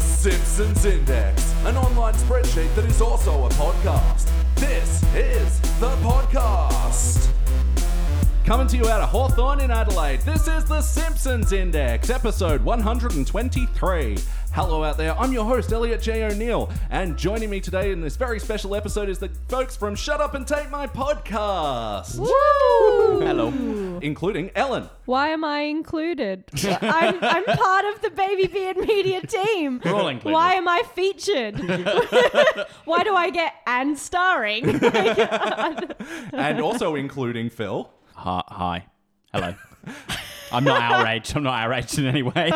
Simpsons Index, an online spreadsheet that is also a podcast. This is the podcast. Coming to you out of Hawthorne in Adelaide, this is The Simpsons Index, episode 123. Hello out there, I'm your host, Elliot J. O'Neill, and joining me today in this very special episode is the folks from Shut Up and Take My Podcast. Hello. Including Ellen. Why am I included? I'm, I'm part of the Baby Beard Media team. We're all included. Why am I featured? Why do I get and starring? and also including Phil. Hi. hi. Hello. I'm not outraged. I'm not outraged in any way.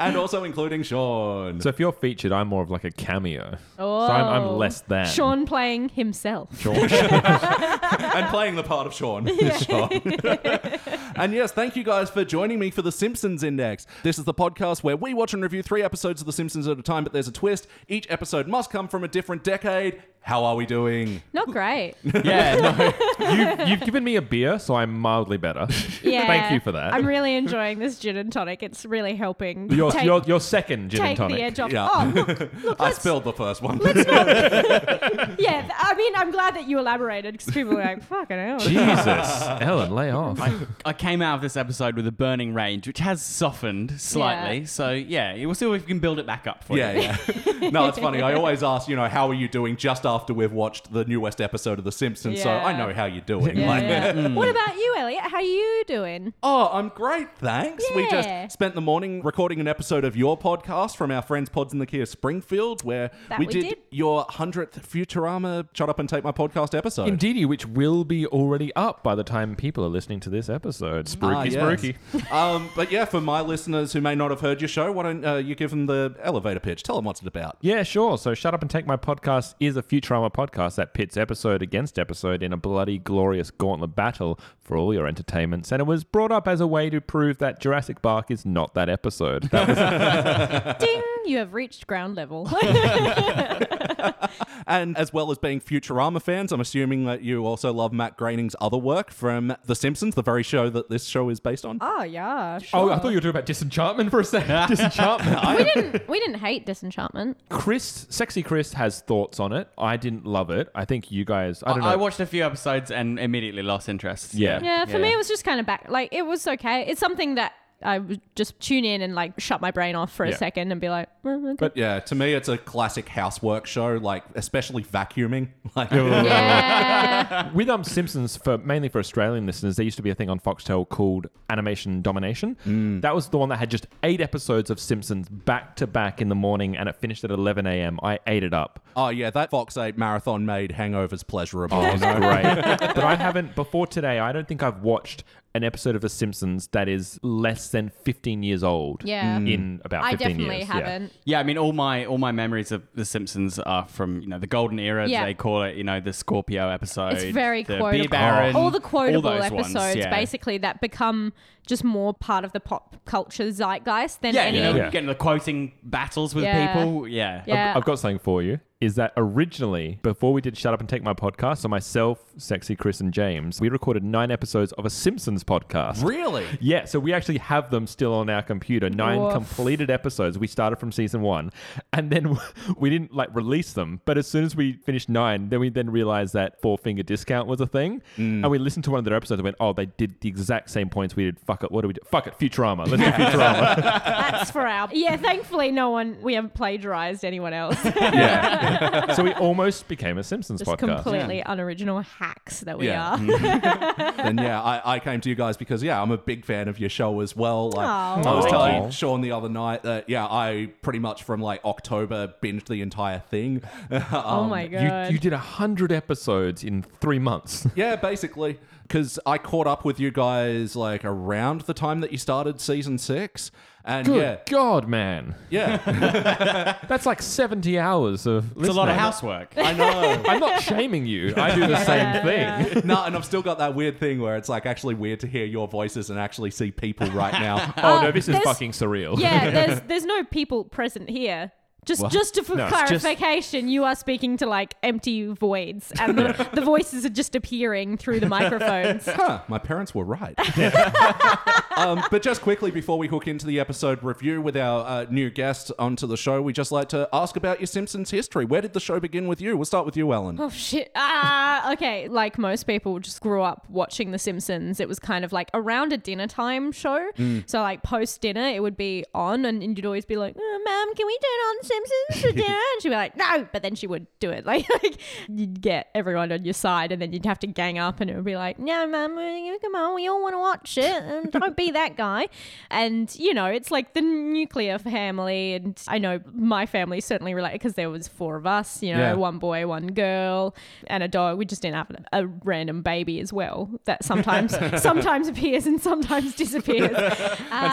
and also including Sean. So if you're featured, I'm more of like a cameo. So I'm, I'm Oh. less than. Sean playing himself. and playing the part of Sean. is Sean. and yes, thank you guys for joining me for the Simpsons Index. This is the podcast where we watch and review three episodes of The Simpsons at a time, but there's a twist. Each episode must come from a different decade. How are we doing? Not great. yeah, you, you've given me a beer, so I'm mildly better. Yeah. Thank you for that. I'm really enjoying this gin and tonic. It's really helping. your, take your, your second gin take and tonic. the edge off. Yeah. Oh, look, look I let's, spilled the first one. yeah. th- I mean, I'm glad that you elaborated because people were like, fucking hell. Jesus, Ellen, lay off. no. I came out of this episode with a burning rage, which has softened slightly. Yeah. So yeah, we'll see if we can build it back up for you. Yeah, yeah. no, it's funny. I always ask, you know, how are you doing just after we've watched the newest episode of The Simpsons, so Yeah. I know how you're doing. Yeah, Like- yeah. Mm. What about you, Elliot? How you doing? Oh, I'm great, thanks. We Yeah. just spent the morning recording an episode of your podcast from our friends Pods in the Kia Springfield, where That we did, did. your 100th Futurama Shut Up and Take My Podcast episode. Indeedy, which will be already up by the time people are listening to this episode. Spooky, Ah, yes. spooky. um, but yeah, for my listeners who may not have heard your show, why don't uh, you give them the elevator pitch? Tell them what's it about. Yeah, sure. So, Shut Up and Take My Podcast is a Futurama podcast that pits episode against episode in a bloody, glorious gauntlet battle for all your entertainments. And it was brought up as a way to prove that Jurassic Park is not that episode. That was Ding! You have reached ground level. And as well as being Futurama fans, I'm assuming that you also love Matt Groening's other work from The Simpsons, the very show that this show is based on. oh yeah. Sure. Oh, I thought you were talking about disenchantment for a second. disenchantment. we didn't. We didn't hate disenchantment. Chris, sexy Chris, has thoughts on it. I didn't love it. I think you guys. I I, don't know. I watched a few episodes and immediately lost interest. Yeah. Yeah, for me Yeah. it was just kind of back. Like it was okay. It's something that I would just tune in and like shut my brain off for a Yeah. second and be like, well, okay. But- Yeah, to me, it's a classic housework show, like especially vacuuming. Like, yeah, With um Simpsons for mainly for Australian listeners, there used to be a thing on Foxtel called Animation Domination. That was the one that had just eight episodes of Simpsons back to back in the morning, and it finished at 11 a.m. I ate it up. oh yeah, that Fox Eight marathon made hangovers pleasurable. It was great. but I haven't before today. I don't think I've watched an episode of The Simpsons that is less than 15 years old. Yeah. In about I 15 definitely years. Yeah. haven't. Yeah, I mean, all my all my memories of The Simpsons are from you know the golden era. as Yeah. They call it you know the Scorpio episode. It's very the quotable. Beer Baron, all the quotable those ones, episodes, yeah. basically, that become just more part of the pop culture zeitgeist than Yeah, any. you know, Yeah. you get into the quoting battles with Yeah. people. Yeah. Yeah. I've got something for you. Is that originally, before we did Shut Up and Take My Podcast, so myself, Sexy Chris, and James, we recorded nine episodes of a Simpsons podcast. Really? Yeah, so we actually have them still on our computer. Nine Woof. completed episodes. We started from season one, and then we didn't like release them. But as soon as we finished nine, then we then realized that four finger discount was a thing, Mm. and we listened to one of their episodes and went, "Oh, they did the exact same points we did. Fuck it, what do we do? Fuck it, Futurama. Let's do Futurama." That's for our. Yeah, thankfully, no one. We haven't plagiarized anyone else. yeah. so we almost became a Simpsons just podcast. completely unoriginal hacks that we Yeah. are. and yeah, I, I came to you guys because yeah, I'm a big fan of your show as well. Like, Aw. I was Aw. telling Sean the other night that yeah, I pretty much from like October binged the entire thing. oh my god. You, you did a hundred episodes in three months. yeah, basically, because I caught up with you guys like around the time that you started season six, and Good yeah, God, man, yeah, that's like seventy hours of. It's a lot of housework. I know. I'm not shaming you. I do the same thing. no, and I've still got that weird thing where it's like actually weird to hear your voices and actually see people right now. Oh no, this is there's- fucking surreal. yeah, there's there's no people present here. Just just for No, it's just- clarification, you are speaking to like empty voids, and the, the voices are just appearing through the microphones. huh, my parents were right. Um, but just quickly before we hook into the episode review with our uh, new guest onto the show, we just like to ask about your Simpsons history. Where did the show begin with you? We'll start with you, Ellen. Oh shit. Ah, okay. Like most people just grew up watching The Simpsons. It was kind of like around a dinner time show. Hmm. So like post dinner it would be on and and you'd always be like, oh, ma'am, can we turn on Simpsons for dinner? and she'd be like, No, but then she would do it. Like, like you'd get everyone on your side and then you'd have to gang up and it would be like, No, ma'am, we- come on, we all wanna watch it. Um, don't be that guy. And you know, it's like the nuclear family and I know my family certainly related because there was four of us, you know, Yeah. one boy, one girl, and a dog. We just didn't have a, a random baby as well that sometimes sometimes appears and sometimes disappears. and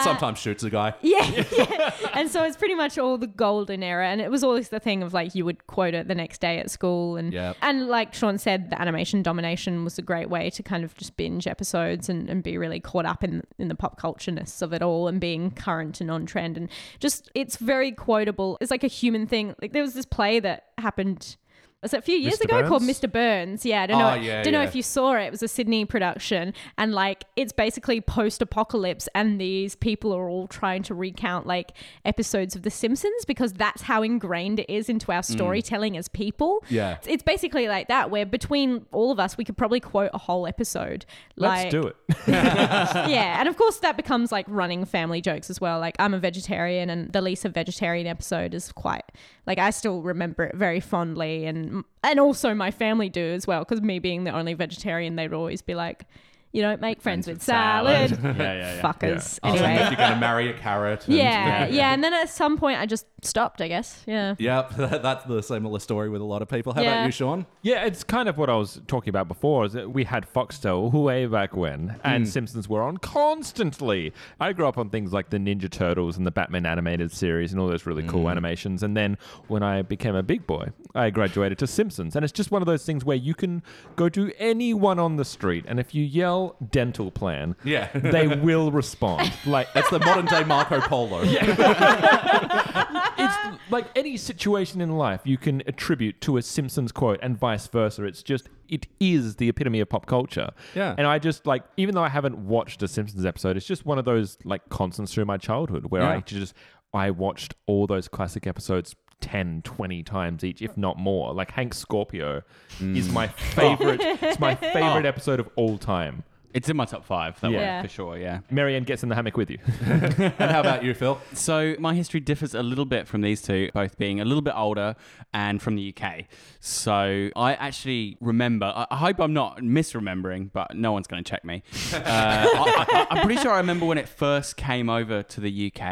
uh, sometimes shoots a guy. Yeah, yeah. And so it's pretty much all the golden era, and it was always the thing of like you would quote it the next day at school, and Yep. and like Sean said, the animation domination was a great way to kind of just binge episodes and, and be really caught up in in the pop cultureness of it all, and being current and on trend, and just it's very quotable. It's like a human thing. Like there was this play that happened. Was it a few years Mr. ago called Burns? Mr. Burns? Yeah, I don't know. Oh, yeah, don't know yeah. if you saw it. It was a Sydney production, and like it's basically post-apocalypse, and these people are all trying to recount like episodes of The Simpsons because that's how ingrained it is into our Mm. storytelling as people. Yeah. it's, it's basically like that. Where between all of us, we could probably quote a whole episode. Let's do it. yeah, and of course that becomes like running family jokes as well. Like I'm a vegetarian, and the Lisa vegetarian episode is quite like I still remember it very fondly, and and also my family do as well because me being the only vegetarian, they'd always be like, you don't make friends, with salad, yeah, yeah, yeah. fuckers. Oh, Anyway, if you're going to marry a carrot. and- yeah, yeah, and then at some point I just stopped. I guess, yeah. Yep, that's the similar story with a lot of people. How about Yeah. you, Sean? Yeah, it's kind of what I was talking about before. Is that we had Foxtel way back when, and Simpsons were on constantly. I grew up on things like the Ninja Turtles and the Batman animated series and all those really cool animations. And then when I became a big boy, I graduated to Simpsons, and it's just one of those things where you can go to anyone on the street, and if you yell "dental plan," Yeah. they will respond. Like It's the modern day Marco Polo. it's like any situation in life you can attribute to a Simpsons quote and vice versa. It's just it is the epitome of pop culture. Yeah. And I just like even though I haven't watched a Simpsons episode, it's just one of those like constants through my childhood where I Yeah. just I watched all those classic episodes 10 20 times each if not more like hank scorpio is Mm. my favorite it's my Oh. favorite episode of all time It's in my top five, that Yeah. one, for sure, yeah. marianne gets in the hammock with you And how about you, Phil? So my history differs a little bit from these two, both being a little bit older and from the UK. So I actually remember. I, I hope I'm not misremembering, but no one's going to check me. Uh, I, am pretty sure I remember when it first came over to the UK,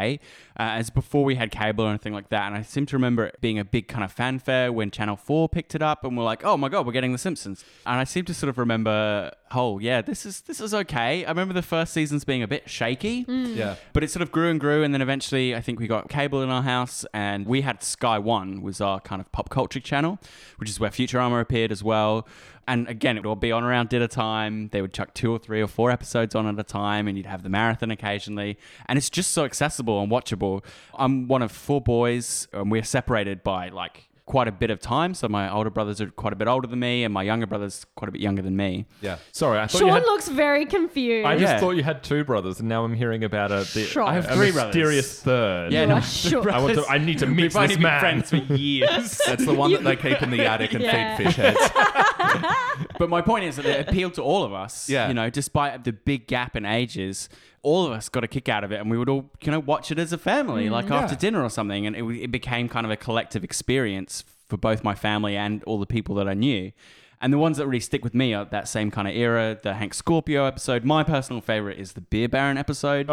uh, as before we had cable or anything like that. And I seem to remember it being a big kind of fanfare when Channel Four picked it up, and we're like, "Oh my god, we're getting The Simpsons." And I seem to sort of remember, "Oh yeah, this is this is okay." I remember the first seasons being a bit shaky. Mm. Yeah. But it sort of grew and grew, and then eventually, I think we got cable in our house, and we had Sky One was our kind of pop culture channel, which is where Futurama appeared as well. And again, it would all be on around dinner time. They would chuck two or three or four episodes on at a time, and you'd have the marathon occasionally. And it's just so accessible and watchable. I'm one of four boys, and we're separated by like quite a bit of time. So my older brothers are quite a bit older than me, and my younger brother's quite a bit younger than me. Yeah. sorry i thought Sean you had looks very confused. I just Yeah. thought you had two brothers, and now I'm hearing about a, the, Shocked. I have a three brothers. mysterious third. Yeah, You no, are sure. I want to. I need to meet We've only this man. been friends for years. That's the one that they keep in the attic and Yeah. feed fish heads. But my point is that it appealed to all of us. Yeah. You know, despite the big gap in ages, all of us got a kick out of it, and we would all, you know, watch it as a family, like after dinner or something, and it, w- it became kind of a collective experience for both my family and all the people that I knew. And the ones that really stick with me are that same kind of era, the Hank Scorpio episode. My personal favorite is the Beer Baron episode,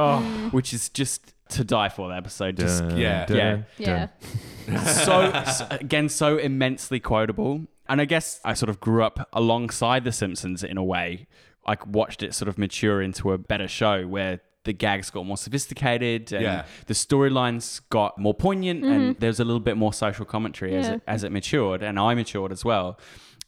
which is just to die for. The episode just Yeah. Yeah. yeah. so s- again so immensely quotable and i guess i sort of grew up alongside the simpsons in a way i watched it sort of mature into a better show where the gags got more sophisticated and Yeah. the storylines got more poignant and there was a little bit more social commentary as, Yeah. it, as it matured and i matured as well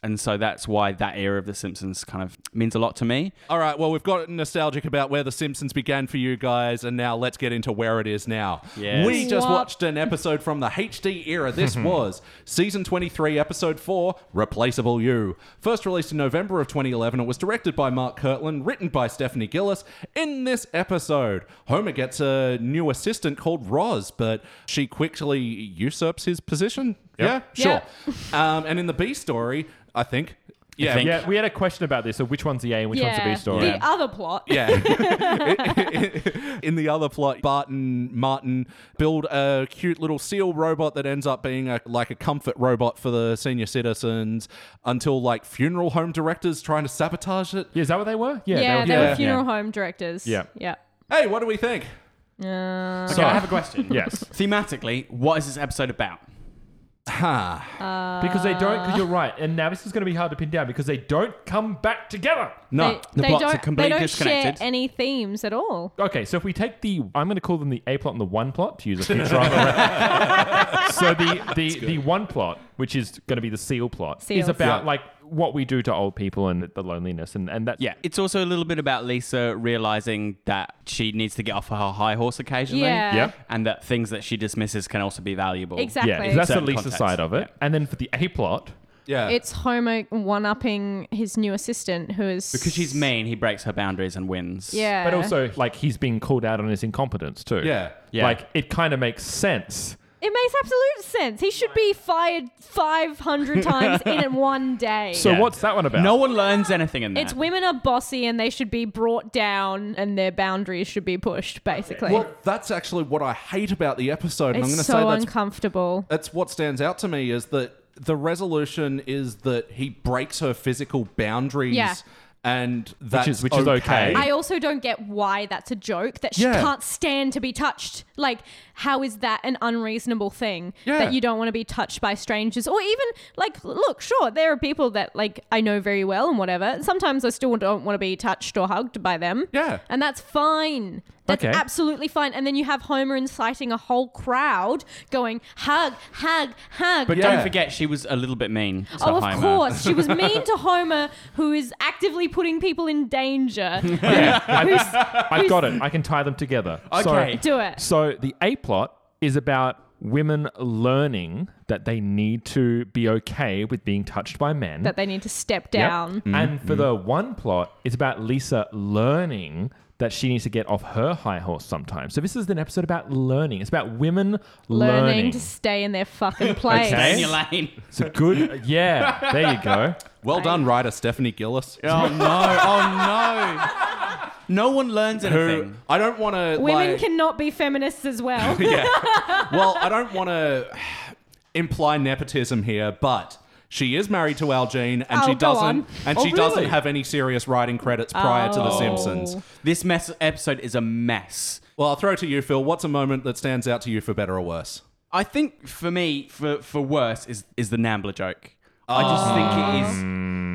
And so that's why that era of The Simpsons kind of means a lot to me. All right, well, we've got nostalgic about where The Simpsons began for you guys, and now let's get into where it is now. Yes. We just What? watched an episode from the HD era. This was season 23, episode 4, Replaceable You. First released in November of 2011, it was directed by Mark Kirtland, written by Stephanie Gillis. In this episode, Homer gets a new assistant called Roz, but she quickly usurps his position. Yeah, sure. Yep. um, and in the B story, I think. Yeah, think. Yeah, we had a question about this. So which one's the A and which one's the B story? The other plot. Yeah. In the other plot, Bart and Martin build a cute little seal robot that ends up being a, like a comfort robot for the senior citizens until like funeral home directors trying to sabotage it. Yeah, is that what they were? Yeah, they were- they Yeah. were funeral home directors. Yeah. Yeah. Hey, what do we think? Uh, Okay, I have a question. Yes, Thematically, what is this episode about? Huh. because they don't. Because you're right, and now this is going to be hard to pin down because they don't come back together. No. the plots are don't, completely they don't share disconnected. any themes at all. Okay, so if we take the, I'm going to call them the A plot and the one plot to use a Futurama. ref- so the the, the one plot, which is going to be the seal plot, Seals. is about Yeah. like what we do to old people and the loneliness and and that. Yeah, it's also a little bit about Lisa realizing that she needs to get off her high horse occasionally. Yeah. Yep. And that things that she dismisses can also be valuable. Exactly. yeah, so that's the Certain Lisa context. side of it. Yeah. And then for the A plot, Yeah. It's Homer one upping his new assistant who is Because she's mean, he breaks her boundaries and wins. Yeah. but also like he's being called out on his incompetence too. Yeah. Yeah. like it kind of makes sense. It makes absolute sense. He should be fired 500 times in one day. So Yeah. what's that one about? No one learns anything in that. it's women are bossy and they should be brought down and their boundaries should be pushed, basically. well, that's actually what I hate about the episode. and I'm it's going to so say that's uncomfortable. that's what stands out to me is that the resolution is that he breaks her physical boundaries Yeah. and that's is- which is okay. I also don't get why that's a joke that she Yeah. can't stand to be touched. Like, how is that an unreasonable thing Yeah. that you don't want to be touched by strangers? Or even, like, look, sure, there are people that, like, I know very well and whatever. And sometimes I still don't want to be touched or hugged by them. Yeah. And that's fine. That's Okay. absolutely fine. And then you have Homer inciting a whole crowd going, hug, hug, hug. but Yeah. don't forget, she was a little bit mean. To Oh, of Homer. course. She was mean to Homer, who is actively putting people in danger. I've got it. I can tie them together. Okay. Do it. So the A plot is about women learning that they need to be okay with being touched by men. that they need to step Yep. down. Mm-hmm. And for the one plot, it's about Lisa learning that she needs to get off her high horse sometimes. So this is an episode about learning. It's about women Learning, learning. to stay in their fucking place. Stay in your lane. It's a good, yeah. There you go. Well done, writer Stephanie Gillis. Oh, no. Oh, no. No one learns Who anything. I don't want to. Women like, cannot be feminists as well. Well, I don't want to imply nepotism here, but she is married to Al Jean, and Oh, she go doesn't, on. and Oh, she doesn't really? have any serious writing credits prior to The Oh. Simpsons. This mess episode is a mess. Well, I'll throw it to you, Phil. What's a moment that stands out to you for better or worse? I think for me, for for worse, is is the Nambler joke. I just think it Ah.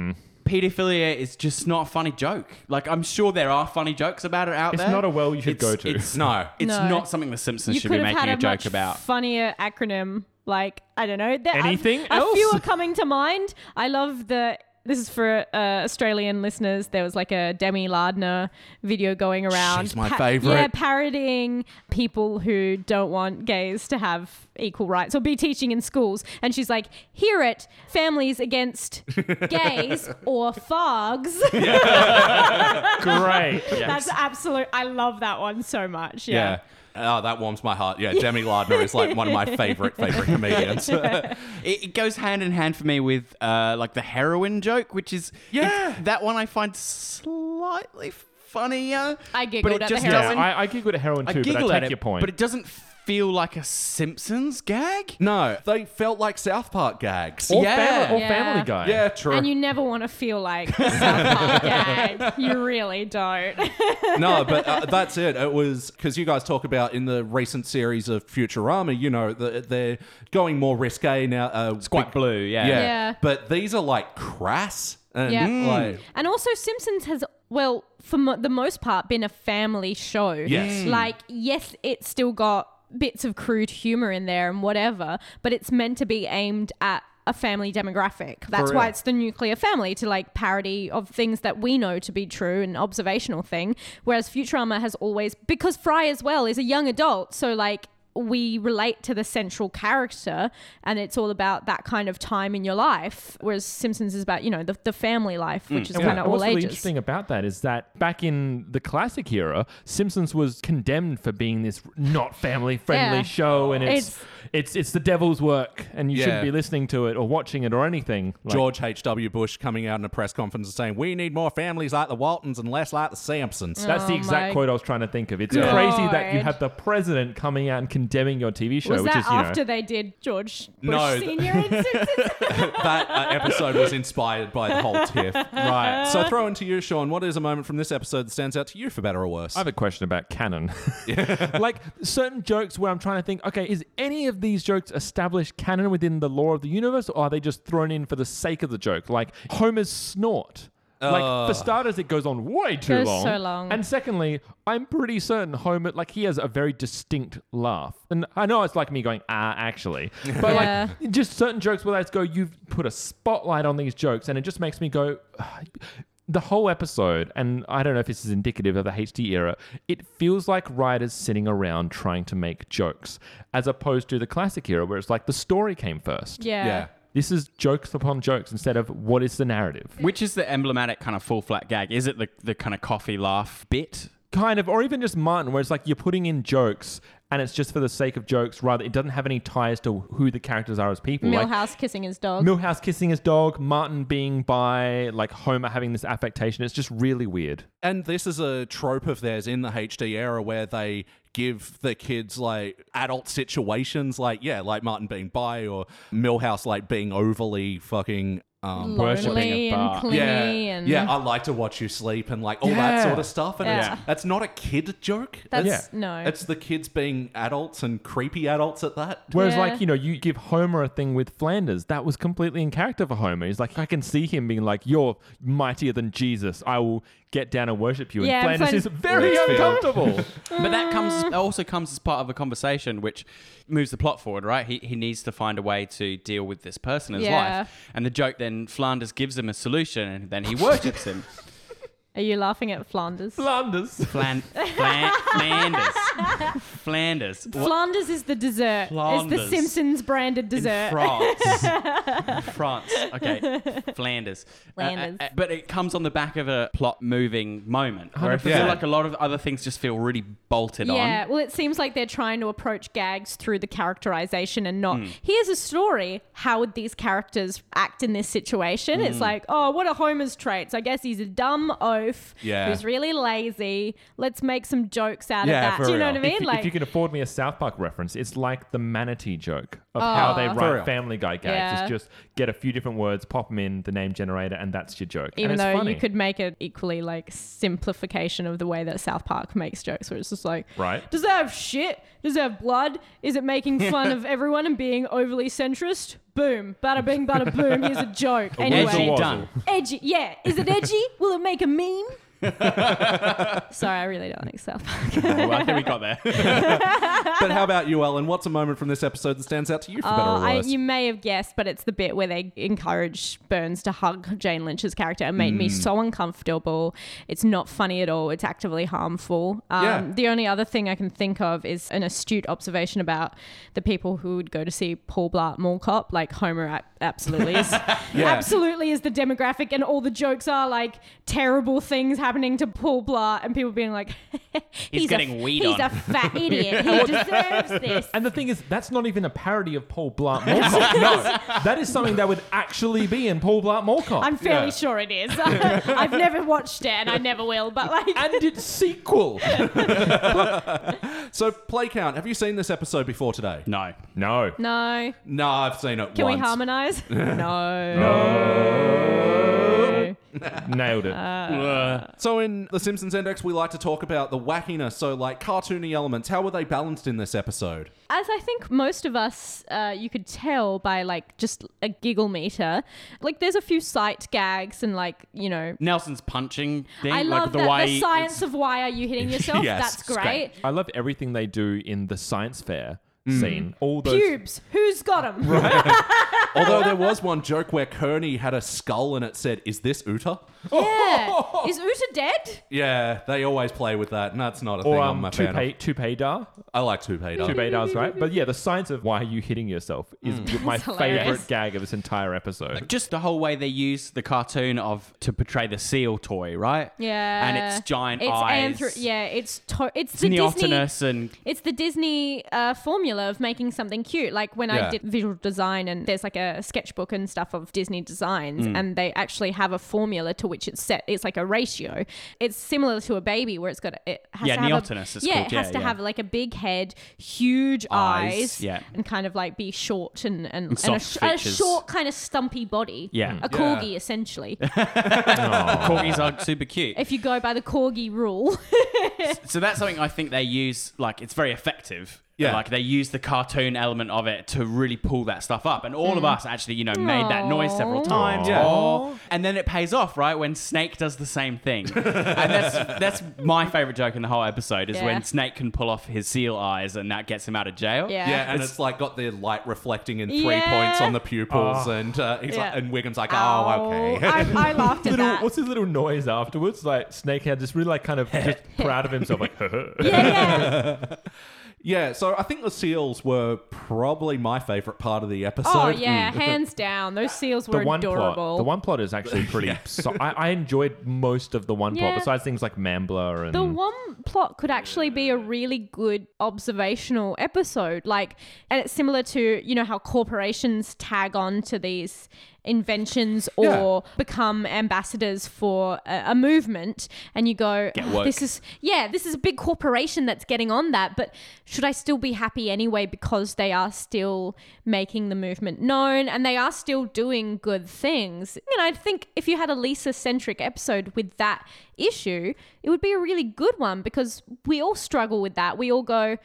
is. Pedophilia is just not a funny joke. Like I'm sure there are funny jokes about it out It's there. not a well you should It's- go to. It's, No. it's No. not something the Simpsons you should could be have making had a, a, joke much about. funnier acronym. Like I don't know. There are- Anything a, few else? are coming to mind. I love the. This is for uh, Australian listeners. There was like a Demi Lardner video going around. She's my favourite. Yeah, parodying people who don't want gays to have equal rights or be teaching in schools. And she's like, hear it, families against gays or fogs. Great. That's absolute. I love that one so much. yeah. Yeah. Oh, that warms my heart. Yeah, Demi Lardner is like one of my favorite favorite comedians. It, it goes hand in hand for me with uh, like the heroin joke, which is Yeah. it- that one I find slightly funnier. I but giggled it at the just heroin. Yeah, doesn't- I, I giggled at heroin I too, but I giggle take at it, your point. but it doesn't feel like a Simpsons gag. no, they felt like South Park gags. or Yeah. family, or Yeah. family guy. Yeah, true. And you never want to feel like South Park gag. You really don't. no, but uh, that's it. It was because you guys talk about in the recent series of Futurama, you know, the, they're going more risque now. Uh, Quite blue, yeah. yeah. Yeah. But these are like crass. And Yeah. like, And also, Simpsons has, well, for mo- the most part, been a family show. Yes. Mm. Like, yes, it's still got bits of crude humor in there and whatever, but it's meant to be aimed at a family demographic. That's real. why it's the nuclear family to like parody of things that we know to be true and observational thing. Whereas Futurama has always because Fry as well is a young adult, so like we relate to the central character and it's all about that kind of time in your life. Whereas Simpsons is about, you know, the, the family life, Mm. which is And kind what- of and all what's really ages. interesting about that is that back in the classic era, Simpsons was condemned for being this not family friendly Yeah. show, and it's, it's It's- it's the devil's work, and you Yeah. shouldn't be listening to it or watching it or anything. Like, George H.W. Bush coming out in a press conference and saying, We need more families like the Waltons and less like the Sampsons. That's the Oh exact my quote I was trying to think of. It's God. crazy that you God. have the president coming out and condemning your TV show, Was which that is you after know. they did George Bush No, th- Senior in Simpsons? that uh, episode was inspired by the whole tiff. Right. Uh-huh. So throw into you, Sean, what is a moment from this episode that stands out to you for better or worse? I have a question about canon. like certain jokes where I'm trying to think, okay, is any of these jokes established canon within the lore of the universe, or are they just thrown in for the sake of the joke? Like Homer's snort. Like for starters, it goes on way too Goes long. so long. And secondly, I'm pretty certain Homer, like he has a very distinct laugh, and I know it's like me going ah actually, but Yeah. like just certain jokes where let's go, you've put a spotlight on these jokes, and it just makes me go. The whole episode, and I don't know if this is indicative of the HD era, it feels like writers sitting around trying to make jokes, as opposed to the classic era where it's like the story came first. yeah. This is jokes upon jokes instead of what is the narrative. Which is the emblematic kind of full flat gag? Is it the, the kind of coffee laugh bit? kind of or even just martin where it's like you're putting in jokes and it's just for the sake of jokes rather it doesn't have any ties to who the characters are as people Millhouse like kissing his dog. Milhouse kissing his dog, Martin being by, like Homer having this affectation. It's just really weird. And this is a trope of theirs in the HD era where they give the kids like adult situations, like, yeah, like Martin being bi or Millhouse like being overly fucking. Um, worshipping a Lonely bar. and clingy yeah, and yeah. I like to watch you sleep and like all Yeah. that sort of stuff, and Yeah. it's, that's not a kid joke. that's Yeah. no. It's the kids being adults and creepy adults at that. Whereas, Yeah. like, you know, you give Homer a thing with Flanders. That was completely in character for Homer. He's like, I can see him being like, You're mightier than Jesus. I will get down and worship you. And Yeah, and Flanders is very Flanders- uncomfortable. But that Mm. comes also comes as part of a conversation which moves the plot forward, right? He, he needs to find a way to deal with this person in his Yeah. life. And the joke then Flanders gives him a solution and then he worships him. Are you laughing at Flanders? Flanders. Flan, flan, Flanders. Flanders. What- Flanders is the dessert. It's Flanders. the Simpsons branded in dessert. France. France. Okay. Flanders. Uh, uh, Flanders. uh, but it comes on the back of a plot moving moment where I feel 100%. like a lot of other things just feel really bolted yeah, on. well, it seems like they're trying to approach gags through the characterization and not, here's a story. How would these characters act in this situation? It's like, oh, what are Homer's traits? I guess he's a dumb oaf Yeah. who's really lazy. Let's make some jokes out Yeah, of for that. Do you know real. what I If mean? you- If, like, you can afford me a South Park reference, it's like the manatee joke of how they For write real. Family Guy gags. Yeah. It's just get a few different words, pop them in the name generator, and that's your joke. And even it's though funny, you could make an equally like simplification of the way that South Park makes jokes, where it's just like, Right. Does that have shit? Does that have blood? Is it making fun of everyone and being overly centrist? Boom, bada bing, bada boom. Here's a joke. Edgy Anyway, wazzle. done. edgy. Yeah, is it edgy? Will it make a meme? Sorry, I really don't like South Park. well, I think we got there. But how about you, Ellen? What's a moment from this episode that stands out to you for better Oh, or I, worse? you may have guessed, but it's the bit where they encourage Burns to hug Jane Lynch's character. It made Mm. me so uncomfortable. It's not funny at all. It's actively harmful. Um, Yeah. The only other thing I can think of is an astute observation about the people who would go to see Paul Blart Mall Cop. Like Homer ab- absolutely is, absolutely is the demographic, and all the jokes are like terrible things happening to Paul Blart, and people being like, "He's, a- getting weed He's on." a fat idiot. he deserves this." And the thing is, that's not even a parody of Paul Blart Mall Cop. no, that is something that would actually be in Paul Blart Mall Cop. I'm fairly sure it is. I've never watched it and I never will, but like and its sequel. so, play count. Have you seen this episode before today? No. no. no. No, I've seen it Can once. we harmonize? no. Uh, No. Nailed it. Uh, So in The Simpsons Index, we like to talk about the wackiness. So like cartoony elements, how were they balanced in this episode? As I think most of us, uh, you could tell by like just a giggle meter. Like there's a few sight gags and like, you know, Nelson's punching thing. I like love the that way the it's- science of why are you hitting yourself? Yes, That's it's great. great. I love everything they do in the science fair. scene. All those Pubes. Who's got them? Although there was one joke where Kearney had a skull and it said, Is this Uta? Yeah. Is Uta dead? Yeah, they always play with that, and that's not a or thing I'm um, a fan of. toupee, toupee dar, I like toupee, darling. toupee dars, right? But yeah, the signs of why are you hitting yourself is my hilarious. favorite gag of this entire episode. Just the whole way they use the cartoon of to portray the seal toy, right? Yeah. And its giant it's eyes. anthro- yeah, it's to- it's the Disney. Neotenous and It's the Disney uh, formula of making something cute. Like when Yeah. I did visual design, and there's like a sketchbook and stuff of Disney designs, Mm. and they actually have a formula to which it's set. It's like a ratio. It's similar to a baby where it's got it has Yeah, to have Neotenous A, it's yeah, called. it has Yeah, to yeah. have like a big head, huge Eyes, eyes, yeah. and kind of like be short and and, and, a, soft sh- a features. short kind of stumpy body. Yeah. a corgi essentially. corgis are super cute. if you go by the corgi rule. So that's something I think they use. Like it's very effective. Yeah. Like they use the cartoon element of it to really pull that stuff up, and all of Mm. us actually, you know, made that noise several times. Yeah. Aw. And then it pays off, right? When Snake does the same thing, and that's that's my favorite joke in the whole episode is Yeah. when Snake can pull off his seal eyes, and that gets him out of jail. Yeah. Yeah, and it's, like got the light reflecting in three Yeah. points on the pupils, and uh, he's like, Yeah. and Wiggum's like, Ow. oh, okay. I, I laughed at Little, that. what's his little noise afterwards? Like Snake had just really like kind of just proud of himself, like yeah, yeah. yeah, so I think the seals were probably my favorite part of the episode. Mm. Oh yeah, hands down. Those seals were mm, the one adorable. plot. The one plot is actually pretty. so, I, I enjoyed most of the one plot, Yeah. besides things like Mambler and The one plot could actually be a really good observational episode. Like, and it's similar to, you know, how corporations tag on to these inventions or become ambassadors for a, a movement. And you go, Get "Oh, woke." this is, yeah, this is a big corporation that's getting on that. But should I still be happy anyway because they are still making the movement known and they are still doing good things? You know, I think if you had a Lisa centric episode with that issue, it would be a really good one because we all struggle with that. We all go,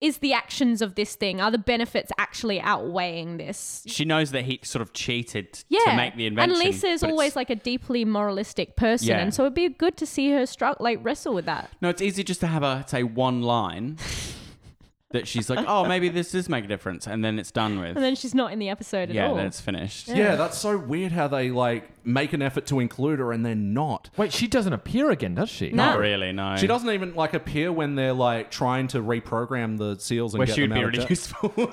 is the actions of this thing, are the benefits actually outweighing this? She knows that he sort of cheated yeah. to make the invention. And Lisa is but it's- always like a deeply moralistic person, Yeah. and so it'd be good to see her struggle, like wrestle with that. No, it's easy just to have her say one line that she's like, oh, maybe this does make a difference, and then it's done with. And then she's not in the episode at yeah, all. then it's finished. Yeah, that's so weird how they like make an effort to include her and they're not. wait, she doesn't appear again, does she? No. Not really, no. She doesn't even like appear when they're like trying to reprogram the seals and Where get she would them be out of really jail. useful.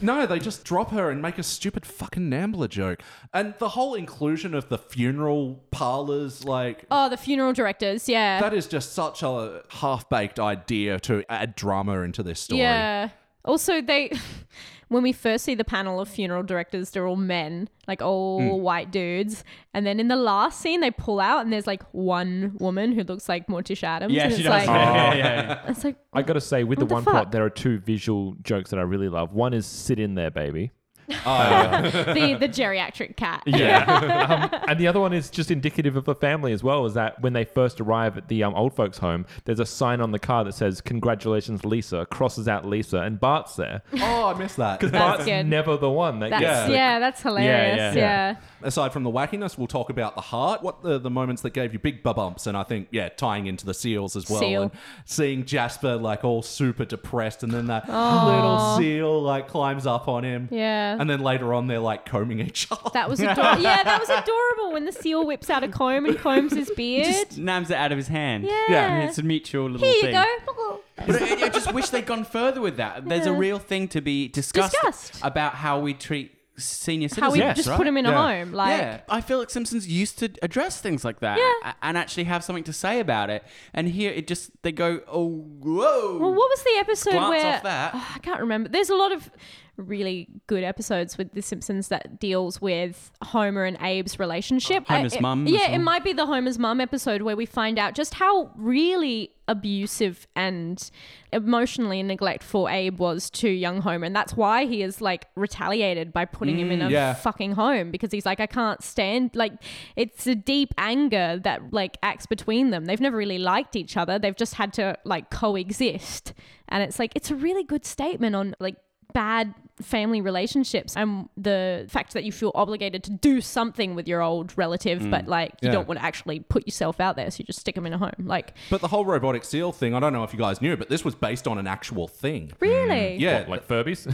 No, they just drop her and make a stupid fucking Nambler joke. And the whole inclusion of the funeral parlors, like, Oh, the funeral directors, yeah. that is just such a half baked idea to add drama into this story. Yeah. Also, they when we first see the panel of funeral directors, they're all men, like all white dudes. And then in the last scene, they pull out and there's like one woman who looks like Mortish Adams. yeah, and she it's does. Like, yeah, yeah, yeah. It's like I gotta say, with the, What the one fuck? plot, there are two visual jokes that I really love. One is "Sit in there, baby," the the geriatric cat. yeah, um, and the other one is just indicative of the family as well. Is that when they first arrive at the um, old folks' home, there's a sign on the car that says "Congratulations, Lisa," crosses out Lisa, and Bart's there Oh, I missed that. because That's Bart's good. never the one that That's gets yeah. the- that's hilarious. yeah. Yeah, Yeah. Aside from the wackiness, we'll talk about the heart, what the, the moments that gave you big bumps, and I think, yeah, tying into the seals as well. Seal. And seeing Jasper, like, all super depressed, and then that little seal, like, climbs up on him. Yeah. And then later on, they're, like, combing each other. That was adorable. yeah, that was adorable when the seal whips out a comb and combs his beard. Just nams it out of his hand. Yeah. It's a mutual little Here you thing. go. But I, I just wish they'd gone further with that. There's a Yeah. real thing to be discussed, Discussed. about how we treat senior citizens. How we Yes, just right. put him in Yeah. a home, like yeah, I feel like Simpsons used to address things like that Yeah. a- and actually have something to say about it. And here it just they go, oh whoa. Well, what was the episode Glance where off that. Oh, I can't remember? There's a lot of really good episodes with The Simpsons that deals with Homer and Abe's relationship. Oh, Homer's I- it- mum as Yeah, it well. might be the Homer's mum episode where we find out just how really abusive and emotionally neglectful Abe was to young Homer, and that's why he is like retaliated by putting him Mm, in a yeah. fucking home because he's like, I can't stand like it's a deep anger that like acts between them. They've never really liked each other. They've just had to like coexist. And it's like it's a really good statement on like bad family relationships and the fact that you feel obligated to do something with your old relative, but like you Mm. Yeah. Mm. don't want to actually put yourself out there, so you just stick them in a home. Like, But the whole robotic seal thing, I don't know if you guys knew, but this was based on an actual thing. really? Yeah, What, like Furbies?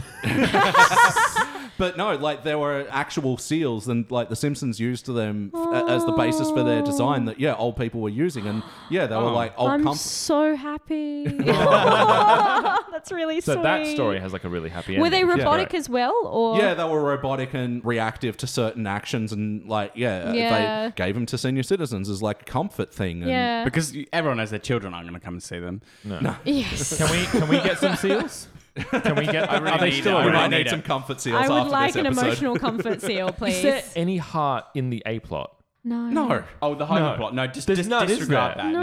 but no, like there were actual seals, and like the Simpsons used them f- a- as the basis for their design. That yeah, old people were using, and yeah, they were like old I'm comp- so happy. That's really so sweet. that story has like a really happy ending. Were they which is robotic great. as well, or Yeah, they were robotic and reactive to certain actions, and like yeah, Yeah. they gave them to senior citizens as like a comfort thing. And yeah? Because you- everyone knows their children aren't going to come and see them. yes. Can we can we get some seals? Can we get? really are they need still it. I we really around? might need it. some comfort seals. I would after like this an episode. emotional comfort seal, please. Is there any heart in the A plot? no. No, Oh, the hyper plot. plot. No, just, There's none, is disregard there? that.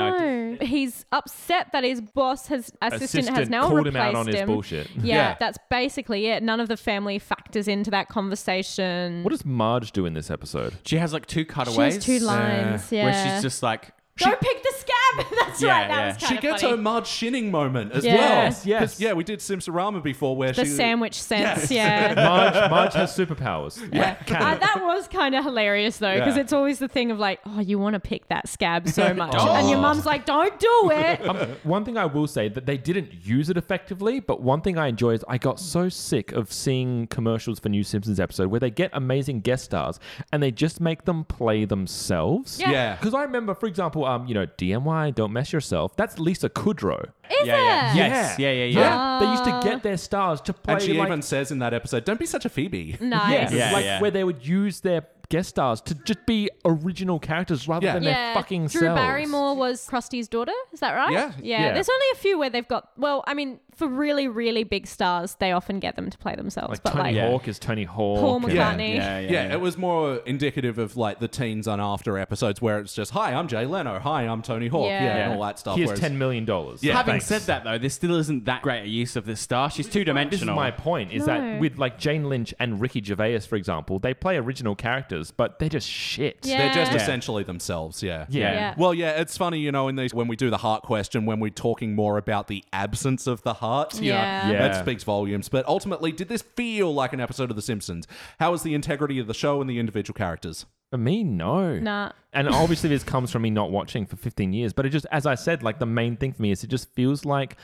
No. he's upset that his boss has assistant, has Assistant now called replaced him out on his bullshit. Yeah, Yeah. that's basically it. None of the family factors into that conversation. What does Marge do in this episode? She has like two she cutaways. has two lines. Yeah. Where she's just like, Go pick the scab. That's Yeah, right. That yeah. was kind she of gets funny. her mud shinning moment as Yeah. well. Yes, yes. 'Cause, Yeah, we did Simpsorama before where the she sandwich sense. Yeah. Marge, Marge has superpowers. Yeah. Uh, that was kind of hilarious though, because Yeah. it's always the thing of like, oh, you want to pick that scab so much, Don't. and your mum's like, don't do it. Um, one thing I will say that they didn't use it effectively, but one thing I enjoy is I got so sick of seeing commercials for new Simpsons episode where they get amazing guest stars and they just make them play themselves. Yeah. Yeah. Because I remember, for example, um, you know, DMY, don't mess yourself. That's Lisa Kudrow. Is yeah, yeah. it? Yes. Yeah, yeah, yeah. They used to get their stars to play. And she like, even says in that episode, "Don't be such a Mm. Phoebe." Nice. Yeah, Yeah, like yeah. where they would use their guest stars to just be original characters rather Yeah. than Yeah. their fucking Drew selves. Barrymore was Krusty's daughter. Is that right? Yeah. yeah. Yeah. There's only a few where they've got. Well, I mean, for really, really big stars, they often get them to play themselves. Like but Tony like, Yeah. Hawk is Tony Hawk. Paul and- Yeah. McCartney. Yeah, Yeah, it was more indicative of like the teens and after episodes where it's just, "Hi, I'm Jay Leno. Hi, I'm Tony Hawk." Yeah. Yeah, and Yeah. all that stuff. Here's whereas- ten million dollars. Having said that, though, this still isn't that great a use of this star. She's two this is dimensional. my point: is No. that with like Jane Lynch and Ricky Gervais, for example, they play original characters, but they're just shit. Yeah. They're just Yeah. essentially themselves, yeah. Yeah. Yeah. Well, yeah, it's funny, you know, in these when we do the heart question, when we're talking more about the absence of the heart, you know, Yeah. Yeah. that speaks volumes. But ultimately, did this feel like an episode of The Simpsons? How was the integrity of the show and the individual characters? For me, no. Nah. And obviously, this comes from me not watching for 15 years. But it just, as I said, like the main thing for me is it just feels like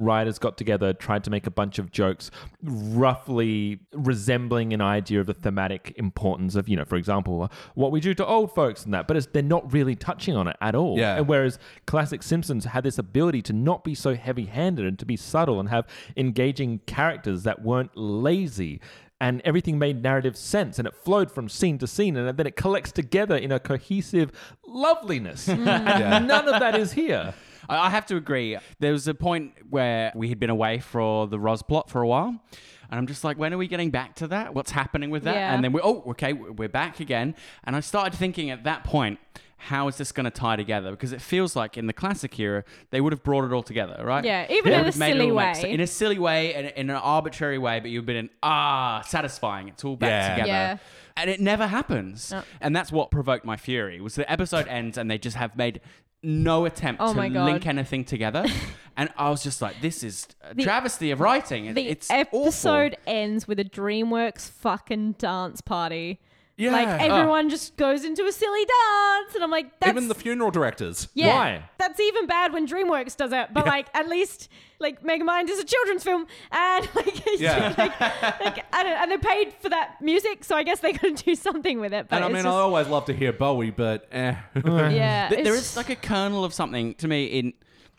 writers got together, tried to make a bunch of jokes, roughly resembling an idea of the thematic importance of, you know, for example, what we do to old folks and that. But it's, they're not really touching on it at all. Yeah. And whereas classic Simpsons had this ability to not be so heavy handed and to be subtle and have engaging characters that weren't lazy. And everything made narrative sense and it flowed from scene to scene and then it collects together in a cohesive loveliness. and none of that is here. I I have to agree. There was a point where we had been away for the Ros plot for a while, and I'm just like, when are we getting back to that? What's happening with that? Yeah. And then we, oh, okay, w- we're back again. And I started thinking at that point, how is this going to tie together? Because it feels like in the classic era, they would have brought it all together, right? Yeah, even They in would a have made it silly all make- way. In a silly way, and in an arbitrary way, but you've been in, ah, satisfying. It's all back Yeah. together Yeah. and it never happens and that's what provoked my fury was the episode ends and they just have made no attempt Oh to my God. link anything together and i was just like this is a travesty of writing It- The it's episode ends with a DreamWorks fucking dance party. Yeah. Like everyone just goes into a silly dance, and I'm like, that's Even the funeral directors. Yeah. Why? That's even bad when DreamWorks does it. But like, at least like Megamind is a children's film, and like, Yeah. like, like I don't, and they're paid for that music, so I guess they're gonna do something with it. But And I it's mean, I just, always love to hear Bowie, but eh. yeah, Th- there it's- is like a kernel of something to me in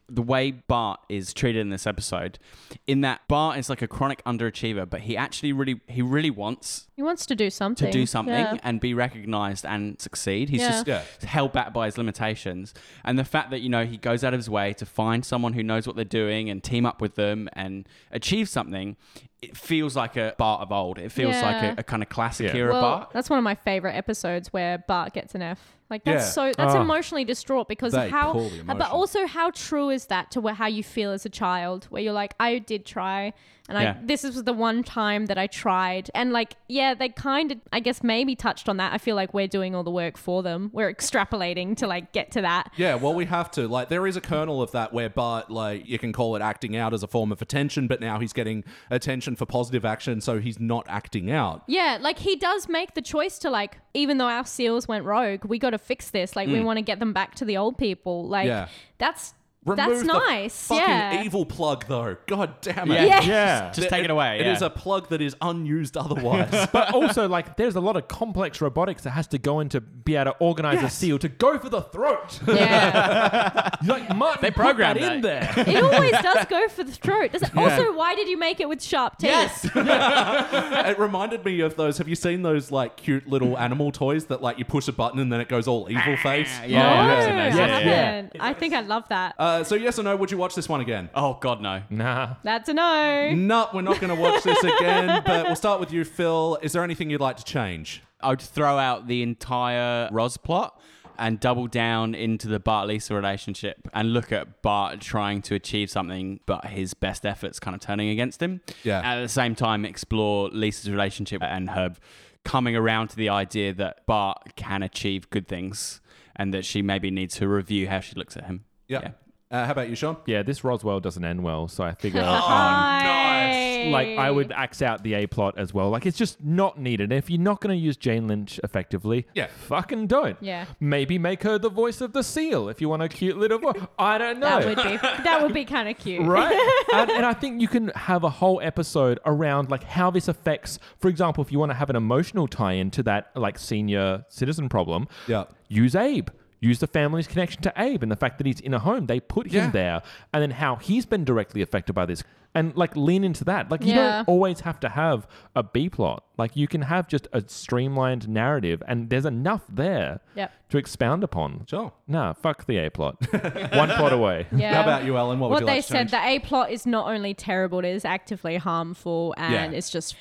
the way Bart is treated in this episode, in that Bart is like a chronic underachiever, but he actually really he really wants he wants to do something. to do something Yeah. and be recognized and succeed. He's Yeah. just Yeah. held back by his limitations. And the fact that, you know, he goes out of his way to find someone who knows what they're doing and team up with them and achieve something, it feels like a Bart of old. It feels Yeah. like a, a kind of classic Yeah. era Well, Bart. that's one of my favorite episodes where Bart gets an F. Like that's Yeah. so that's Ah. emotionally distraught because They how, uh, pull the but emotion. also how true is that to where, how you feel as a child, where you're like, I did try, and Yeah. I this is the one time that I tried, and like yeah, they kind of I guess maybe touched on that. I feel like we're doing all the work for them. We're extrapolating to like get to that. Yeah, well, we have to. Like, there is a kernel of that where Bart, like, you can call it acting out as a form of attention, but now he's getting attention for positive action, so he's not acting out. Yeah, like he does make the choice to like, even though our seals went rogue, we got to fix this. Like, we want to get them back to the old people. Like, Mm. Yeah. that's Remove that's the nice. Fucking yeah, evil plug, though. God damn Yeah. it. Yeah. Yeah. Just take it away. It yeah. is a plug that is unused otherwise. but also, like, there's a lot of complex robotics that has to go into be able to organize a seal to go for the throat. yeah. like, Martin, They put that programmed in there. it always does go for the throat. Does it? Also, why did you make it with sharp teeth? yes. it reminded me of those. Have you seen those like cute little animal toys that like you push a button and then it goes all evil face? Oh, No, Ah, Yeah, that's amazing. I Yeah. haven't. I think I love that. Uh, so yes or no? Would you watch this one again? Oh God, no. Nah. That's a no. No, we're not going to watch this again. But we'll start with you, Phil. Is there anything you'd like to change? I would throw out the entire Roz plot and double down into the Bart Lisa relationship and look at Bart trying to achieve something, but his best efforts kind of turning against him. Yeah. At the same time, explore Lisa's relationship and her coming around to the idea that Bart can achieve good things and that she maybe needs to review how she looks at him. Yeah. Uh, how about you, Sean? Yeah, this Roswell doesn't end well, so I figure. oh, Hi. Like I would axe out the A plot as well. Like it's just not needed. If you're not going to use Jane Lynch effectively, Yeah. fucking don't. Yeah. Maybe make her the voice of the seal if you want a cute little voice. I don't know. That would be that would be kind of cute. right? and, and I think you can have a whole episode around like how this affects. For example, if you want to have an emotional tie-in to that like senior citizen problem, Yeah. use Abe. Use the family's connection to Abe and the fact that he's in a home. They put him Yeah. there, and then how he's been directly affected by this, and like lean into that. Like you Yeah. don't always have to have a B plot. Like you can have just a streamlined narrative, and there's enough there Yep. to expound upon. Sure. Nah, fuck the A plot. One plot away. Yeah. How about you, Ellen? What, would What you they like to said, change? the A plot is not only terrible, it is actively harmful, and Yeah. it's just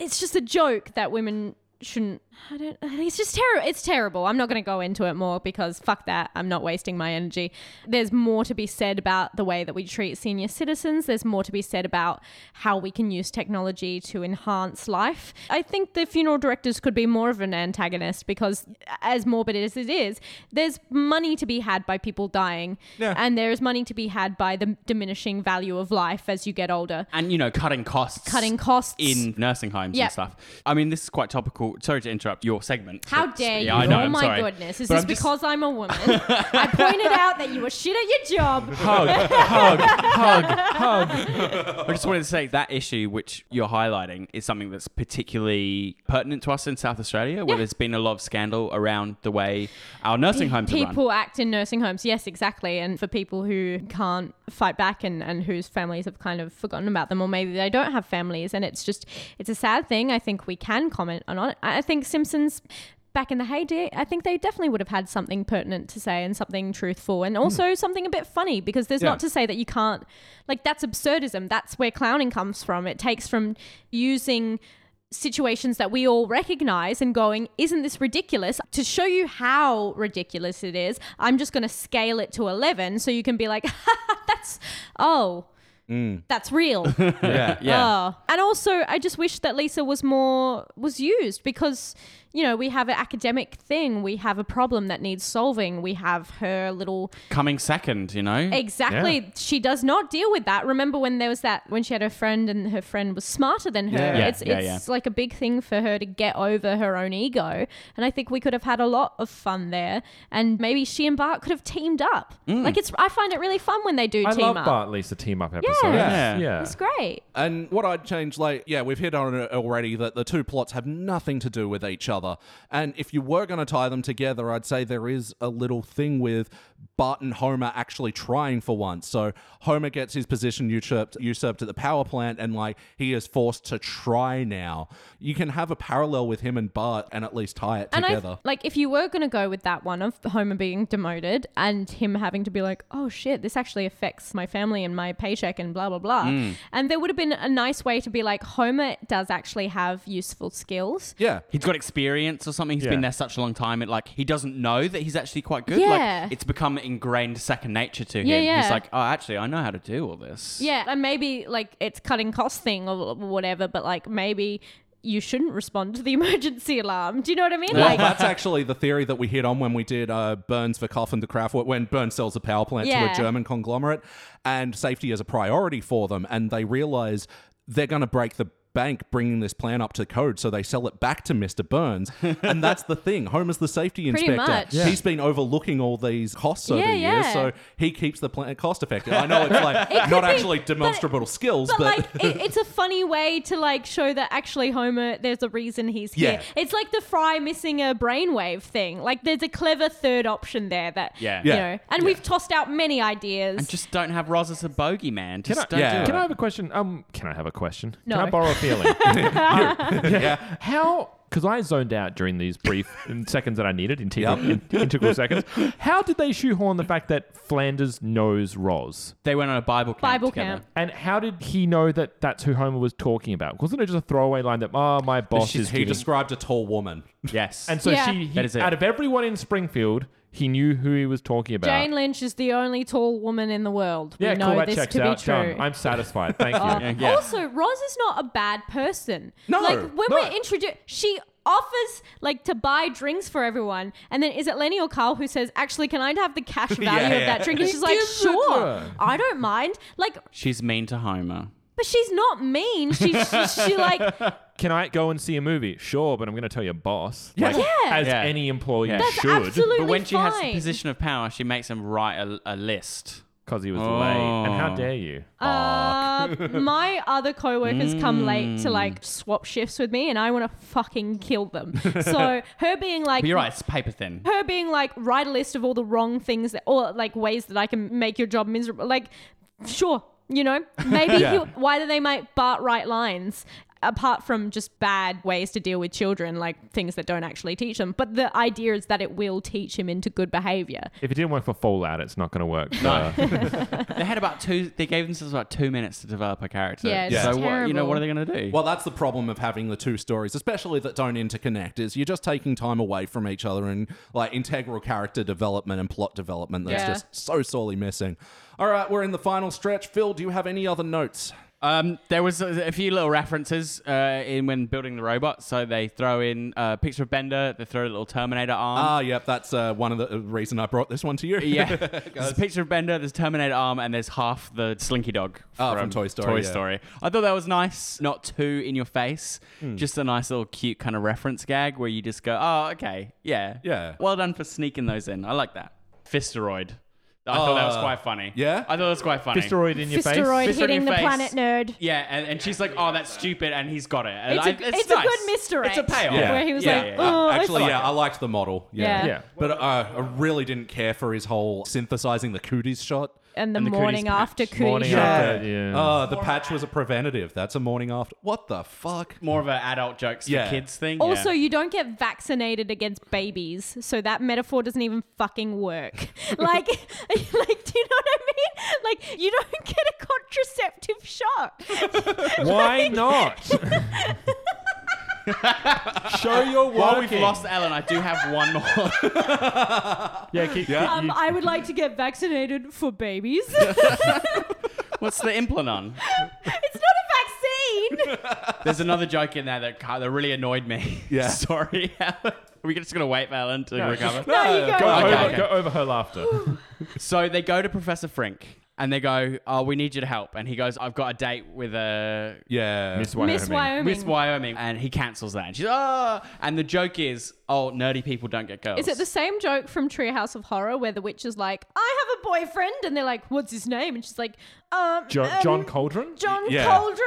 it's just a joke that women shouldn't. I don't. It's just terrible. It's terrible. I'm not going to go into it more because fuck that. I'm not wasting my energy. There's more to be said about the way that we treat senior citizens. There's more to be said about how we can use technology to enhance life. I think the funeral directors could be more of an antagonist because, as morbid as it is, there's money to be had by people dying, Yeah. and there is money to be had by the diminishing value of life as you get older. And, you know, cutting costs. Cutting costs in nursing homes Yeah. and stuff. I mean, this is quite topical. Sorry to interrupt your segment. How It's- dare you? Yeah, I know. oh I'm my sorry. goodness. Is But this I'm just- because I'm a woman? I pointed out that you were shit at your job. hug, hug, hug, hug. I just wanted to say that issue, which you're highlighting, is something that's particularly pertinent to us in South Australia, where Yeah. there's been a lot of scandal around the way our nursing homes are run. people act in nursing homes. Yes, exactly. And for people who can't fight back and, and whose families have kind of forgotten about them, or maybe they don't have families, and it's just it's a sad thing. I think we can comment on it. I I think Simpsons. Back in the heyday, I think they definitely would have had something pertinent to say and something truthful Hmm. and also something a bit funny because there's Yeah. not to say that you can't, like, that's absurdism. That's where clowning comes from. It takes from using situations that we all recognize and going, isn't this ridiculous? To show you how ridiculous it is, I'm just going to scale it to 11 so you can be like, that's, oh, that's real. yeah. yeah. Oh. And also, I just wish that Lisa was more was used because you know we have an academic thing, we have a problem that needs solving, we have her little Coming second, you know? Exactly. Yeah. She does not deal with that. Remember when there was that when she had her friend and her friend was smarter than her. Yeah. Yeah, It's yeah, it's like a big thing for her to get over her own ego. And I think we could have had a lot of fun there. And maybe she and Bart could have teamed up. Like it's I find it really fun when they do I team love up. Bart Lisa team up episodes. Yeah. yeah. It's great. And what I'd change, like, yeah, we've hit on it already that the two plots have nothing to do with each other. And if you were going to tie them together, I'd say there is a little thing with Bart and Homer actually trying for once. So Homer gets his position usurped, usurped at the power plant, and like he is forced to try now. You can have a parallel with him and Bart and at least tie it And I together. like if you were going to go with that one of Homer being demoted and him having to be like, "Oh shit, this actually affects my family and my paycheck and blah blah blah," and there would have been a nice way to be like, Homer does actually have useful skills. yeah. He's got experience or something. He's Yeah. been there such a long time, and like he doesn't know that he's actually quite good. Yeah. Like it's become ingrained second nature to Yeah, him. yeah. He's like, oh, actually, I know how to do all this. Yeah, and maybe like it's cutting cost thing or whatever, but like maybe you shouldn't respond to the emergency alarm. Do you know what I mean? Well, Like, uh, that's actually the theory that we hit on when we did uh, Burns for Cough and the Kraft, when Burns sells a power plant to Yeah. a German conglomerate, and safety is a priority for them, and they realize they're going to break the bank bringing this plan up to code, so they sell it back to Mr. Burns. and that's the thing. Homer's the safety Pretty inspector. much. Yeah. He's been overlooking all these costs over Yeah, the yeah. years, so he keeps the plan cost effective. I know it's like not could be, actually but- demonstrable skills, but but. like it, it's a funny way to like show that actually Homer, there's a reason he's here. Yeah. It's like the fry missing a brainwave thing. Like there's a clever third option there that Yeah. you Yeah. know. And we've tossed out many ideas. And just don't have Roz as a bogeyman. Just I- don't yeah. do Can it. I have a question? Um, can I have a question? No. Can I borrow a feeling? yeah. How? Because I zoned out during these brief seconds that I needed, integral, in- integral seconds. How did they shoehorn the fact that Flanders knows Roz? They went on a Bible camp. Bible together. camp. And how did he know that that's who Homer was talking about? Wasn't it just a throwaway line that, oh, my boss She's- is he giving-" described a tall woman. Yes. And so Yeah. she, he- That is it. out of everyone in Springfield, he knew who he was talking about. Jane Lynch is the only tall woman in the world. yeah, we cool. know That this checks to out. be true. Done. I'm satisfied. Thank Uh, you. yeah. Also, Roz is not a bad person. No, like when no. we're introduced, she offers like to buy drinks for everyone, and then is it Lenny or Carl who says, "Actually, can I have the cash value of yeah. that drink?" And she's like, gives it to "Sure, her. I don't mind." Like, She's mean to Homer. but she's not mean. She she, she like Can I go and see a movie? Sure, but I'm going to tell your boss. Yeah. Like, Yeah. As Yeah. any employee That's that's should. absolutely But when she fine. has the position of power, she makes him write a, a list. because he was late. And how Oh. dare you? Uh, my other co-workers come late Hmm. to like swap shifts with me, and I want to fucking kill them. So her being like, But you're right, it's paper thin. her being like write a list of all the wrong things that or like ways that I can make your job miserable like sure you know maybe Yeah. he'll- why do they make Bart write lines apart from just bad ways to deal with children like things that don't actually teach them but the idea is that it will teach him into good behavior If it didn't work for Fallout, it's not going to work. No. for- they had about two. They gave themselves about two minutes to develop a character. Yeah, it's So what, you know terrible. what are they going to do? Well, that's the problem of having the two stories, especially that don't interconnect, is you're just taking time away from each other and like integral character development and plot development that's Yeah. just so sorely missing. All right, we're in the final stretch. Phil, do you have any other notes? Um, there was a, a few little references uh, in when building the robot. So they throw in a picture of Bender. They throw a little Terminator arm. Ah, yep, that's uh, one of the uh, reason I brought this one to you. yeah, there's a picture of Bender. There's Terminator arm, and there's half the Slinky Dog Ah, from Toy Story, yeah. Story. I thought that was nice. Not too in your face. Hmm. Just a nice little cute kind of reference gag where you just go, "Oh, okay, yeah, Yeah. Well done for sneaking those in. I like that. Fisteroid. I thought that was Uh, quite funny. yeah? I thought that was quite funny. Fisteroid in your Fisteroid Fist on hitting your the face. planet nerd Yeah, and, and she's like, "Oh, that's stupid," and he's got it. And It's I- a- it's a good misdirect. It's a payoff. Yeah. where he was Yeah, like yeah, yeah. oh I Actually, fuck- yeah, I liked the model. Yeah. Yeah. Yeah. But uh, I really didn't care for his whole synthesizing the cooties shot. and the, and the cooties morning patch. after cootie Morning shot. after. Yeah. Yeah. Uh, the patch was a preventative. That's a morning after. What the fuck? More of an adult jokes Yeah. for kids thing. Also, yeah. you don't get vaccinated against babies, so that metaphor doesn't even fucking work. like, like, do you know what I mean? Like, you don't get a contraceptive shot. Why not? Show your work. while we've lost Ellen, I do have one more. Yeah, keep, Yeah. keep- Um, I would like to get vaccinated for babies. it's What's the implant on? not a vaccine. There's another joke in there that ca- that really annoyed me. Yeah. Sorry, Ellen. Are we just gonna wait for Ellen to No. recover? No, you go. go, Okay, over, okay. go over her laughter. So they go to Professor Frink and they go, "Oh, we need you to help." And he goes, "I've got a date with a Yeah. Miss Wyoming. Miss Wyoming. Miss Wyoming," and he cancels that. And she's, "Ah!" And the joke is, "Oh, nerdy people don't get girls." Is it the same joke from Treehouse of Horror where the witch is like, "I have a boyfriend," and they're like, "What's his name?" and she's like, "Um, Jo- um, John Cauldron? John Yeah. Cauldron."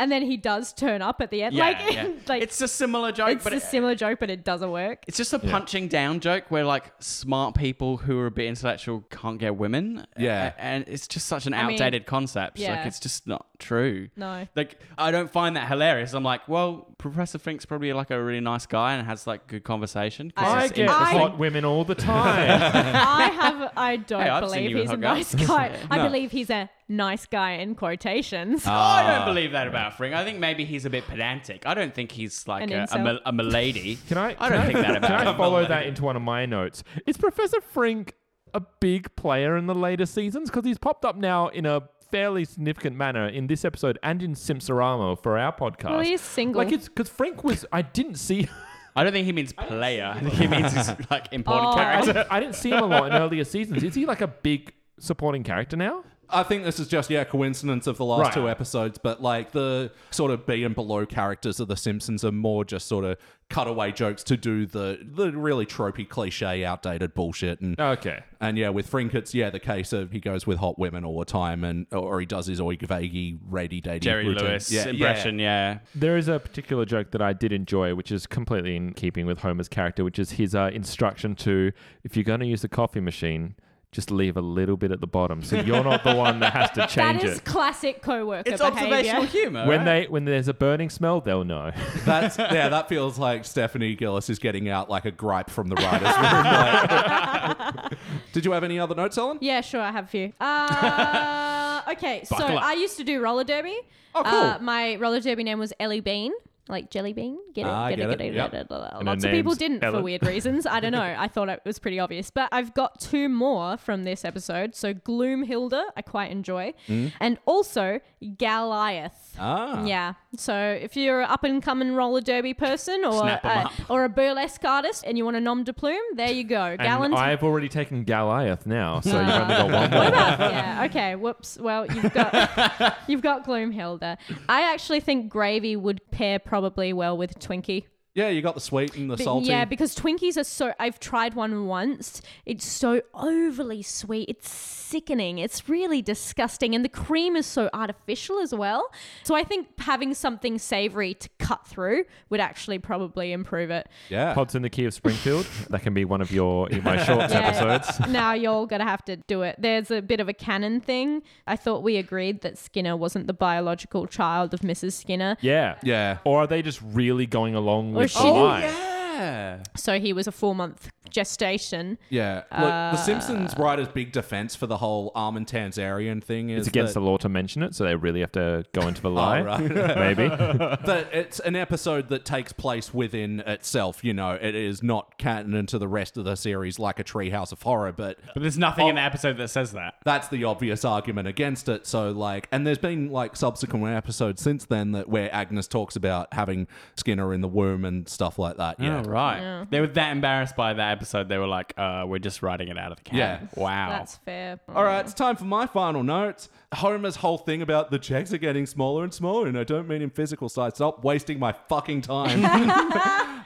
And then he does turn up at the end. Yeah, like, yeah. like it's a similar joke, it's but a it- uh, similar joke, but it doesn't work. It's just a punching down joke where like smart people who are a bit intellectual can't get women. Yeah. A- and it's just such an mean, outdated concept. yeah. Like it's just not true. No. Like I don't find that hilarious. I'm like, well, Professor Fink's probably like a really nice guy and has like good conversation. 'cause I it's get in- I- hot women all the time. I have. I don't Hey, I've seen believe you with he's a hot guys. nice guy. I No. believe he's a nice guy in quotations. I Ah. don't believe that about Fring. I think maybe he's a bit pedantic. I don't think he's like An a, a, incel. mil- a milady. Can I? I don't can think that about Can I him. follow that into one of my notes? Is Professor Frink a big player in the later seasons? Because he's popped up now in a fairly significant manner in this episode and in Simpsorama for our podcast. Well, he's single. Like it's because Frink was. I didn't see. I don't think he means player. I think he means he's like important Oh. I, character. didn't- I didn't see him a lot in earlier seasons. Is he like a big supporting character now? I think this is just yeah coincidence of the last Right. two episodes, but like the sort of B and below characters of the Simpsons are more just sort of cutaway jokes to do the the really tropey cliche outdated bullshit and Oh. Okay. and yeah with Frink it's yeah the case of he goes with hot women all the time and or he does his oig vagey ready dating Jerry routine. Lewis impression, yeah. There is a particular joke that I did enjoy, which is completely in keeping with Homer's character, which is his uh, instruction to if you're going to use the coffee machine, just leave a little bit at the bottom, so you're not the one that has to change that is it. classic coworker It's observational behavior. humor. When right? they when there's a burning smell, they'll know. That's yeah. That feels like Stephanie Gillis is getting out like a gripe from the writers. room. Like- Did you have any other notes, Ellen? Yeah, sure, I have a few. Uh, okay, so Buckle up. I used to do roller derby. Oh, cool. Uh, my roller derby name was Ellie Bean, like jelly bean. Get it? Ah, get it, yep. it, it. And Lots her of people name's didn't Ellen. for weird reasons. I don't know. I thought it was pretty obvious, but I've got two more from this episode. So Gloomhilda, I quite enjoy, and also Goliath. Ah, Yeah. So if you're an up and coming roller derby person or Snap 'em a, or a burlesque artist and you want a nom de plume, there you go. Gallons. and I've already taken Goliath now, so you've only got What one more. about yeah? Okay. Whoops. Well, you've got you've got Gloomhilda. I actually think gravy would pair probably well with Twinkie. yeah. You got the sweet and the But salty. Yeah, because Twinkies are so. I've tried one once. It's so overly sweet. It's sickening. It's really disgusting. And the cream is so artificial as well. So I think having something savory to cut through would actually probably improve it. yeah. Pods in the Key of Springfield. That can be one of your in my shorts Yeah. episodes. now you're going to have to do it. There's a bit of a canon thing. I thought we agreed that Skinner wasn't the biological child of Mrs. Skinner. Yeah. Yeah. Or are they just really going along with she- the line? yeah. So he was a four month gestation. Yeah. Look, the Simpsons writer's big defense for the whole Armin Tanzarian thing is It's against that, the law to mention it, so they really have to go into the lie. Oh, right. Maybe. that it's an episode that takes place within itself. You know, it is not canon to the rest of the series like a Treehouse of Horror, but But there's nothing Oh. in the episode that says that. that's the obvious argument against it. So, like, and there's been like subsequent episodes since then that where Agnes talks about having Skinner in the womb and stuff like that. Yeah. Oh, right. They were that embarrassed by that episode. They were like, uh, we're just writing it out of the can. Yeah. Wow. That's fair. All right, it's time for my final note. Homer's whole thing about the checks are getting smaller and smaller, and I don't mean in physical size. Stop wasting my fucking time.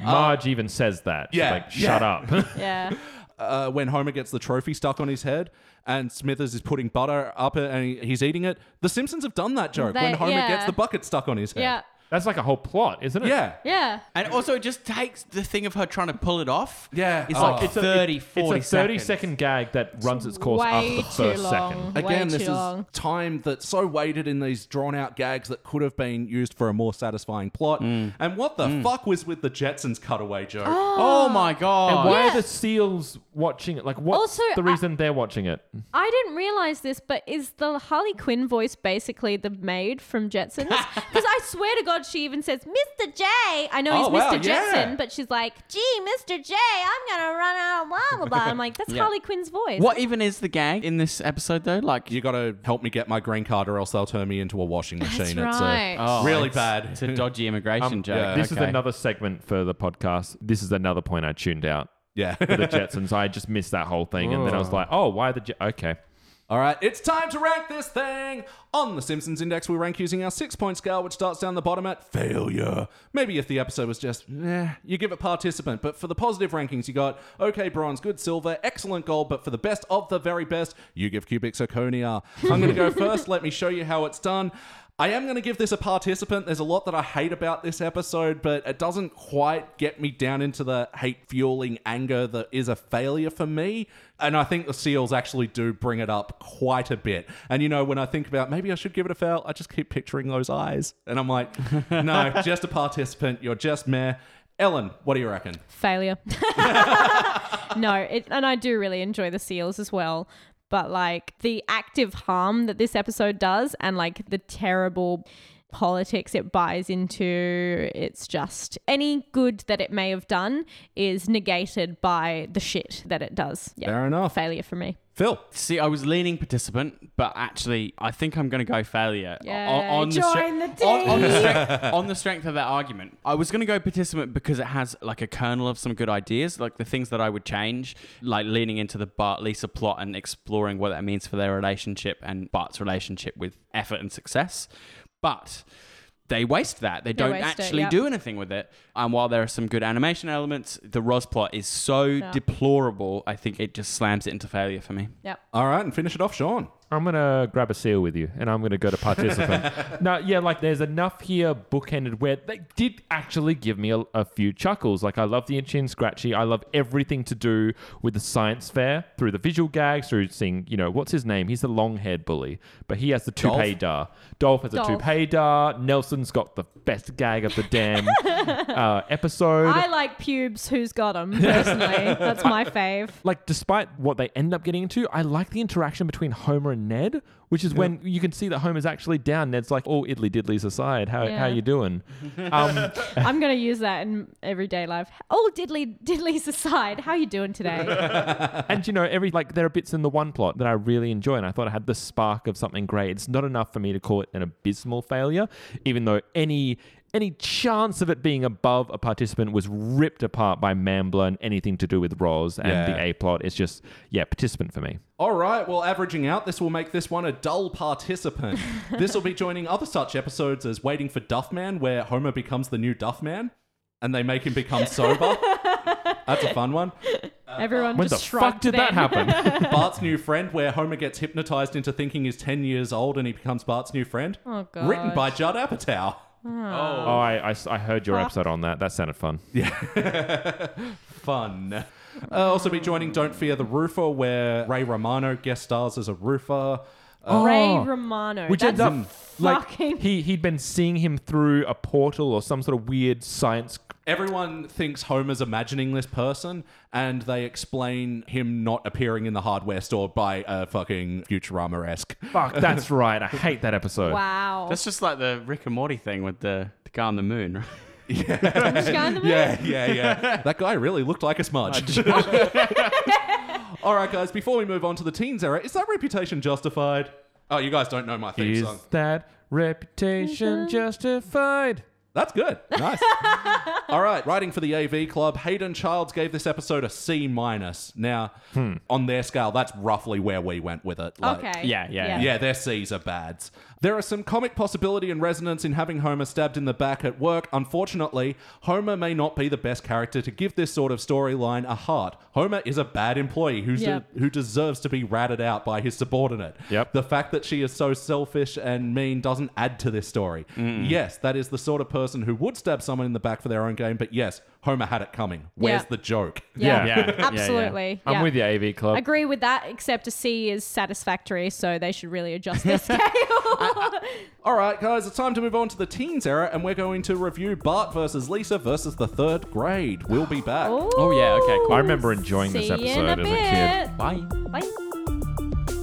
Marge even says that. She's yeah, like, shut up. Yeah. uh, when Homer gets the trophy stuck on his head and Smithers is putting butter up it and he- he's eating it, The Simpsons have done that joke They- when Homer yeah. gets the bucket stuck on his head. Yeah. That's like a whole plot, isn't it? Yeah. Yeah. And also, it just takes the thing of her trying to pull it off. Yeah. It's Oh. like It's 30, 40 it's a 30 seconds. second gag that runs its course after the first second. Again, Way this too is long. time that's so weighted in these drawn out gags that could have been used for a more satisfying plot. And what the fuck was with the Jetsons cutaway joke? Oh my And god. why Yeah. are the seals watching it? Like, what's Also, the I- reason they're watching it? I didn't realize this, but is the Harley Quinn voice basically the maid from Jetsons? Because I swear to God, she even says, Mr. J. I know Oh, he's wow, Mr. yeah. Jetson, but she's like, gee, Mr. J, I'm going to run out of blah, blah, blah. I'm like, that's Yeah. Harley Quinn's voice. What even is the gag in this episode though? Like You gotta help me get my green card or else they'll turn me into a washing machine. That's right. Oh. It's a, really bad. It's a dodgy immigration joke. yeah. Um, This Okay. is another segment for the podcast. This is another point I tuned out yeah. for the Jetsons. I just missed that whole thing. And then I was like, oh, why the Jet? Okay. All right, it's time to rank this thing. On the Simpsons Index, we rank using our six point scale, which starts down the bottom at failure. Maybe if the episode was just, eh, you give it participant. But for the positive rankings, you got okay bronze, good silver, excellent gold. But for the best of the very best, you give cubic zirconia. I'm going to go first. Let me show you how it's done. I am going to give this a participant. There's a lot that I hate about this episode, but it doesn't quite get me down into the hate fueling anger that is a failure for me. And I think the seals actually do bring it up quite a bit. And you know, when I think about maybe I should give it a fail, I just keep picturing those eyes. And I'm like, no, just a participant. You're just meh. Ellen, what do you reckon? failure. no, it, and I do really enjoy the seals as well. but like the active harm that this episode does and like the terrible politics it buys into, it's just any good that it may have done is negated by the shit that it does. Yeah. Fair enough. Failure for me. Phil. See, I was leaning participant, but actually, I think I'm going to go failure. O- Yay, join the stre- on- on the strength- on the strength of that argument, I was going to go participant because it has like a kernel of some good ideas, like the things that I would change, like leaning into the Bart Lisa plot and exploring what that means for their relationship and Bart's relationship with effort and success. But they waste that. They don't waste it, actually yep. do anything with it. And while there are some good animation elements, the Ros plot is so deplorable. I think it just slams it into failure for me. Yep. All right, and finish it off, Sean. I'm gonna grab a seal with you, and I'm gonna go to participant. no, yeah, like there's enough here bookended where they did actually give me a, a few chuckles. Like I love the itchy and scratchy. I love everything to do with the science fair through the visual gags, through seeing you know what's his name. He's the long-haired bully, but he has the toupee dar. Dolph has Dolph. a toupee dar. Nelson's got the best gag of the damn uh, episode. I like pubes. Who's got them? Personally, that's my fave. like despite what they end up getting into, I like the interaction between Homer and Ned, which is when you can see that Homer's actually down. Ned's like, "Oh, idly diddly's aside, how Yeah. how you doing?" Um, I'm gonna use that in everyday life. Oh, diddly diddly's aside, how you doing today? and you know, every like there are bits in the one plot that I really enjoy, and I thought it had the spark of something great. It's not enough for me to call it an abysmal failure, even though any any chance of it being above a participant was ripped apart by Mambler and anything to do with Roz and Yeah. the A plot. It's just yeah, participant for me. All right, well, averaging out, this will make this one a dull participant. this will be joining other such episodes as Waiting for Duffman, where Homer becomes the new Duffman and they make him become sober. That's a fun one. Uh, Everyone When the just fuck shrugged did that then. happen? Bart's New Friend, where Homer gets hypnotized into thinking he's 10 years old and he becomes Bart's new friend. Oh god. Written by Judd Apatow. Oh, I, I, I heard your episode on that. That sounded fun. Fun. Uh, also be joining Don't Fear the Roofer, where Ray Romano guest stars as a roofer. Ray Oh. Romano. Which that's ends up like fucking- he he'd been seeing him through a portal or some sort of weird science. Everyone thinks Homer's imagining this person, and they explain him not appearing in the hardware store by a fucking Futurama esque. Fuck, that's right. I hate that episode. wow. That's just like the Rick and Morty thing with the, the guy on the moon, right? Which guy in the movie? Yeah, yeah, yeah. that guy really looked like a smudge. All right, guys, before we move on to the teens era, is that reputation justified? Oh, you guys don't know my theme Is song. that Mm-hmm. reputation justified? That's good. Nice. All right, writing for the AV Club, Hayden Childs gave this episode a C minus. Now, on their scale, that's roughly where we went with it. Like, Okay. Yeah, yeah, Yeah. their C's are bads. There are some comic possibility and resonance in having Homer stabbed in the back at work. Unfortunately, Homer may not be the best character to give this sort of storyline a heart. Homer is a bad employee who's Yep. who deserves to be ratted out by his subordinate. Yep. The fact that she is so selfish and mean doesn't add to this story. Yes, that is the sort of person who would stab someone in the back for their own game, but yes, Homer had it coming. Where's Yeah. the joke? Yeah. Yeah. Yeah, Absolutely. I'm yeah. with you, AV Club. Agree with that, except a C is satisfactory, so they should really adjust their scale. Oh, All right, guys, it's time to move on to the teens era, and we're going to review Bart versus Lisa versus the third grade. We'll be back. Oh, yeah, okay, cool. I remember enjoying this See you in episode a as a bit. Bye. Bye.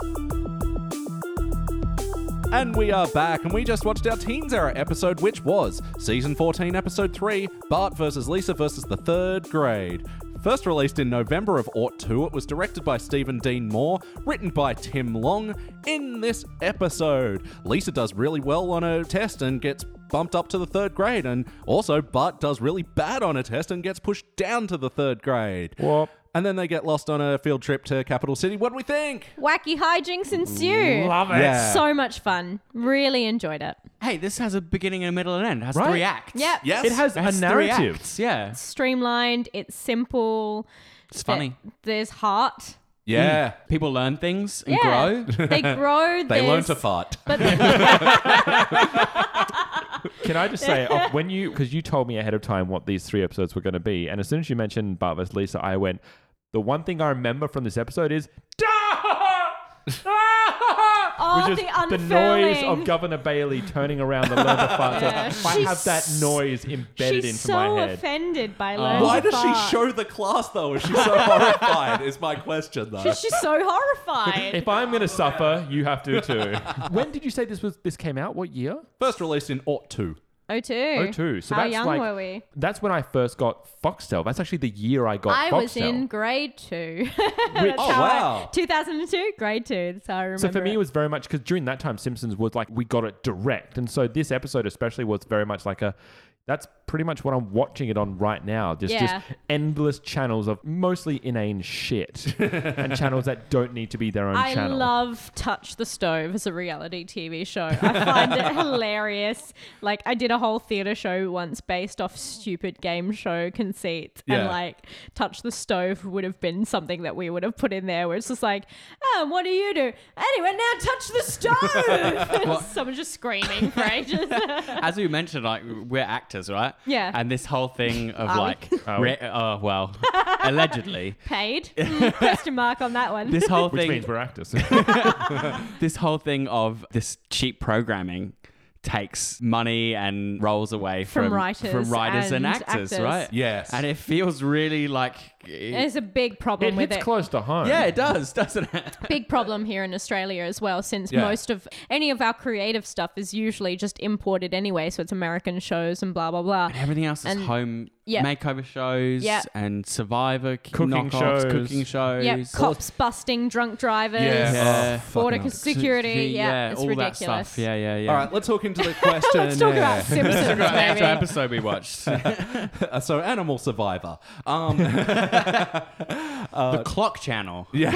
And we are back, and we just watched our teens era episode, which was season 14, episode 3 Bart versus Lisa versus the third grade. First released in November of Ought 2, it was directed by Stephen Dean Moore, written by Tim Long. In this episode, Lisa does really well on a test and gets bumped up to the third grade, and also Bart does really bad on a test and gets pushed down to the third grade. kid. Whoop. And then they get lost on a field trip to Capital City. What do we think? Wacky hijinks ensue. Love it. Yeah. So much fun. Really enjoyed it. Hey, this has a beginning and a middle and end. It has Right. three acts. Yep. Yes. It has It has a three narrative. acts, Yeah. Streamlined. It's simple. It's funny. Hmm. There- There's heart. Yeah. People learn things and Yeah. grow. they grow. They learn there's- to fart. But the- Can I just say, off- when you, because you told me ahead of time what these three episodes were going to be, and as soon as you mentioned Bart vs. Lisa, I went, the one thing I remember from this episode is, Oh, which is the the, noise unfurling. of Governor Bailey turning around the leather farts. Yeah. I She's have that noise embedded She's into so my head. Uh, offended by Oh. Lola. Why does she show the class though? If she's so horrified, is my question though. Because she's so horrified. If I'm gonna suffer, you have to too. when did you say this was? This came out? What year? First released in Ought to. Oh two. Oh two. So How that's young like were we? that's when I first got Foxtel. That's actually the year I got. I Foxtel. was in grade two. Which- Oh, How I- wow. 2002, grade two. That's how I remember. So for me, it was very much because during that time, Simpsons was like we got it direct, and so this episode especially was very much like a. That's pretty much what I'm watching it on right now. Just, Yeah. just endless channels of mostly inane shit and channels that don't need to be their own I channel. love Touch the Stove as a reality TV show. I find it hilarious. Like I did a whole theater show once based off stupid game show conceits, and Yeah. like Touch the Stove would have been something that we would have put in there, where it's just like, oh, what do you do? Anyway, now touch the stove. Someone just screaming for ages. As we mentioned, like we're actors, right? Yeah. And this whole thing of Are we? like, re- oh well, allegedly, Paid? Mm, question mark on that one. this whole which thing, means we're actors. this whole thing of this cheap programming takes money and rolls away From from, writers from writers and, and actors, actors. right? Yes. And it feels really like, There's a big it problem with hits it. close to home. yeah, it does, doesn't it? big problem here in Australia as well, since Yeah. most of any of our creative stuff is usually just imported anyway. So it's American shows and blah blah blah. Everything else is And- home yeah. makeover shows Yeah. and Survivor c- Cooking knockoffs, shows. cooking shows. Yep, cops busting drunk drivers, Yeah. Oh, Yeah. border fucking hell. security. Yeah, it's all ridiculous. that stuff. Yeah, yeah, yeah. All right, let's hook into the question. Let's talk about Simpsons, After baby. episode we watched, Uh, so animal survivor. Um, the Clock Channel. yeah.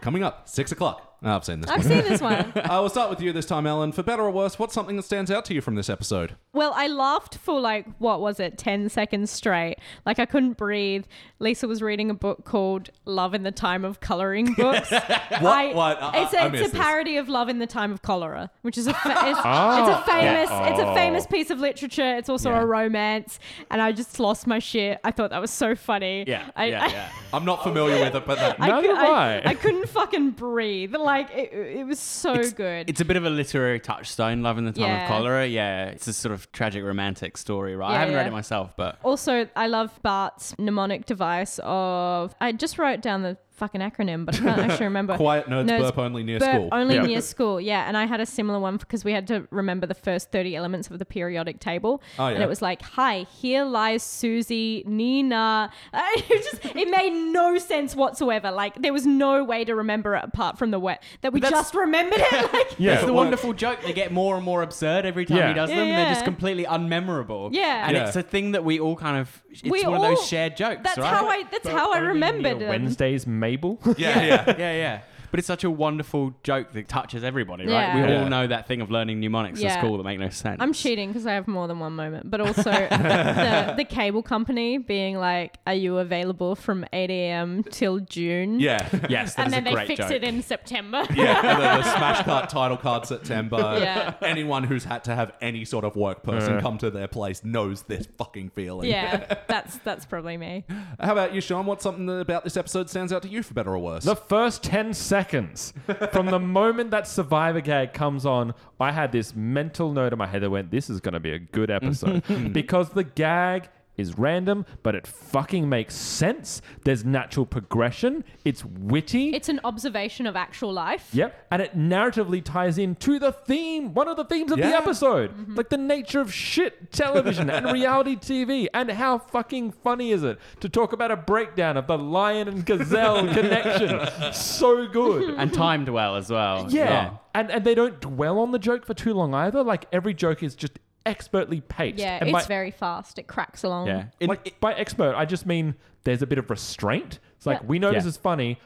Coming up, six o'clock. Oh, I've seen this. I've one. seen this one. I will start with you this time, Ellen. For better or worse, what's something that stands out to you from this episode? Well, I laughed for like, what was it, 10 seconds straight. Like, I couldn't breathe. Lisa was reading a book called Love in the Time of Coloring Books. I- What? I- it's I- I a, missed it's a this. parody of Love in the Time of Cholera, which is a, fa- it's, it's a Oh. famous it's a Oh. famous piece of literature. It's also Yeah. a romance. And I just lost my shit. I thought that was so funny. Yeah, I, yeah, I- yeah. I'm not familiar with it, but that, I, Neither cou- am I, I. I couldn't fucking breathe. Like, it, it was so good. It's a bit of a literary touchstone, Love in the Time Yeah. of Cholera. Yeah, it's a sort of tragic romantic story, right? I Yeah, haven't read yeah. it myself, but Also, I love Bart's mnemonic device of I just wrote down the fucking acronym, but I can't actually remember. quiet nerds No, it's burp only near burp school. Only Yeah. near school, yeah. And I had a similar one because we had to remember the first 30 elements of the periodic table. Oh, And yeah. it was like, hi, here lies Susie, Nina. it just it made no sense whatsoever. Like, there was no way to remember it apart from the way that we But that's- just remembered it. Like, Yeah. it's the Well- wonderful joke. They get more and more absurd every time Yeah. he does Yeah, them. They're yeah. just completely unmemorable. Yeah. and Yeah. it's a thing that we all kind of. It's We one of all- those shared jokes, that's right? how I that's how I remembered it. Wednesday's Mabel. yeah, yeah. yeah, yeah. But it's such a wonderful joke that touches everybody, right? Yeah. We Yeah. all know that thing of learning mnemonics Yeah. at school that make no sense. I'm cheating because I have more than one moment, but also the, the cable company being like, "Are you available from 8 a.m. till June?" Yeah. Yes, that and is then a they great fix joke. it in September. Yeah, and then the smash card title card September. Yeah. Anyone who's had to have any sort of work person come to their place knows this fucking feeling. yeah, that's that's probably me. How about you, Sean? What's something that about this episode stands out to you for better or worse? The first 10 seconds from the moment that Survivor gag comes on, I had this mental note in my head that went, This is going to be a good episode. because the gag is random, but it fucking makes sense. There's natural progression, it's witty. It's an observation of actual life. Yep. And it narratively ties in to the theme, one of the themes of Yeah. the episode. Like the nature of shit television and reality TV. And how fucking funny is it to talk about a breakdown of the lion and gazelle connection? So good. and timed well as well. Yeah. And and they don't dwell on the joke for too long either. Like every joke is just expertly paced. Yeah, and it's by, very fast. It cracks along. Yeah. like by expert, I just mean there's a bit of restraint. It's like Yeah. we know Yeah. this is funny.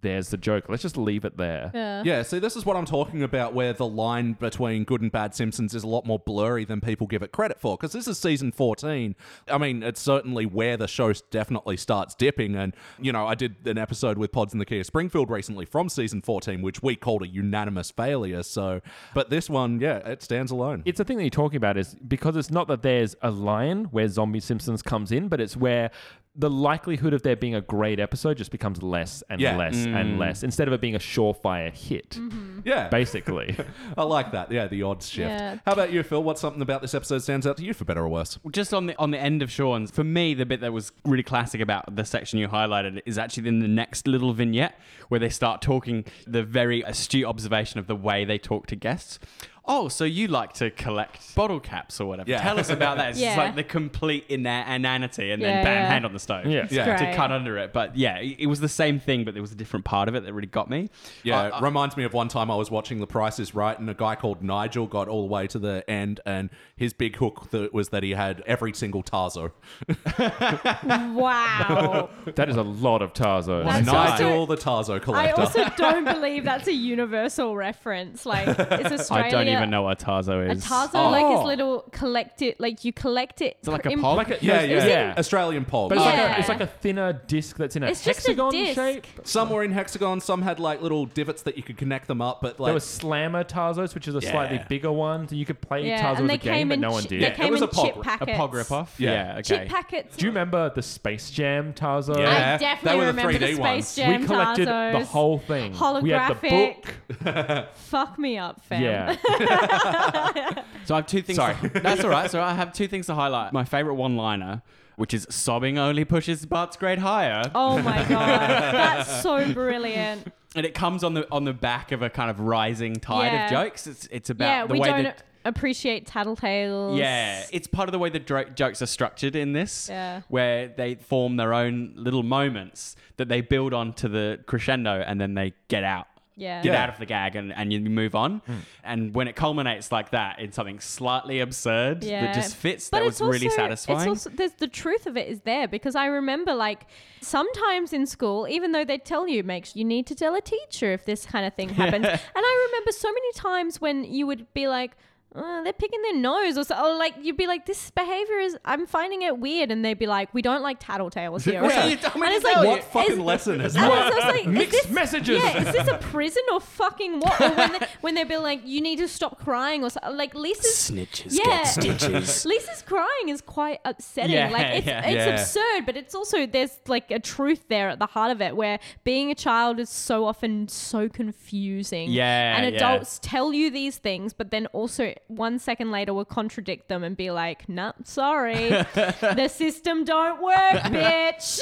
There's the joke. Let's just leave it there. Uh, yeah, see, this is what I'm talking about where the line between good and bad Simpsons is a lot more blurry than people give it credit for because this is season 14. I mean, it's certainly where the show definitely starts dipping. And, you know, I did an episode with Pods in the Key of Springfield recently from season 14, which we called a unanimous failure. So, but this one, yeah, it stands alone. it's a thing that you're talking about is because it's not that there's a line where zombie simpsons comes in but it's where the likelihood of there being a great episode just becomes less and Yeah. less and less instead of it being a surefire hit, Mm-hmm. Yeah. basically. I like that. Yeah, the odds shift. Yeah. How about you, Phil? What's something about this episode stands out to you for better or worse? just on the on the end of Sean's, for me, the bit that was really classic about the section you highlighted is actually in the next little vignette where they start talking the very astute observation of the way they talk to guests. Oh, so you like to collect bottle caps or whatever? Yeah. Tell us about that. It's just Yeah. like the complete ina- inanity, and Yeah, then bam, yeah. hand on the stove. Yeah. It's Yeah. great. to cut under it. But yeah, it it was the same thing, but there was a different part of it that really got me. Yeah, I- it reminds me of one time I was watching The Price is Right, and a guy called Nigel got all the way to the end, and his big hook that was that he had every single Tarzo. Wow. that is a lot of Tarzo. That's Nigel also- the Tarzo I collector. also don't believe that's a universal reference. Like, it's Australia. I don't even know what Tarzo A is. Tarzo, Oh. like his little collect it, like you collect it. it like pr- a in- pole? Like a- yeah, Is yeah, it- yeah. Australian pole. But it's, Yeah. like a, it's like a thinner disc that's in a It's just a hexagon disc. shape. Some were in hexagons, some had like little divots that you could connect them up, but like There were Slammer Tarzos, which is a slightly Yeah. bigger one. So you could play yeah, Tarzo and as they a game, came but in. no one chi- did. They Yeah, it came was in a pog- chip a a packets. pog ripoff? Yeah. yeah okay. Chip packets. Do you remember the Space Jam Tarzo? Yeah. I definitely they were the remember 3D the Space ones. We Jam we collected the Tarzos. whole thing. We had the Holographic. book. Fuck me up, fam. Yeah. So I have two things. Sorry. that's all right. So I have two things to highlight. My favorite one-liner, which is sobbing only pushes Bart's grade higher, Oh my god, that's so brilliant. and it comes on the on the back of a kind of rising tide Yeah. of jokes. It's it's about yeah, the we way don't that. appreciate tattletales. Yeah, it's part of the way the dro- jokes are structured in this, Yeah. where they form their own little moments that they build on to the crescendo, and then they get out, yeah, get out of the gag, and, and you move on. And when it culminates like that in something slightly absurd that just fits, that was it's really also- satisfying. It's also, there's the truth of it is there because I remember like sometimes in school, even though they tell you, make you need to tell a teacher if this kind of thing happens. and I remember so many times when you would be like, "Uh, they're picking their nose, or, so, or like you'd be like, this behavior is, I'm finding it weird, and they'd be like, we don't like tattletales here. Yeah, or you something. don't mean and it's to like, tell you. what fucking Oh, is- lesson is and that? I was, I was like, is Mixed this- messages. Yeah, is this a prison or fucking what? Or when they, when they be like, you need to stop crying or something. Like Lisa's Snitches yeah, Lisa's crying is quite upsetting. Yeah, like it's, yeah. it's Yeah. absurd, but it's also there's like a truth there at the heart of it, where being a child is so often so confusing. Yeah, and yeah. adults tell you these things, but then also one second later will contradict them and be like, "Nah, sorry, the system don't work, bitch."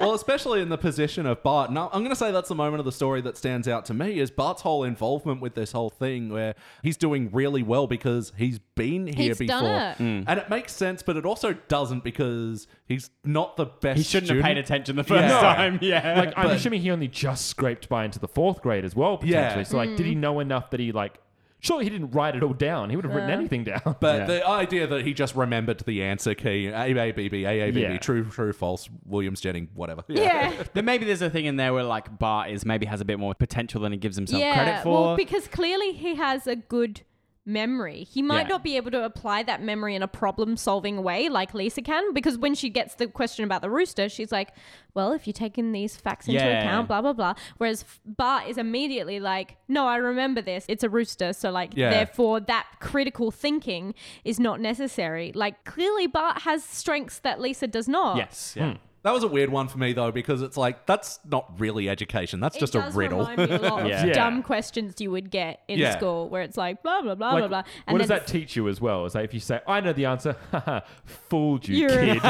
well, especially in the position of Bart. Now, I'm going to say that's the moment of the story that stands out to me is Bart's whole involvement with this whole thing where he's doing really well because he's been here He's before. done it. Mm. And it makes sense, but it also doesn't because he's not the best He shouldn't student. have paid attention the first Yeah. time. Yeah. like I'm assuming he only just scraped by into the fourth grade as well, Yeah. potentially. So like, did Mm. he know enough that he like? Surely he didn't write it all down. He would have written Uh. anything down. But Yeah. the idea that he just remembered the answer key, AABB, AABB, Yeah. true, true, false, Williams, Jennings, whatever. yeah. then maybe there's a thing in there where like Bart is maybe has a bit more potential than he gives himself credit for. Well, because clearly he has a good memory. He might Yeah. not be able to apply that memory in a problem solving way like Lisa can, because when she gets the question about the rooster, she's like, well, if you take in these facts into Yeah. account, blah, blah, blah. Whereas F- Bart is immediately like, no, I remember this. It's a rooster. So, like, Yeah. therefore, that critical thinking is not necessary. Like, clearly, Bart has strengths that Lisa does not. yes. Yeah. That was a weird one for me, though, because it's like, that's not really education. That's It just a does riddle. remind me a lot of Yeah. Yeah. dumb questions you would get in Yeah. school where it's like blah blah blah Like, blah blah. what does then that teach you as well? Is that if you say I know the answer, haha, fooled you, You're a- kid.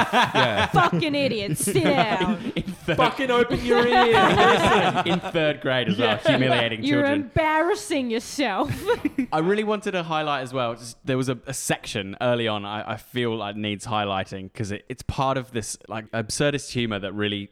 fucking idiot, sit down. In third, Fucking open your ears. in third grade as well, humiliating You're children. embarrassing yourself. I really wanted to highlight as well. just- there was a, a section early on I, I feel like needs highlighting because it, it's part of this like absurdist humor that really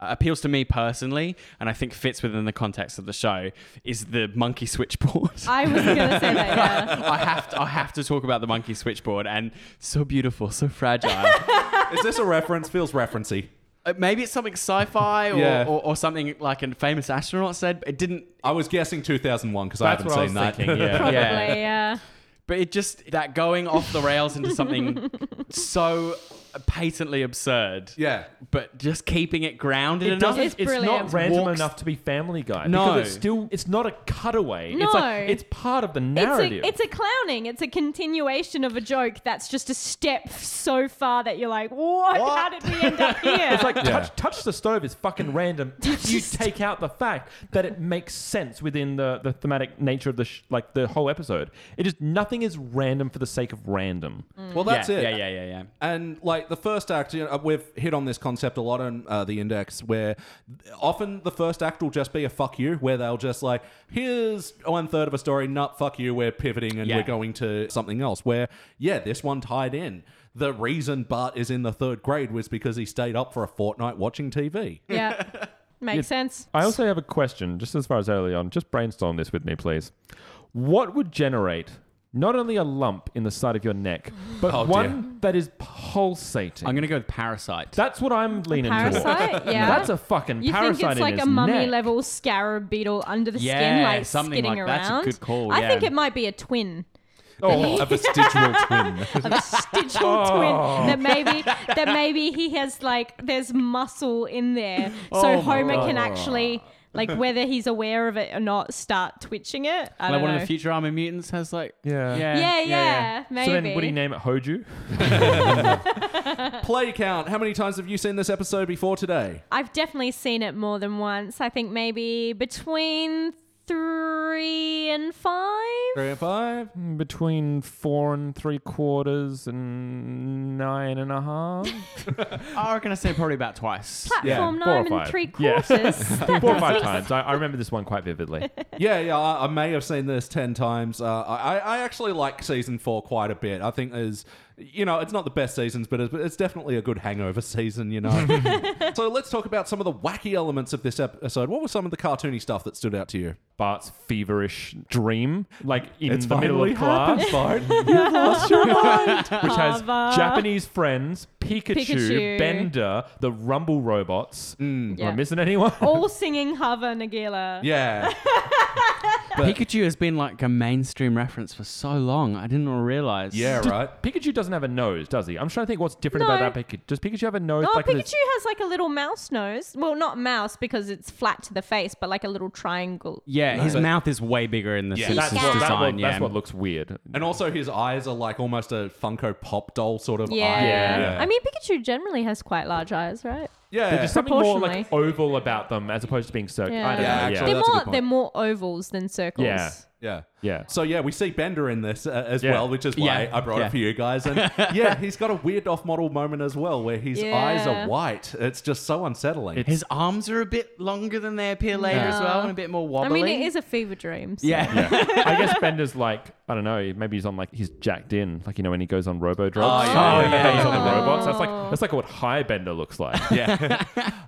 uh, appeals to me personally, and I think fits within the context of the show. Is the monkey switchboard? I was gonna say that. Yeah. I have to, I have to talk about the monkey switchboard and so beautiful, so fragile. Is this a reference? Feels referencey. Uh, Maybe it's something sci-fi or, Yeah. or, or something like a famous astronaut said. but It didn't, I was guessing 2001 because I That's haven't what I was seen that. thinking. Yeah. Probably, Yeah. yeah. but it just that going off the rails into something so patently absurd. Yeah. But just keeping it grounded It enough. doesn't. It's, It's brilliant. not random Walks- enough to be Family Guy. No. because it's still. It's not a cutaway. It's like No. it's part of the It's narrative. a, it's a clowning. It's a continuation of a joke that's just a step so far that you're like, what? How did we end up here? It's like Yeah. touch, touch the stove is fucking random if you Just- take out the fact that it makes sense within the, the thematic nature of the sh- like the whole episode. It just nothing is random for the sake of random. Mm. Well, that's yeah, it. Yeah, yeah, yeah, yeah. And like the first act, you know, we've hit on this concept a lot in uh, the index, where often the first act will just be a fuck you, where they'll just like, here's one third of a story, not fuck you, we're pivoting and Yeah. we're going to something else. Where, yeah, this one tied in. The reason Bart is in the third grade was because he stayed up for a fortnight watching TV. yeah. Makes sense. I also have a question, just as far as early on. Just brainstorm this with me, please. What would generate not only a lump in the side of your neck, but Oh, one that is pulsating? I'm gonna go with parasite. That's what I'm leaning towards. Parasite? Yeah. That's a fucking you parasite think it's in like his a mummy neck. level scarab beetle under the skin, Yeah, like something skidding like- around? that's a good call, I yeah. think it might be a twin. Oh, a vestigial twin. a vestigial Oh. twin that maybe that maybe he has like there's muscle in there Oh so homer can actually like whether he's aware of it or not start twitching it i like don't one know of the future army mutants has like Yeah. yeah, yeah, yeah, maybe So then, would he name it Hoju? Play count. How many times have you seen this episode before today? i've definitely seen it more than once i think maybe between three and five Three and five. Mm, Between four and three quarters and nine and a half. I reckon I said probably about twice. platform Yeah, four or nine and five. three Yeah. quarters That Four doesn't- or five times. I, I remember this one quite vividly. yeah, yeah, I, I may have seen this ten times. Uh, I, I I actually like season four quite a bit. I think there's, you know, it's not the best seasons, but it's, it's definitely a good hangover season, you know. so let's talk about some of the wacky elements of this episode. What was some of the cartoony stuff that stood out to you? Bart's feverish dream, like in the middle of class, happened, Bart. You've lost your mind. which has Hava. Japanese friends, Pikachu, Pikachu. Bender, the Rumble robots. Mm. Am Yeah. I missing anyone? all singing hava nagila Yeah, Pikachu has been like a mainstream reference for so long. I didn't realize. yeah, right. Pikachu doesn't have a nose, does he? I'm trying to think what's different No. about that Pikachu. Does Pikachu have a nose? Oh, like Pikachu this- has like a little mouse nose. Well, not mouse because it's flat to the face, but like a little triangle. Yeah, his But- mouth is way bigger in the Yeah, Simpsons That's, His what, that design. look- yeah, that's what looks weird. And also, his eyes are like almost a Funko Pop doll sort of Yeah. eye. Yeah. I mean, Pikachu generally has quite large eyes, right? yeah. There's just something more like Proportionally. oval about them as opposed to being circular. Yeah. I don't Yeah, know. actually, yeah. they're that's a good more point. they're more ovals than circles. Yeah. yeah. Yeah. So yeah, we see Bender in this uh, as Yeah. well, which is why Yeah. I brought Yeah. it for you guys. And yeah, he's got a weird off-model moment as well, where his Yeah. eyes are white. It's just so unsettling. his arms are a bit longer than they appear later as well, and a bit more I wobbly. mean, it is a fever dream. so- Yeah. I guess Bender's like, I don't know, maybe he's on like he's jacked in, like you know when he goes on robo drugs. Oh, yeah, He's yeah, yeah, on the yeah. robots. That's like that's like what high Bender looks like. yeah.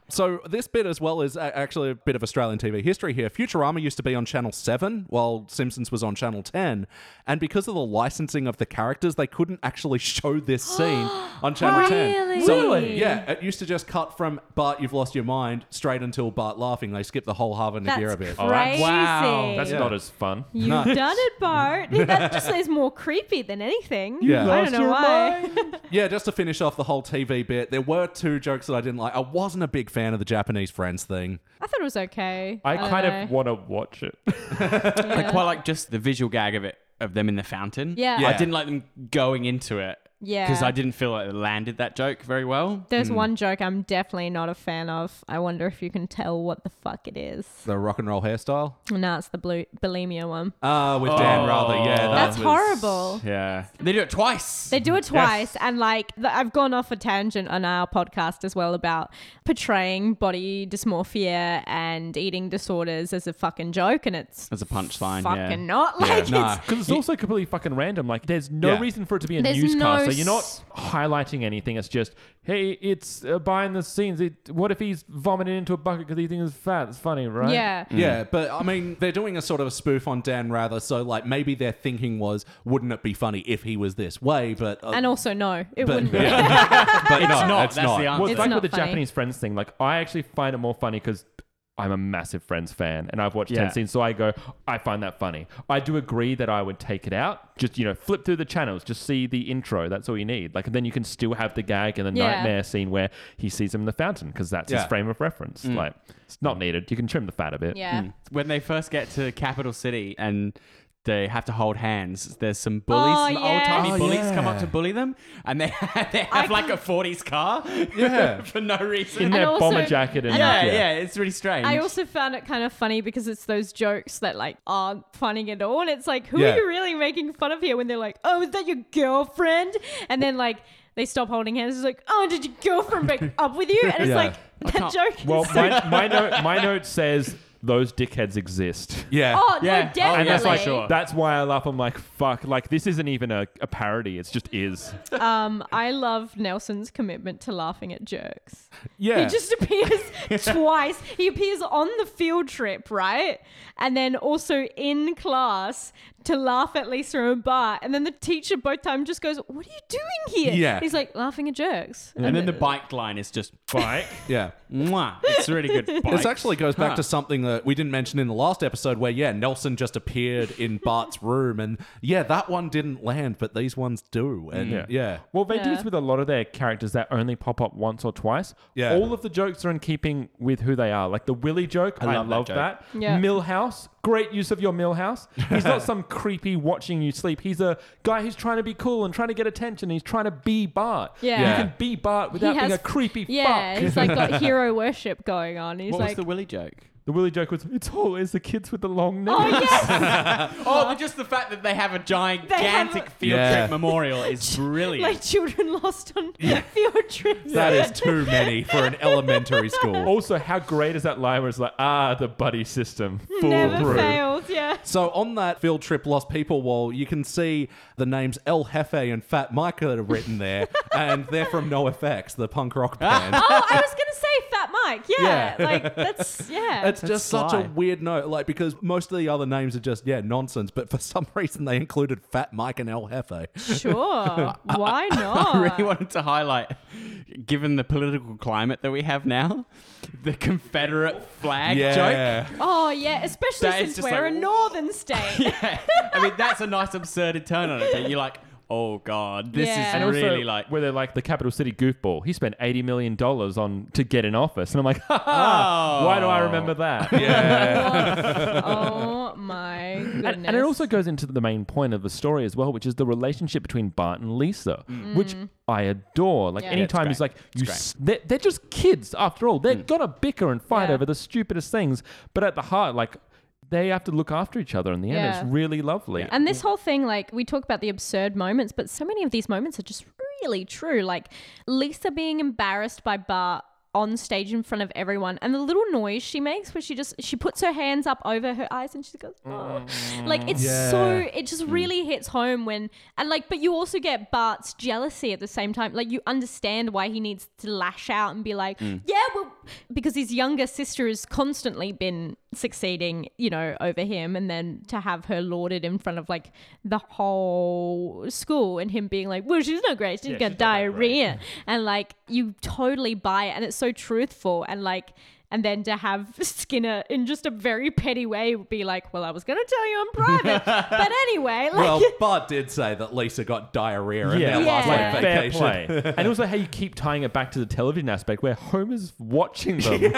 so this bit as well is a- actually a bit of Australian TV history here. Futurama used to be on Channel 7 while Simpsons was on Channel 10. And because of the licensing of the characters, they couldn't actually show this scene on Channel 10. So, Really? yeah, it used to just cut from Bart, you've lost your mind, straight until Bart laughing. They skipped the whole Harvard That's Nadira bit. crazy. Oh, that's- Wow. That's Yeah. not as fun. You've No. done it, Bart. that just is more creepy than anything. Yeah. I don't know why. Yeah, just to finish off the whole TV bit, there were two jokes that I didn't like. I wasn't a big fan of the Japanese friends thing. I thought it was okay. Uh, I don't kind know. of want to watch it. I quite like just the visual gag of it of them in the fountain. Yeah. Yeah. I didn't like them going into it. Yeah. Because I didn't feel like it landed that joke very well. There's one joke I'm definitely not a fan of. I wonder if you can tell what the fuck it is. The rock and roll hairstyle? No, it's the blue bulimia one. Ah, with Dan Rather. Yeah, that That's was- horrible. Yeah. They do it twice. They do it twice, and like th- I've gone off a tangent on our podcast as well about portraying body dysmorphia and eating disorders as a fucking joke, and it's As a punchline, fucking yeah. not like Nah. it's Because it's also completely fucking random. Like, there's no Yeah. reason for it to be a There's newscaster. no You're not s- highlighting anything. It's just, hey, it's uh, behind the scenes. It, what if he's vomiting into a bucket because he thinks it's fat? It's funny, right? yeah. Yeah, but I mean, they're doing a sort of a spoof on Dan Rather, so like maybe their thinking was, wouldn't it be funny if he was this way? But uh, And also, no, it but, wouldn't. but Be. no, not. it's not. That's the answer. Well, it's, Um, It's like not with the funny. Japanese friends thing. Like, I actually find it more funny because I'm a massive Friends fan and I've watched Yeah. 10 scenes, so I go, I find that funny. I do agree that I would take it out. Just, you know, flip through the channels, just see the intro. That's all you need. Like, then you can still have the gag and the Yeah. nightmare scene where he sees him in the fountain because that's Yeah. Mm. his frame of reference. Like, it's not needed. You can trim the fat a bit. Yeah. When they first get to Capital City and they have to hold hands, there's some bullies, Oh, some yeah. old-timey Oh, bullies come yeah. up to bully them and they, they have like a 40s car Yeah. for no reason. In And their also- bomber jacket and, and yeah, I- yeah, it's really strange. I also found it kind of funny because it's those jokes that like aren't funny at all. And it's like, who Yeah. are you really making fun of here when they're like, oh, is that your girlfriend? And then like they stop holding hands. It's like, oh, did your girlfriend break up with you? And it's Yeah. like, that can't- joke is Well, so- my, my, note, my note says those dickheads exist. Yeah. Oh, Yeah. no, Oh, definitely. And that's Yeah, why, for sure. that's why I laugh. I'm like, fuck, like this isn't even a, a parody. It's just is. Um, I love Nelson's commitment to laughing at jerks. yeah. He just appears twice. He appears on the field trip, right? And then also in class to laugh at Lisa and Bart. And then the teacher both time just goes, What are you doing here? Yeah. He's like laughing at jerks. and then the bike line is just Bike. yeah. mwah. It's a really good bike. This actually goes back Huh. to something that we didn't mention in the last episode where, yeah, Nelson just appeared in Bart's room. And yeah, that one didn't land, but these ones do. And yeah. Mm. Yeah. Well, they do Yeah. this with a lot of their characters that only pop up once or twice. Yeah. All of the jokes are in keeping with who they are. Like the Willy joke, I, love that love joke. that. Yeah. Millhouse, great use of your Millhouse. He's not some creepy watching you sleep. He's a guy who's trying to be cool and trying to get attention. He's trying to be Bart. Yeah. Yeah. You can be Bart without being a creepy Yeah, fuck. he's like got hero worship going on. He's What was like, the Willy joke? The Willy joke was, it's always the kids with the long necks. Oh, yes. Oh, but just the fact that they have a gigantic have- field Yeah. trip memorial is brilliant. like children lost on field trips. That is too many for an elementary school. Also, how great is that line where it's like, ah, the buddy system. Never foolproof." fails, yeah. So on that field trip Lost People wall, you can see the names El Jefe and Fat Mike that are written there. and they're from NoFX, the punk rock band. Oh, I was gonna say Fat Mike. Yeah, Yeah. like that's yeah. It's just such sly. a weird note, like because most of the other names are just yeah nonsense, but for some reason they included Fat Mike and El Jefe. sure. Why not? I really wanted to highlight, given the political climate that we have now, the Confederate flag joke. Yeah, Oh yeah, especially Mm. That is since just we're like- a northern state. Yeah. I mean, that's a nice absurd turn on it. That you're like, oh god, this Yeah. is And And also, really like. where they're like the capital city goofball. He spent eighty million dollars on to get in office, and I'm like, ha, ha, Oh. ah, why do I remember that? oh my goodness. And it also goes into the main point of the story as well, which is the relationship between Bart and Lisa, which I adore. Mm. Like Yeah. Yeah, it's anytime he's great. like, you, s- they're, they're just kids after all. They're gonna bicker and fight Yeah. over the stupidest things, but at the heart, like they have to look after each other in the end. Yeah. It's really lovely. And this whole thing, like, we talk about the absurd moments, but so many of these moments are just really true. Like, Lisa being embarrassed by Bart on stage in front of everyone and the little noise she makes where she just she puts her hands up over her eyes and she goes oh. like it's so it just really hits home when and like but you also get Bart's jealousy at the same time like you understand why he needs to lash out and be like yeah well because his younger sister has constantly been succeeding, you know, over him, and then to have her lauded in front of like the whole school, and him being like, "Well, she's not great. She's got diarrhea," and like you totally buy it, and it's so truthful, and like. And then to have Skinner in just a very petty way be like, "Well, I was going to tell you in private, but anyway, like, well, Bart did say that Lisa got diarrhea in their Yeah. last Yeah. week Like, fair vacation. play. and also how you keep tying it back to the television aspect where Homer's watching them.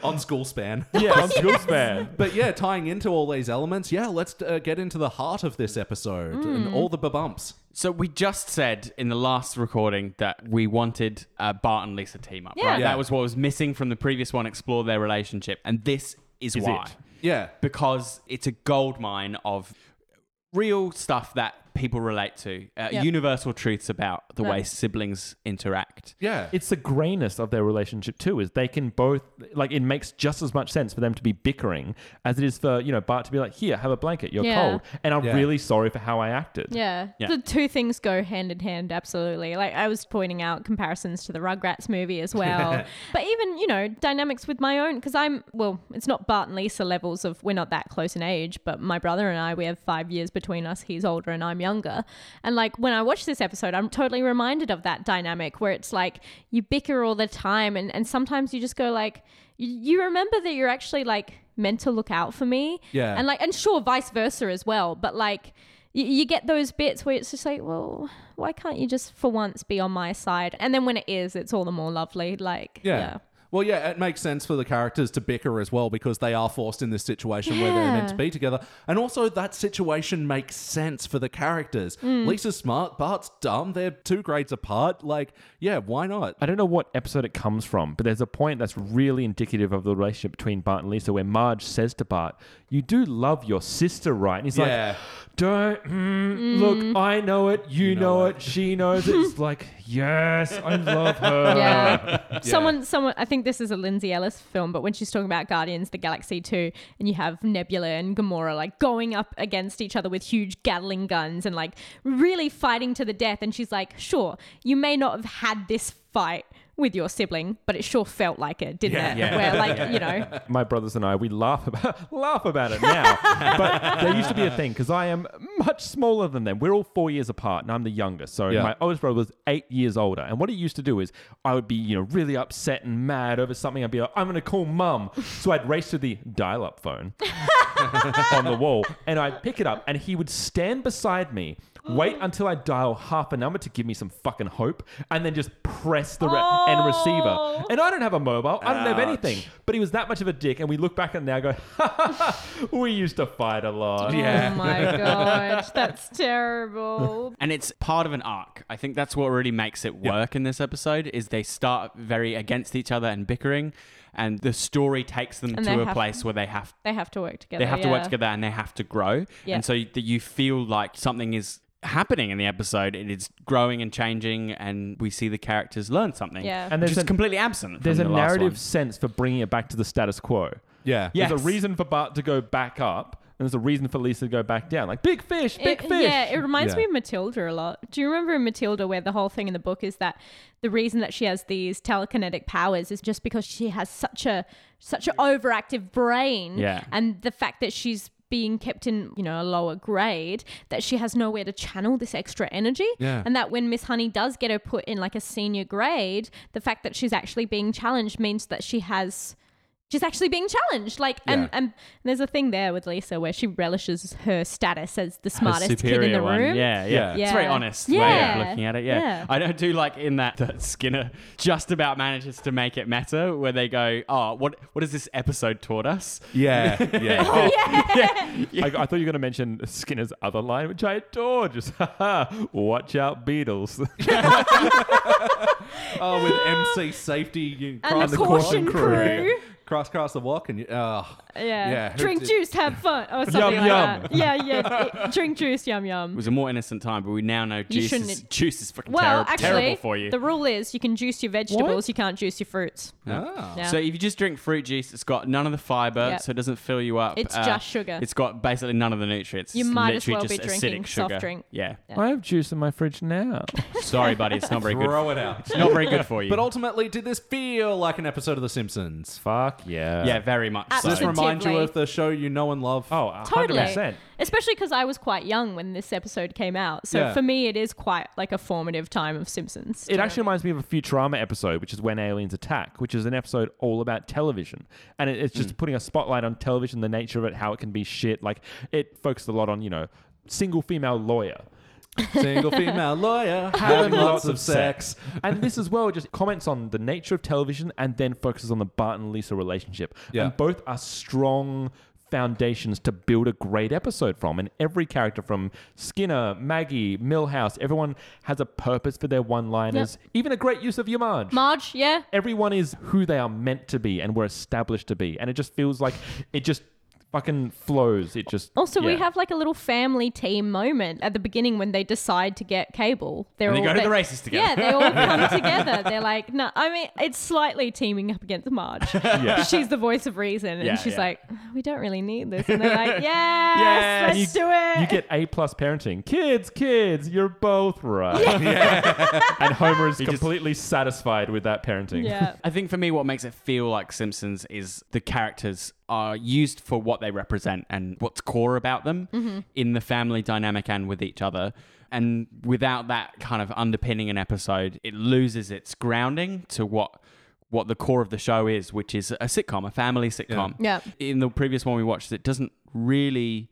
on school span. Yeah, on Jules Man. But yeah, tying into all these elements, yeah, let's uh, get into the heart of this episode Mm. and all the bumps. So we just said in the last recording that we wanted uh, Bart and Lisa team up. Yeah. Right? Yeah. That was what was missing from the previous one. Explore their relationship, and this is, Is why. it? Yeah. because it's a gold mine of real stuff that people relate to, uh, Yep. universal truths about the way Right. siblings interact. Yeah. It's the grayness of their relationship too, is they can both like it makes just as much sense for them to be bickering as it is for, you know, Bart to be like, Here, have a blanket, you're Yeah. cold. And I'm Yeah. really sorry for how I acted. Yeah. Yeah. The two things go hand in hand, absolutely. Like I was pointing out comparisons to the Rugrats movie as well. but even, you know, dynamics with my own, because I'm, well, it's not Bart and Lisa levels of we're not that close in age, but my brother and I, we have five years between us. He's older and I'm younger. And like when I watch this episode, I'm totally reminded of that dynamic where it's like you bicker all the time and, and sometimes you just go like, you, you remember that you're actually like meant to look out for me. Yeah. And like, and sure, vice versa as well. But like, you, you get those bits where it's just like, well, why can't you just for once be on my side? And then when it is, it's all the more lovely. Like, Yeah. yeah. Well, yeah, it makes sense for the characters to bicker as well because they are forced in this situation where they're meant to Yeah. be together. And also, that situation makes sense for the characters. Mm. Lisa's smart, Bart's dumb, they're two grades apart. Like, yeah, why not? I don't know what episode it comes from, but there's a point that's really indicative of the relationship between Bart and Lisa where Marge says to Bart, You do love your sister, right? And he's Yeah. like, Don't mm, look, I know it, you, know, know it. she knows it. It's like, Yes, I love her. Yeah. Someone, someone, I think this is a Lindsay Ellis film, but when she's talking about Guardians of the Galaxy 2, and you have Nebula and Gamora like going up against each other with huge Gatling guns and like really fighting to the death. And she's like, sure, you may not have had this fight with your sibling, but it sure felt like it, didn't Yeah, it? yeah. Where like, you know, my brothers and I, we laugh about laugh about it now. but there used to be a thing because I am much smaller than them. We're all four years apart, and I'm the youngest. So Yeah. my oldest brother was eight years older. And what he used to do is I would be, you know, really upset and mad over something. I'd be like, I'm going to call mum. So I'd race to the dial-up phone on the wall, and I'd pick it up, and he would stand beside me. Wait until I dial half a number to give me some fucking hope, and then just press the re- and Oh. receiver. And I don't have a mobile. I don't have Ouch. anything. But he was that much of a dick, and we look back at it now and go, we used to fight a lot. oh my gosh, that's terrible. and it's part of an arc. I think that's what really makes it work in this episode is they start very against each other and bickering, and the story takes them And they to a have- place where they have They have to work together. they have to work yeah. together and they have to grow. Yeah. And so that you feel like something is happening in the episode. It is growing and changing, and we see the characters learn something. Yeah. And which there's is an- completely absent. There's a from the last narrative one. sense for bringing it back to the status quo. Yeah. Yeah. There's Yes. a reason for Bart to go back up, and there's a reason for Lisa to go back down. Like, big fish, big It- fish. Yeah, it reminds Yeah. me of Matilda a lot. Do you remember in Matilda where the whole thing in the book is that the reason that she has these telekinetic powers is just because she has such a such an overactive brain, Yeah. and the fact that she's being kept in you know a lower grade that she has nowhere to channel this extra energy Yeah. and that when miss honey does get her put in like a senior grade the fact that she's actually being challenged means that she has she's actually being challenged like Yeah. and, and there's a thing there with lisa where she relishes her status as the The smartest kid in superior the one. room Yeah, yeah, Yeah. It's very Yeah. honest way Yeah. of looking at it. Yeah. Yeah. I don't do like in that that Skinner just about manages to make it matter where they go, Oh, what what has this episode taught us? Yeah. Yeah. Oh, yeah. I, I thought you were going to mention Skinner's other line, which I adore. Just, haha, watch out, Beatles. Oh, with MC safety, you And cross the caution crew. Cross, cross the walk, and you. Oh. yeah Yeah, who drink did- juice have fun or something Yum, like yum. that yeah yeah It- drink juice yum yum It was a more innocent time, but we now know You juice is, shouldn't- juice is fucking well terrib- actually terrible for you. the rule is you can juice your vegetables you can't juice your fruits Ah. Yeah. So if you just drink fruit juice, it's got none of the fiber, Yep. so it doesn't fill you up. Uh, It's just sugar. It's got basically none of the nutrients. You It's might as literally well be just acidic drinking soft sugar. drink. Yeah. I have juice in my fridge now. Sorry, buddy. It's not very good. Throw it out. It's not very good for you. But ultimately, did this feel like an episode of The Simpsons? Fuck yeah. yeah, very much. Does this So. Absolutely. remind you Positively. of the show you know and love? Oh, 100%. Totally. Especially because I was quite young when this episode came out. So Yeah. for me, it is quite like a formative time of Simpsons. It actually reminds me of a Futurama episode, which is When Aliens Attack, which is an episode all about television. And it, it's just Hmm. putting a spotlight on television, the nature of it, how it can be shit. Like, it focused a lot on, you know, single female lawyer. Single female lawyer having lots of sex. and this as well just comments on the nature of television and then focuses on the Bart and Lisa relationship. Yeah. And both are strong foundations to build a great episode from. And every character from Skinner, Maggie, Millhouse, everyone has a purpose for their one liners. Even a great use of your Marge. Marge, yeah. everyone is who they are meant to be and were established to be. And it just feels like it just fucking flows. It just Also, we yeah. have like a little family team moment at the beginning when they decide to get cable. They're And they all, go to the races together. Yeah, they all come together. They're like, no, I mean, it's slightly teaming up against Marge. She's the voice of reason, and Yeah, she's yeah. like, we don't really need this. And they're like, yes, And let's you- do it. You get A plus parenting. Kids, kids, you're both right. and Homer is completely satisfied with that parenting. yeah. I think for me, what makes it feel like Simpsons is the characters are used for what they represent and what's core about them in the family dynamic and with each other. And without that kind of underpinning an episode, it loses its grounding to what what the core of the show is, which is a sitcom, a family sitcom. Yeah. In the previous one we watched, it doesn't really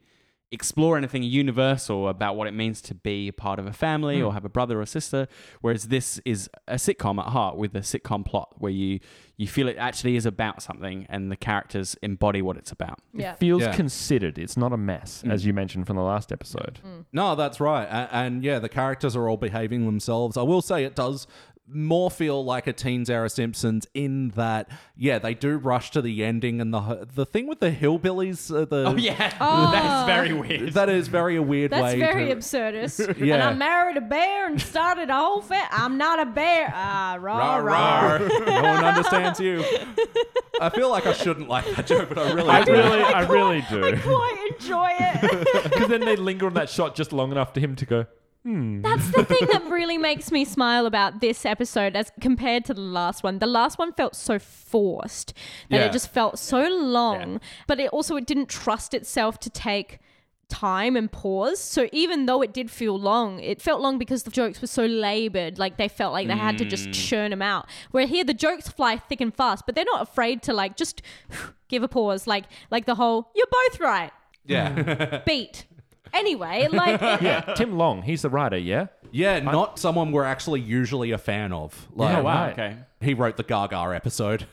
explore anything universal about what it means to be a part of a family Hmm. or have a brother or sister whereas this is a sitcom at heart with a sitcom plot where you you feel it actually is about something and the characters embody what it's about Yeah. Feels Yeah. considered. It's not a mess, as you mentioned from the last episode. Mm. No, that's right. And, and yeah, the characters are all behaving themselves. I will say it does more feel like a Teen Era Simpsons in that, yeah, they do rush to the ending and the the thing with the hillbillies, uh, the oh yeah Oh. that's very weird that is very a weird That's way. very to, absurdist. Yeah. And I married a bear and started a whole fa- I'm not a bear. Ah, rah, rah. no one understands you. I feel like I shouldn't like that joke, but I really I do. really, I really do. Quite enjoy it. Because then they linger on that shot just long enough for him to go, That's the thing that really makes me smile about this episode as compared to the last one. The last one felt so forced that Yeah. it just felt so long, but it also it didn't trust itself to take time and pause. So even though it did feel long, it felt long because the jokes were so labored, like they felt like they had to just Mm. churn them out. Where here the jokes fly thick and fast, but they're not afraid to like just give a pause, like like the whole "you're both right" Yeah. beat. Anyway, like it- yeah, Tim Long, he's the writer, yeah? Yeah, not someone we're actually usually a fan of. Like, Yeah, oh wow Right. okay He wrote the Gaga episode.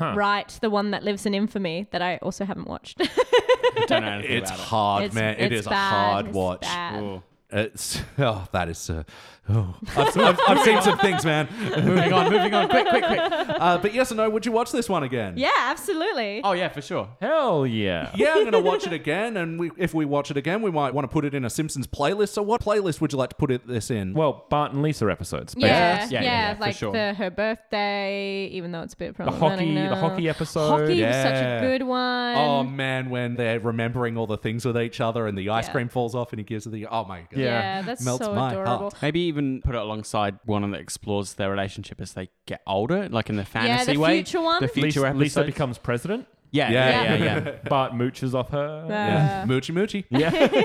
Right, the one that lives in infamy that I also haven't watched. don't know anything it's about it. hard, It's- man. It it's is a bad, hard it's watch. bad. Ooh. It's oh, that is. Uh, oh. I've, I've, I've seen some things, man. moving on, moving on, quick, quick, quick. Uh, but yes and no. Would you watch this one again? Yeah, absolutely. oh yeah for sure Hell yeah. Yeah, I'm gonna watch it again, and we, if we watch it again, we might want to put it in a Simpsons playlist. So, what playlist would you like to put it this in? Well, Bart and Lisa episodes. basically. Yeah, yeah, Yeah, yeah, yeah, for like sure. the her birthday, even though it's a bit The problematic. hockey, the now. hockey episode. Hockey was such Yeah. a good one. oh man, when they're remembering all the things with each other, and the ice Yeah. cream falls off, and he gives her the oh my god, yeah. Yeah. that's Melts so my adorable. heart. Maybe even put it alongside one that explores their relationship as they get older, like in the Yeah, the fantasy way. future one. The Lisa, future episode. Lisa becomes president. yeah, Yeah. yeah, yeah, yeah. Bart mooches off her. Yeah. Moochie moochie. Yeah.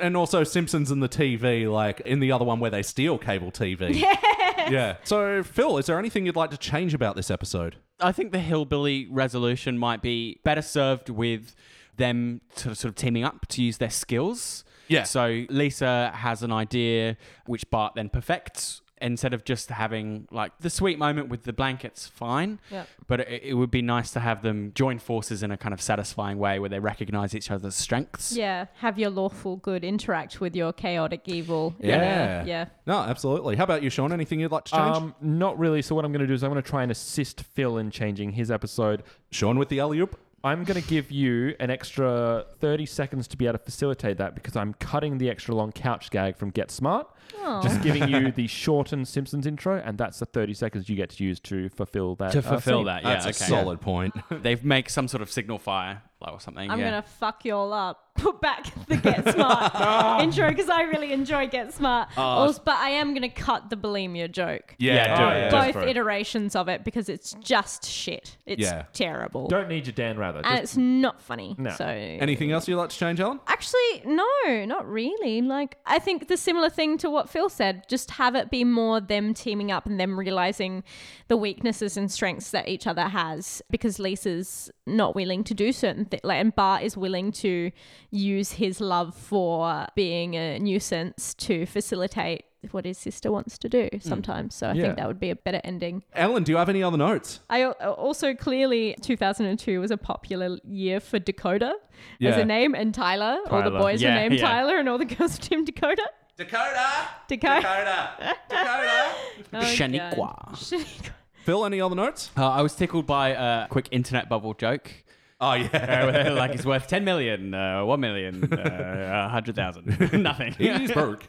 And also Simpsons and the TV, like in the other one where they steal cable TV. Yeah. So, Phil, is there anything you'd like to change about this episode? I think the hillbilly resolution might be better served with them to sort of teaming up to use their skills. Yeah. So Lisa has an idea which Bart then perfects instead of just having like the sweet moment with the blankets fine Yeah. but it, it would be nice to have them join forces in a kind of satisfying way where they recognize each other's strengths Yeah, have your lawful good interact with your chaotic evil. Yeah. yeah. No, absolutely. How about you, Sean? Anything you'd like to change? Um, not really. So what I'm going to do is I'm going to try and assist Phil in changing his episode. Sean with the alley oop. I'm going to give you an extra 30 seconds to be able to facilitate that because I'm cutting the extra long couch gag from Get Smart, Aw. just giving you the shortened Simpsons intro, and that's the 30 seconds you get to use to fulfill that. to uh, fulfill scene. that yeah That's a okay. solid point. they make some sort of signal fire like, or something. I'm yeah. gonna fuck you all up. Put back the Get Smart intro because I really enjoy Get Smart. Also, but I am gonna cut the bulimia joke. Yeah, do it. Go Both for it. iterations of it because it's just shit. It's Yeah. terrible. Don't need your Dan Rather. and Just, it's not funny. No. So Anything else you'd like to change, Alan? Actually, no, not really. Like I think the similar thing to what Phil said, just have it be more them teaming up and them realizing the weaknesses and strengths that each other has because Lisa's not willing to do certain things like, and Bart is willing to use his love for being a nuisance to facilitate what his sister wants to do sometimes. So I Yeah. think that would be a better ending. Alan, do you have any other notes? I al- also clearly 2002 was a popular year for Dakota as Yeah. a name, and Tyler. All the Tyler. boys Yeah, were named yeah. Tyler, and all the girls were named Dakota. Dakota! Dakota. Dakota! Dakota! Oh, God. Shaniqua. Shaniqua. Phil, any other notes? Uh, I was tickled by a quick internet bubble joke. Oh, yeah. uh, where they're like it's worth 10 million, uh, 1 million, uh, 100,000. Nothing. He's broke.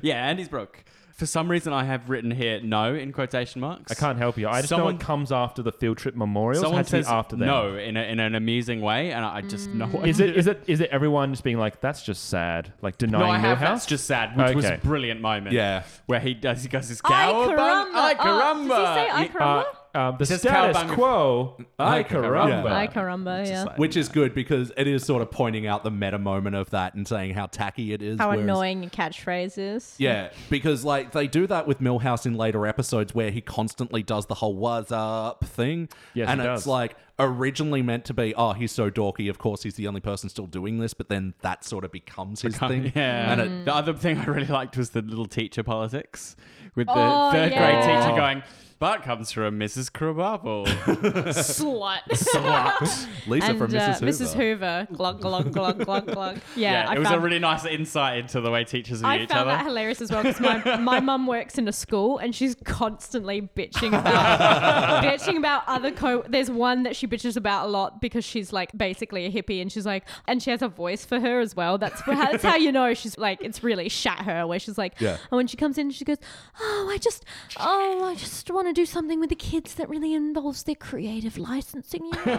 yeah, and he's broke. For some reason, I have written here no in quotation marks. I can't help you. I just know Someone- it comes after the field trip memorial. so it Someone has to be says after them. no in, a, in an amusing way, and I I just know. Mm. what- Is it is it is it everyone just being like that's just sad, like denying No, I have. Millhouse? That's just sad, which was a Okay. brilliant moment. Yeah. Where he does, he goes, his Ay cowabunga, caramba. Oh, does he ay caramba. uh, say ay Yeah. caramba? Um, the says status cowabunga- quo, Ay, ay caramba. caramba. I caramba, yeah. Which is good because it is sort of pointing out the meta moment of that and saying how tacky it is. How whereas- annoying catchphrase is. Yeah, because like they do that with Millhouse in later episodes where he constantly does the whole "what's up" thing, Yes, and he it's does. like originally meant to be, "Oh, he's so dorky." Of course, he's the only person still doing this, but then that sort of becomes his thing. Yeah. and Mm. it, the other thing I really liked was the little teacher politics with the Oh, third grade yeah. teacher going, Bart comes from Mrs. Krabappel. Slut. Slut. Lisa and from uh, Mrs. Hoover. Mrs. Hoover. Glug, glug, glug, glug, glug. Yeah, yeah, I it was found, a really nice insight into the way teachers view I each found other. that hilarious as well because my, my mum works in a school and she's constantly bitching about bitching about other co. There's one that she bitches about a lot because she's like basically a hippie and she's like and she has a voice for her as well. That's that's how you know she's like it's really shat her where she's like Yeah. and when she comes in she goes oh I just oh I just want to do something with the kids that really involves their creative licensing. You know?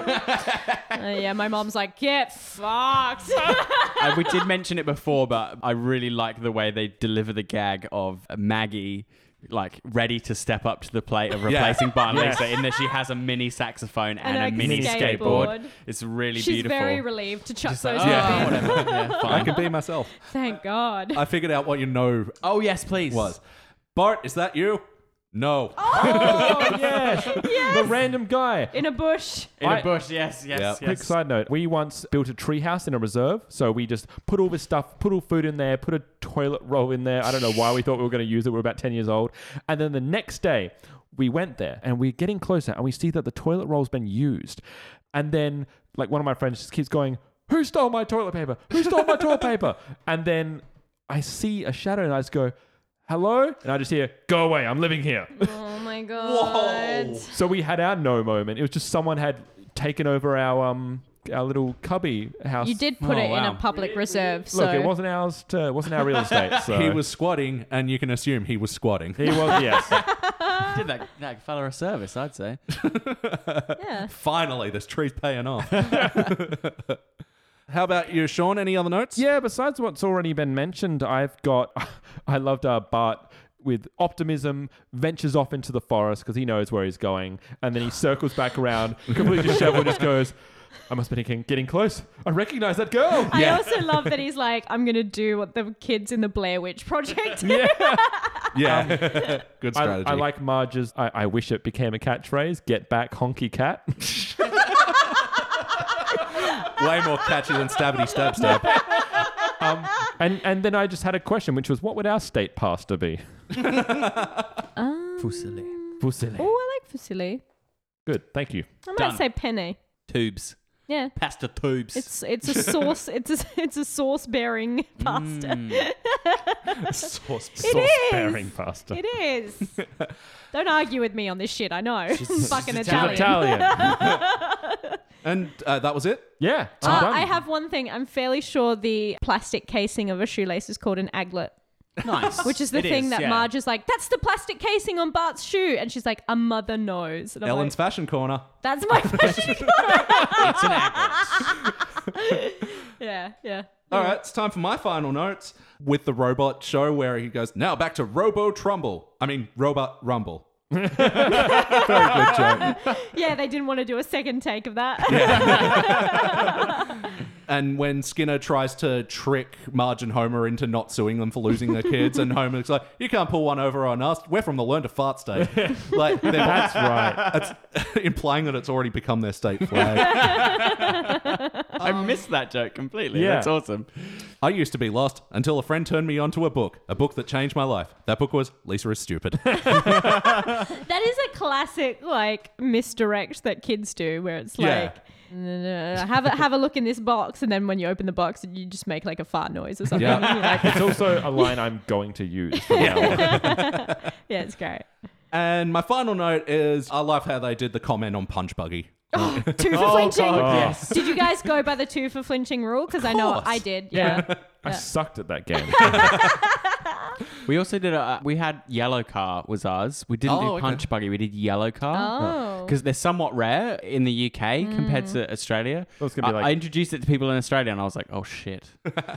Uh, yeah, my mom's like get fucked. Uh, we did mention it before, but I really like the way they deliver the gag of Maggie. Like ready to step up to the plate of Yeah. replacing Bart and Yeah. Lisa, in that she has a mini saxophone And and, a a mini skateboard. skateboard. It's really She's beautiful. very relieved to chuck Just those like, in. "Oh, Yeah. whatever. Yeah, I fine." can be myself. Thank God. I figured out what you know Oh yes, please. was. Bart, is that you? No. Oh, yes. The random guy. in a bush. in I- a bush. Yes, yes, Yeah. yes. Quick Quick side note: We once built a treehouse in a reserve, so we just put all this stuff, put all food in there, put a toilet roll in there. I don't know why we thought we were going to use it. We were about ten years old, and then the next day we went there, and we're getting closer, and we see that the toilet roll's been used, and then like one of my friends just keeps going, "Who stole my toilet paper? Who stole my toilet paper?" And then I see a shadow, and I just go. Hello? And I just hear, go away, I'm living here. Oh my God. So we had our no moment. It was just someone had taken over our um our little cubby house. You did put Oh, it wow. in a public reserve, so Look, it wasn't ours. To, it wasn't our real estate. So He was squatting, and you can assume he was squatting. He was. Yes. Did that, that fella a service, I'd say. yeah. Finally, this tree's paying off. How about you, Sean? Any other notes? yeah. Besides what's already been mentioned, I've got. I loved our Bart. With optimism, ventures off into the forest because he knows where he's going, and then he circles back around, completely disheveled, just goes, "I must be getting, getting close. I recognize that girl." I also love that he's like, I'm gonna do what the kids in the Blair Witch Project. did." Yeah. Yeah. Good I, strategy. I like Marge's. I, I wish it became a catchphrase. Get back, honky cat. Way more catchy than stabbity stab stab. um, and and then I just had a question, which was, what would our state pastor be? Um, Busile. Oh, I like Fusili. Good, thank you. I might Done. say penne. Tubes. Yeah. Pasta tubes. It's it's a sauce it's a it's a sauce bearing pasta. Sauce, is. bearing pastor. It is. Don't argue with me on this shit, I know. Fucking she's Italian. Italian. And uh, that was it. yeah, it's Uh, done. I have one thing. I'm fairly sure the plastic casing of a shoelace is called an aglet. nice. Which is the It thing that yeah. Marge is like, that's the plastic casing on Bart's shoe. And she's like, a mother knows. And I'm Ellen's like, fashion corner. that's my fashion. It's an aglet. yeah, yeah. All right, it's time for my final notes with the robot show where he goes, now back to Robo Trumble. I mean, Robot Rumble. Very good joke. Yeah, they didn't want to do a second take of that. And when Skinner tries to trick Marge and Homer into not suing them for losing their kids, and Homer's like, you can't pull one over on us. We're from the learn to fart state. like, they're That's right. it's implying that it's already become their state flag. I Oh. missed that joke completely. Yeah. That's awesome. I used to be lost until a friend turned me onto a book, a book that changed my life. That book was Lisa is Stupid. that is a classic, like, misdirect that kids do where it's Yeah. like, "No, no, no, have, a, have a look in this box. And then when you open the box, you just make like a fart noise or something. Yeah. You're like- it's also a line I'm going to use. From now on. yeah, it's great. and my final note is I love how they did the comment on Punch Buggy. Two for flinching. yes. Did you guys go by the two for flinching rule? Because I know course. I did. Yeah. Yeah. I sucked at that game. We also did a. uh, We had Yellow Car was ours. We didn't Oh, do okay. Punch Buggy. We did Yellow Car. Oh. Because they're somewhat rare in the UK compared Mm. to Australia. Well, it's gonna be I- like- I introduced it to people in Australia and I was like, oh shit.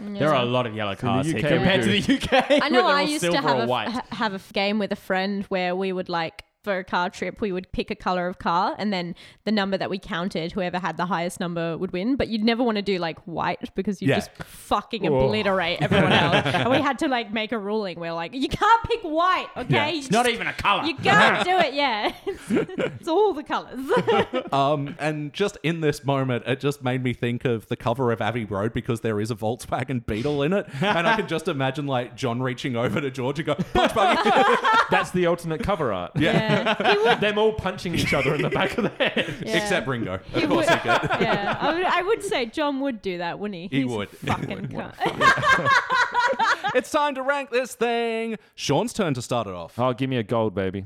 There are a lot of yellow cars here UK we compared to do- the UK. I where know they're I all used silver to have or a, white. ha- have a f- game with a friend where we would like for a car trip, we would pick a color of car and then the number that we counted, whoever had the highest number would win. But you'd never want to do like white because you Yeah. would just fucking obliterate everyone else. and we had to like make a ruling where like you can't pick white, okay? Yeah. You It's not just- even a color. you can't do it, yeah. it's all the colors. Um, and just in this moment, it just made me think of the cover of Abbey Road because there is a Volkswagen Beetle in it, and I can just imagine like John reaching over to George and go punch buggy. That's the alternate cover art. yeah. Them all punching each other in the back of the head. Yeah. Except Ringo, of He course would- he could. yeah, I would, I would say John would do that, wouldn't he? He He's would. a He Fucking would. cunt. It's time to rank this thing. Sean's turn to start it off. Oh, give me a gold, baby.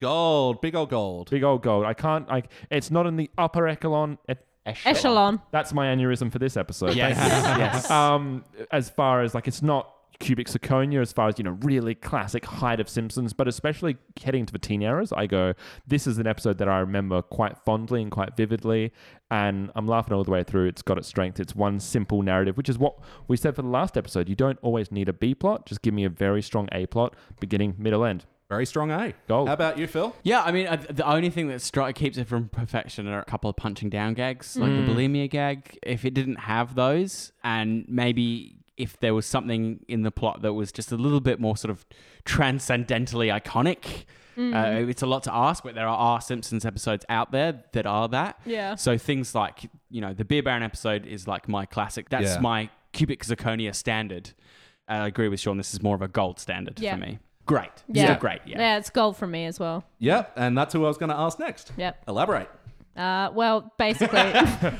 Gold, big old gold. Big old gold. I can't. I. It's not in the upper echelon. e- echelon. Echelon. That's my aneurysm for this episode. Yes. Thank you. Um, as far as like, it's not cubic zirconia as far as you know really classic height of simpsons but especially heading to the teen eras i go this is an episode that i remember quite fondly and quite vividly and i'm laughing all the way through it's got its strength it's one simple narrative which is what we said for the last episode you don't always need a b plot just give me a very strong a plot beginning middle end Very strong A. Gold. How about you, Phil? Yeah, I mean, uh, the only thing that stri- keeps it from perfection are a couple of punching down gags, like Mm. the bulimia gag. If it didn't have those, and maybe if there was something in the plot that was just a little bit more sort of transcendentally iconic, Mm. uh, it's a lot to ask, but there are Simpsons episodes out there that are that. Yeah. So things like, you know, the Beer Baron episode is like my classic. That's Yeah. my cubic zirconia standard. And I agree with Sean, this is more of a gold standard Yeah. for me. Great. Yeah. Still great. Yeah. it's gold for me as well. Yep, and that's who I was going to ask next. Yep. Elaborate. Uh, well, basically,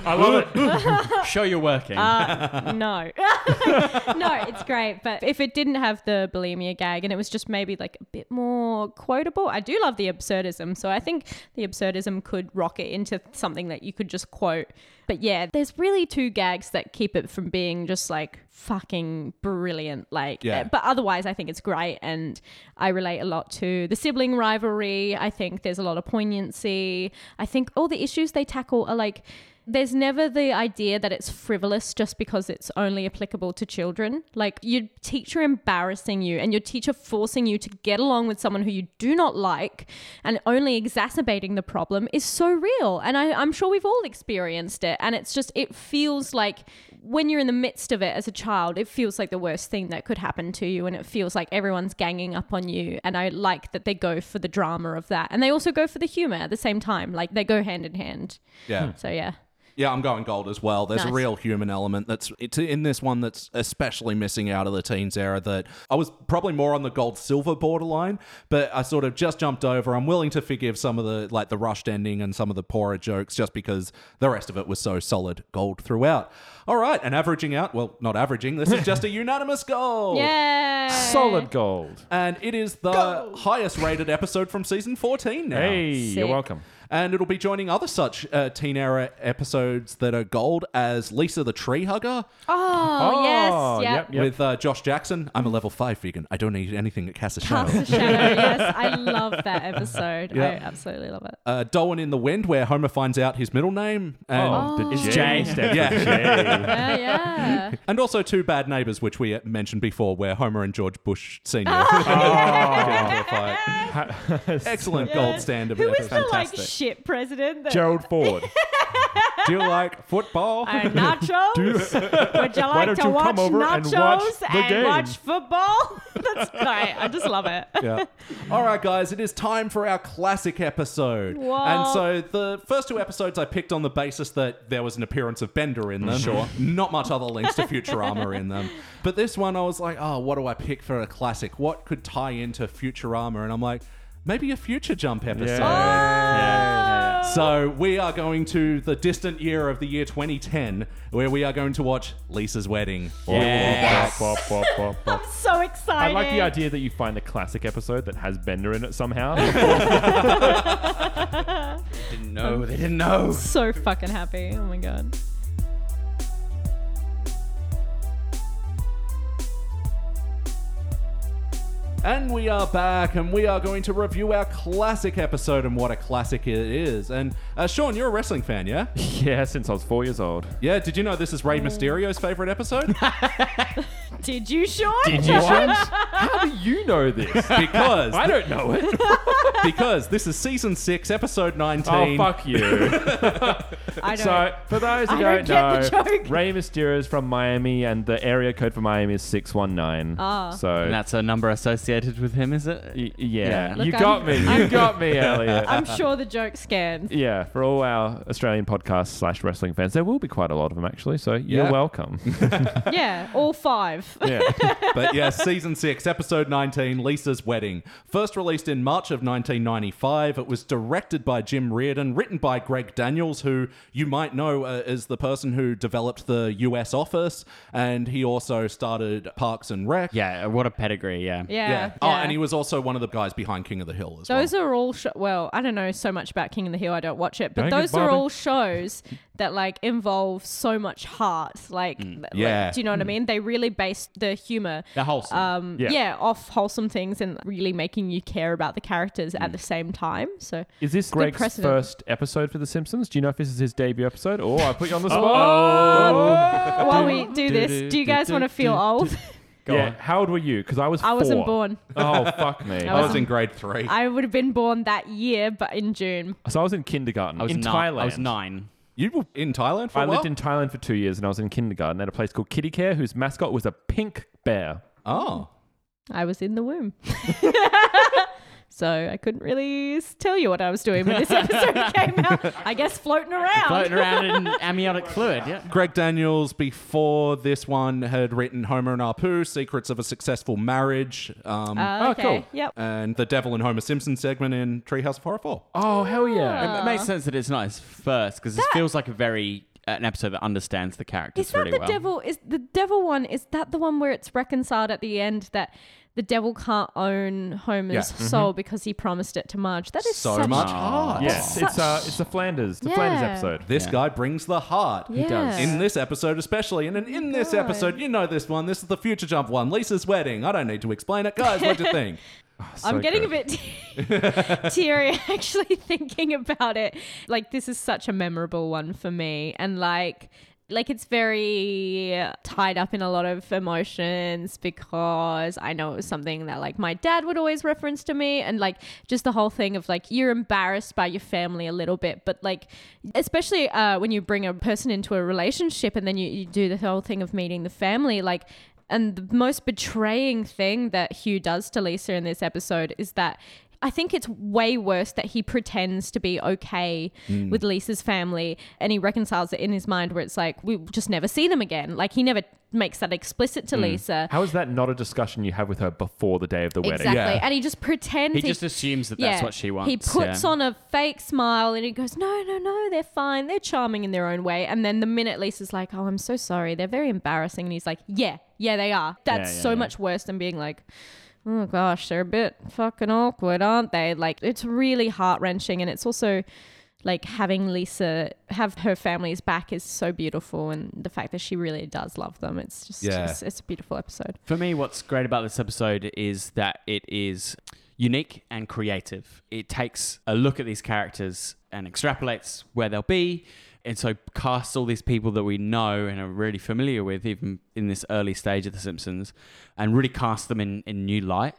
i love it Show you're working. no. no, it's great. But if it didn't have the bulimia gag and it was just maybe like a bit more quotable, I do love the absurdism. So I think the absurdism could rock it into something that you could just quote. But yeah, there's really two gags that keep it from being just like fucking brilliant. Like, eh, Yeah. but otherwise, I think it's great. And I relate a lot to the sibling rivalry. I think there's a lot of poignancy. I think all the issues they tackle are like, there's never the idea that it's frivolous just because it's only applicable to children. Like, your teacher embarrassing you and your teacher forcing you to get along with someone who you do not like and only exacerbating the problem is so real. And I, I'm sure we've all experienced it. And it's just, it feels like when you're in the midst of it as a child, it feels like the worst thing that could happen to you. And it feels like everyone's ganging up on you. And I like that they go for the drama of that. And they also go for the humor at the same time. Like, they go hand in hand. Yeah. So, yeah. Yeah, I'm going gold as well. There's Nice. a real human element that's it's in this one that's especially missing out of the teens era. That I was probably more on the gold silver borderline, but I sort of just jumped over. I'm willing to forgive some of the like the rushed ending and some of the poorer jokes just because the rest of it was so solid gold throughout. All right, and averaging out, well, not averaging. This is just a unanimous gold. Yeah. solid gold And it is the highest rated episode from season 14 now. hey you're Sick. welcome And it'll be joining other such uh, teen era episodes that are gold as Lisa the Tree Hugger Oh, Oh, yes. Yep. yep, yep. with uh, Josh Jackson. I'm a level five vegan. I don't need anything that casts a Cast a shadow. shadow. yes. I love that episode. Yeah. I absolutely love it. Uh, Dolan in the Wind, where Homer finds out his middle name. And, oh, the It's J J. stand for Yeah. J. Yeah, yeah. and also Two Bad Neighbors, which we mentioned before, where Homer and George Bush Sr. get into a fight. Excellent gold standard. Who is episode. the like shit president? That- Gerald Ford. Do you like football? Uh, nachos? Would you like don't to you watch come over and watch nachos the and game? watch football? That's great. I just love it. yeah. All right, guys, it is time for our classic episode. Whoa. And so the first two episodes I picked on the basis that there was an appearance of Bender in them. Sure. Not much other links to Futurama in them. But this one, I was like, oh, what do I pick for a classic? What could tie into Futurama? And I'm like, maybe a Future Jump episode. Oh, So we are going to the distant year of the year 2010, where we are going to watch Lisa's wedding. Yes. Bop, bop, bop, bop, bop. I'm so excited. I like the idea that you find a classic episode that has Bender in it somehow. didn't Oh, know. They didn't know. So fucking happy. Oh my god. And we are back, and we are going to review our classic episode and what a classic it is. And uh, Sean, you're a wrestling fan, yeah? yeah, since I was four years old. Mm. Yeah, did you know this is Rey Mysterio's favorite episode? Did you, Sean? Did you? How do you know this? Because I don't know it. because this is season six, episode oh, nineteen. fuck you. I don't. So, for those who I don't don't, get know, the joke. Rey Mysterio is from Miami, and the area code for Miami is 619. Ah. So, And that's a number associated with him, is it? y- yeah. Yeah. Look, you I'm- got me. You I'm- got me, Elliot. I'm sure the joke scans. yeah, for all our Australian podcast slash wrestling fans, there will be quite a lot of them actually. So you're Yeah. welcome. Yeah, all five. yeah, but yeah, season six, episode 19, Lisa's Wedding. First released in March of 1995, it was directed by Jim Reardon, written by Greg Daniels, who you might know uh, is the person who developed the US office, and he also started Parks and Rec. Yeah, uh, what a pedigree, yeah. Yeah. Yeah. yeah. Oh, and he was also one of the guys behind King of the Hill as Those well. are all sh- well. I don't know so much about King of the Hill. I don't watch it, but Don't get those are bothered. all shows that like involve so much heart. Like, Mm, like, Yeah. do you know what I mean? They really base the humor, The wholesome. um, Yeah. yeah. off wholesome things and really making you care about the characters at Mm. the same time. So is this Greg's precedent. first episode for The Simpsons? Do you know if this is his debut episode? Or I put you on the spot. Oh. while we do this, do you guys want to feel old? Go yeah, on. how old were you? Because I was. I wasn't four. born. Oh fuck me! I was in grade three. I would have been born that year, but in June. so I was in kindergarten. I was in ni- Thailand. I was nine. you were in Thailand for I a while? lived in Thailand for two years and I was in kindergarten at a place called Kitty Care, whose mascot was a pink bear. oh. I was in the womb. So I couldn't really s- tell you what I was doing when this episode came out. I guess floating around. Floating around in amniotic fluid, yeah. Greg Daniels, before this one, had written Homer and Apu, Secrets of a Successful Marriage, um, Uh, Oh, okay. cool. Yep. and the Devil and Homer Simpson segment in Treehouse of Horror 4. Oh, hell yeah. It makes sense that it's not his first because it feels like a very an episode that understands the characters is that really the well. devil? Is the devil one? Is that the one where it's reconciled at the end that the devil can't own Homer's Yeah. soul because he promised it to Marge? That is so such much Ah, heart. Yes, Such- it's uh, it's the Flanders, the Yeah. Flanders episode. This guy brings the heart. He does. In this episode, especially. And in, in this God. episode, you know this one. This is the Future Jump one. Lisa's wedding. I don't need to explain it. Guys, what do you think? I'm So getting good. a bit teary actually thinking about it. Like this is such a memorable one for me and like like it's very tied up in a lot of emotions because I know it was something that like my dad would always reference to me and like just the whole thing of like you're embarrassed by your family a little bit but like especially uh, when you bring a person into a relationship and then you, you do the whole thing of meeting the family like and the most betraying thing that Hugh does to Lisa in this episode is that I think it's way worse that he pretends to be okay with Lisa's family and he reconciles it in his mind where it's like, we'll just never see them again. Like, he never makes that explicit to Lisa. How is that not a discussion you have with her before the day of the wedding? Exactly. Yeah. And he just pretends He just assumes that that's what she wants. He puts yeah. on a fake smile and he goes, No, no, no, they're fine. They're charming in their own way. And then the minute Lisa's like, Oh, I'm so sorry. They're very embarrassing. And he's like, Yeah, yeah, they are. That's yeah, so yeah. much worse than being like, Oh gosh, they're a bit fucking awkward, aren't they? Like, it's really heart wrenching. And it's also like having Lisa have her family's back is so beautiful. And the fact that she really does love them, it's just, Yeah. it's, it's a beautiful episode. For me, what's great about this episode is that it is unique and creative. It takes a look at these characters and extrapolates where they'll be. And so casts all these people that we know and are really familiar with, even in this early stage of The Simpsons, and really casts them in, in new light.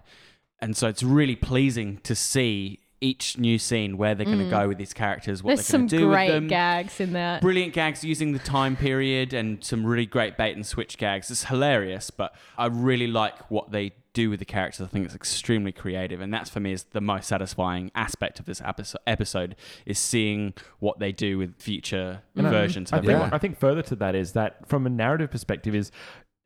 And so it's really pleasing to see each new scene where they're going to go with these characters, what Mm. There's they're some going to do with great them. gags in that. Brilliant gags using the time period and some really great bait and switch gags. It's hilarious, but I really like what they do with the characters. I think it's extremely creative, and that's for me is the most satisfying aspect of this episode. Episode is seeing what they do with future versions I of think, everyone. I think further to that is that from a narrative perspective is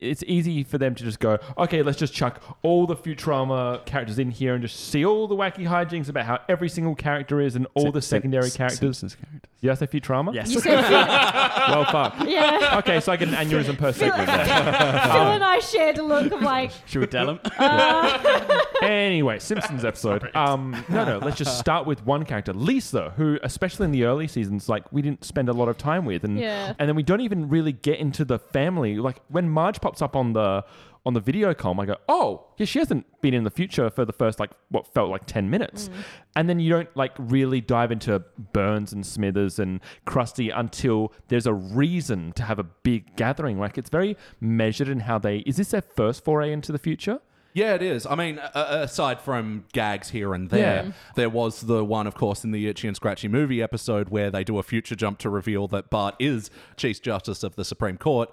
it's easy for them to just go, okay, let's just chuck all the Futurama characters in here and just see all the wacky hijinks about how every single character is and all the secondary characters. Simpsons characters. Did I say Futurama? Yes. You said Phil, Well, fuck. yeah. Okay, so I get an aneurysm per Phil, Phil second. and I shared a look of like, "Ah, Should we tell them? anyway, Simpsons episode. Um, no, no, let's just start with one character, Lisa, who, especially in the early seasons, like we didn't spend a lot of time with, and Yeah. and then we don't even really get into the family. Like when Marge pops up on the on the video column, I go, oh, yeah, she hasn't been in the future for the first, like, what felt like 10 minutes. And then you don't, like, really dive into Burns and Smithers and Krusty until there's a reason to have a big gathering. Like, it's very measured in how they. Is this their first foray into the future? Yeah, it is. I mean, a- a- aside from gags here and there, Yeah. there was the one, of course, in the Itchy and Scratchy movie episode where they do a future jump to reveal that Bart is Chief Justice of the Supreme Court.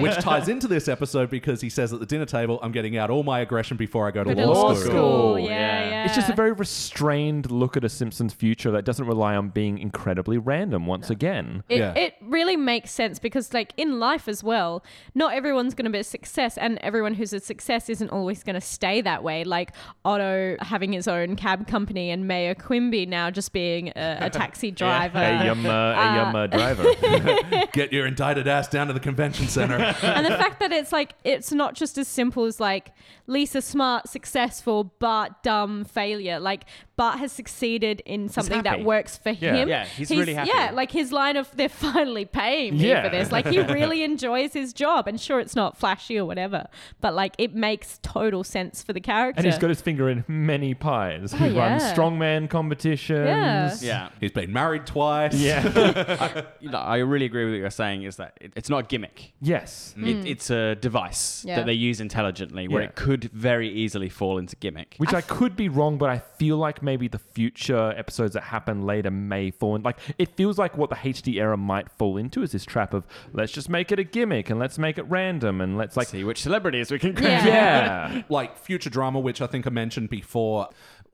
Which ties into this episode because he says at the dinner table, I'm getting out all my aggression before I go to But at law, law school. school, Yeah, yeah. yeah, It's just a very restrained look at a Simpsons future that doesn't rely on being incredibly random once again. It, Yeah. it really makes sense because, like, in life as well, not everyone's going to be a success, and everyone who's a success isn't always going to stay that way. Like, Otto having his own cab company, and Mayor Quimby now just being a, a taxi driver. Uh, a yumma driver. Get your indicted ass down to the convention center. and the fact that it's like, it's not just as simple as, like, Lisa smart, successful, Bart dumb, failure. Like, Bart has succeeded in something that happy. works for Yeah. him. Yeah, he's really happy. Yeah, like his line of they're finally paying me Yeah. for this. Like he really enjoys his job, and sure, it's not flashy or whatever, but like it makes total sense for the character. and he's got his finger in many pies. He Oh, runs yeah. strongman competitions. Yeah. He's been married twice. Yeah. You know, I really agree with what you're saying is that it, it's not a gimmick. yes. It, it's a device Hmm. Yeah. that they use intelligently where Yeah. it could very easily fall into gimmick. Which I could be wrong, but I feel like maybe the future episodes that happen later may fall in. Like, it feels like what the HD era might fall into is this trap of let's just make it a gimmick and let's make it random and let's, like, See which celebrities we can Yeah. yeah. like future drama, which I think I mentioned before.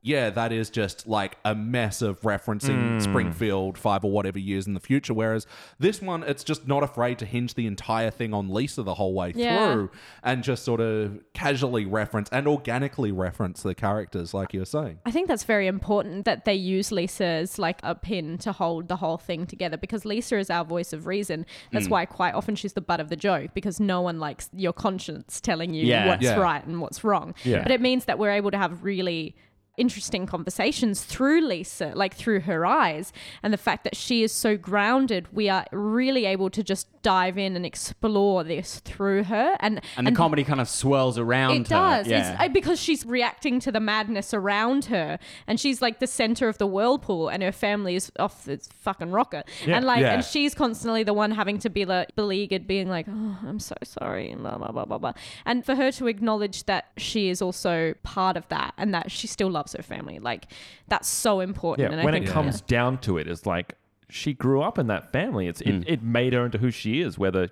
Yeah, that is just like a mess of referencing Springfield five or whatever years in the future. Whereas this one, it's just not afraid to hinge the entire thing on Lisa the whole way Yeah. through and just sort of casually reference and organically reference the characters, like you were saying. I think that's very important that they use Lisa as like a pin to hold the whole thing together because Lisa is our voice of reason. That's Hmm. why quite often she's the butt of the joke because no one likes your conscience telling you Yeah. what's Yeah. right and what's wrong. Yeah. But it means that we're able to have really interesting conversations through Lisa, like through her eyes. And the fact that she is so grounded, we are really able to just dive in and explore this through her. And, And the comedy kind of swirls around it does. Her. It's uh, because she's reacting to the madness around her, and she's like the center of the whirlpool, and her family is off its fucking rocket, and like, Yeah. and she's constantly the one having to be like beleaguered, being like, "Oh, I'm so sorry," and blah blah blah blah blah, and for her to acknowledge that she is also part of that, and that she still loves her family, like that's so important. Yeah, and when I think, it comes down to it, it's like she grew up in that family. It's Mm. it, it made her into who she is, whether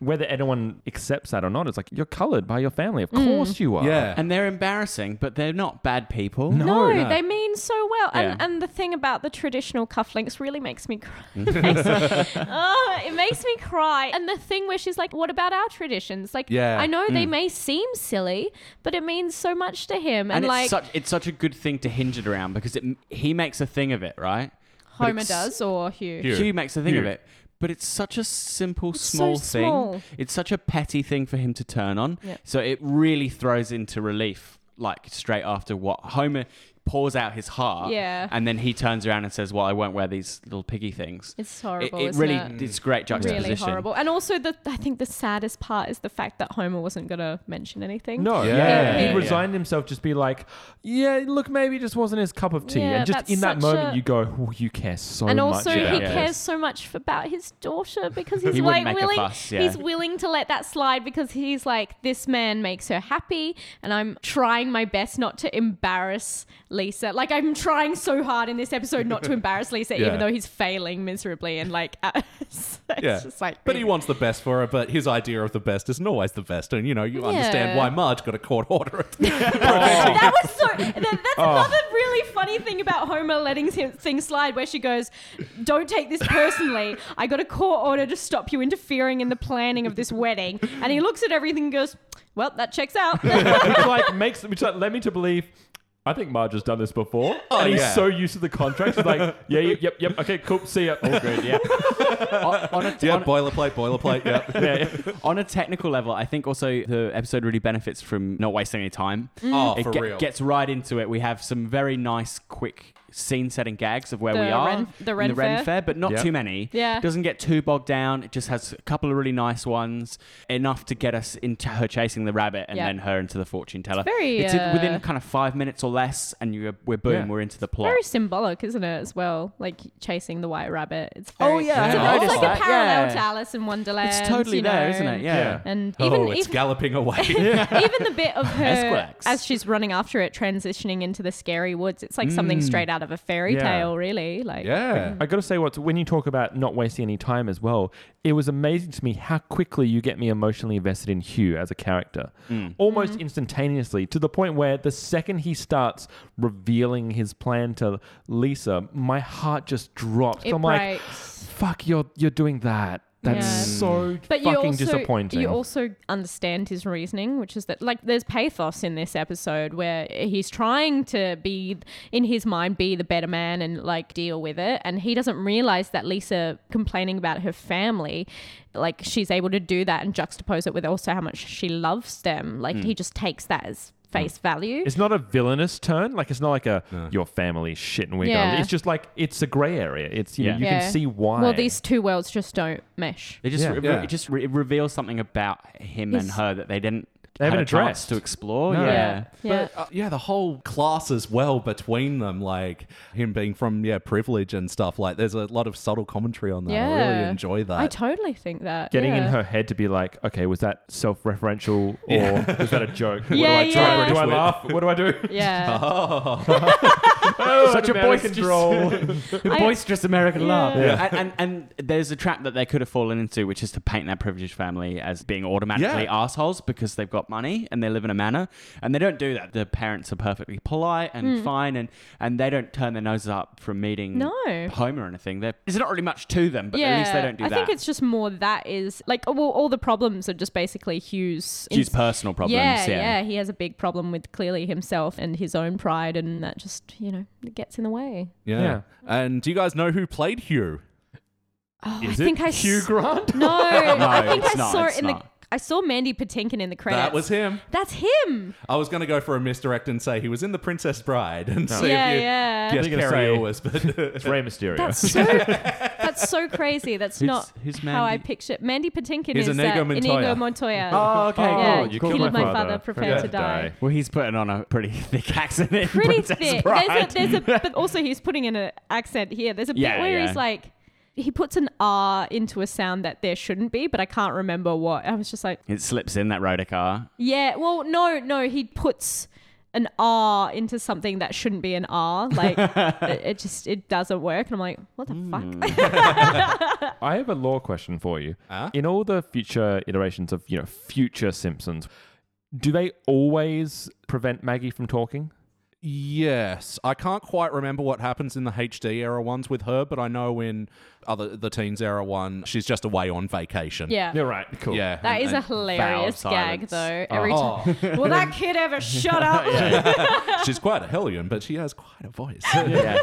whether anyone accepts that or not. It's like you're colored by your family. Of Mm. course you are. Yeah. And they're embarrassing, but they're not bad people. No, no. they mean so well. And, Yeah. and the thing about the traditional cufflinks really makes me cry. Mm. Makes- oh, it makes me cry. And the thing where she's like, what about our traditions? Like, Yeah. I know Mm. they may seem silly, but it means so much to him. And, And, it's like, such it's such a good thing to hinge it around because it he makes a thing of it, right? But Homer it's- does or Hugh. Hugh. Hugh makes a thing of Hugh. it. But it's such a simple, so small thing. small. It's such a petty thing for him to turn on. Yeah. So it really throws into relief, like straight after what Homer pours out his heart. Yeah. And then he turns around and says, Well, I won't wear these little piggy things. It's horrible. it, it isn't really it? it's great juxtaposition. really horrible. And also, the I think the saddest part is the fact that Homer wasn't going to mention anything. No, Yeah. yeah. Yeah. He'd resign himself, just be like, yeah, look, maybe it just wasn't his cup of tea. Yeah, and just that's in that such moment, a- you go, oh, you care so and much. also about he this." cares so much f- about his daughter because he's He wouldn't like make a willing fuss, yeah. he's willing to let that slide because he's like this man makes her happy and I'm trying my best not to embarrass Lisa like I'm trying so hard in this episode not to embarrass Lisa Yeah. even though he's failing miserably and like it's yeah. just like but he wants the best for her, but his idea of the best isn't always the best. And, you know, you understand Yeah. why Marge got a court order at Oh. that was so. That, that's another really funny thing about Homer letting him, things slide, where she goes, "Don't take this personally. I got a court order to stop you interfering in the planning of this wedding." And he looks at everything and goes, "Well, that checks out." which like makes which like led me to believe I think Marge has done this before. Oh, and he's yeah. so used to the contracts. He's like, yeah, yep, yep, yep. Okay, cool. See ya. All good. Yeah. On- on a- Yeah, on- boilerplate, boilerplate. Yeah. on a technical level, I think also the episode really benefits from not wasting any time. Mm. Oh, it for ge- real. gets right into it. We have some very nice, quick scene setting gags of where The we are Ren- the in Ren the Ren Fair. Fair, but not Yeah. too many. Yeah. Doesn't get too bogged down. It just has a couple of really nice ones, enough to get us into her chasing the rabbit and Yeah. then her into the fortune teller. very, it's in- uh, within kind of five minutes or less, and you're we're boom, Yeah. we're into the plot. Very symbolic, isn't it? As well, like chasing the white rabbit. It's Oh, very- yeah, I it's almost noticed like a that, parallel yeah. to Alice in Wonderland. it's totally you know, there, isn't it? Yeah. Yeah. And Oh, even it's even, galloping away. even the bit of her Esquilax. as she's running after it, transitioning into the scary woods. It's like something straight out of a fairy Yeah. tale, really. Like, yeah. I gotta say, what when you talk about not wasting any time as well, it was amazing to me how quickly you get me emotionally invested in Hugh as a character, almost Mm-hmm. instantaneously, to the point where the second he starts revealing his plan to Lisa, my heart just drops. it I'm like, breaks. fuck, you're you're doing that. That's Yeah. so But you fucking also disappointing. you also understand his reasoning, which is that like there's pathos in this episode where he's trying to be in his mind be the better man and like deal with it, and he doesn't realize that Lisa complaining about her family, like she's able to do that and juxtapose it with also how much she loves them. Like he just takes that as face value. it's not a villainous turn. Like it's not like a your family shit and we're Yeah. gonna. It's just like it's a grey area. It's you, know, Yeah. you can see why. Well, these two worlds just don't mesh. They just Yeah. re- Yeah. it just re- it reveals something about him and Yes. her that they didn't They haven't have a chance addressed. to explore. No. Yeah. yeah. But, uh, yeah, the whole class as well between them, like him being from yeah privilege and stuff. Like, there's a lot of subtle commentary on that. I really Yeah. enjoy that. I totally think that getting yeah. in her head to be like, okay, was that self-referential or was that a joke? What Yeah, do I try? yeah. What do I Switch. laugh? What do I do? Oh, Yeah. Such a American boisterous droll. I- boisterous American laugh. Yeah. And, and and there's a trap that they could have fallen into, which is to paint that privileged family as being automatically Yeah. assholes because they've got money and they live in a manor, and they don't do that. The parents are perfectly polite and fine, and and they don't turn their noses up from meeting Hmm. No. home or anything. They're, there's not really much to them, but at least they don't do I that. think it's just more that is like, oh, well, all the problems are just basically Hugh's. Hugh's personal problems. Yeah, Yeah, yeah, He has a big problem with clearly himself and his own pride, and that just, you know, it gets in the way. yeah. Yeah. And do you guys know who played Hugh? Oh, Is I it think I. s- Hugh Grant? no, I think I it's not, saw it's it in the. not. I saw Mandy Patinkin in the credits. That was him. That's him. I was going to go for a misdirect and say he was in The Princess Bride and see Yeah, if you yeah. guessed Thinking of Carrie say- Elwes, but It's Rey Mysterio. That's so. that's so crazy. That's Who's- not who's how I Mandy? picture. Mandy Patinkin He's is Inigo uh, Montoya. Inigo Montoya. Oh, okay, yeah, cool. you killed killed my my father. father. Prepare Yeah. to To die. die. Well, he's putting on a pretty thick accent. in pretty Princess thick. Bride. There's a, there's a, but also he's putting in an accent here. There's a Yeah, bit where yeah. he's like, he puts an R into a sound that there shouldn't be, but I can't remember what. I was just like, it slips in that rotor car. yeah, well, no, no, he puts an R into something that shouldn't be an R. Like, it, it just, it doesn't work. And I'm like, what the Hmm. fuck? I have a law question for you. Huh? In all the future iterations of you know future Simpsons, do they always prevent Maggie from talking? Yes, I can't quite remember what happens in the HD era ones with her, but I know in other the teens era one, she's just away on vacation. yeah. You're right. Cool. yeah. That and- is a and- hilarious vowel gag, silence. though. Every Oh. time, will that kid ever shut up? she's quite a hellion, but she has quite a voice. Yeah.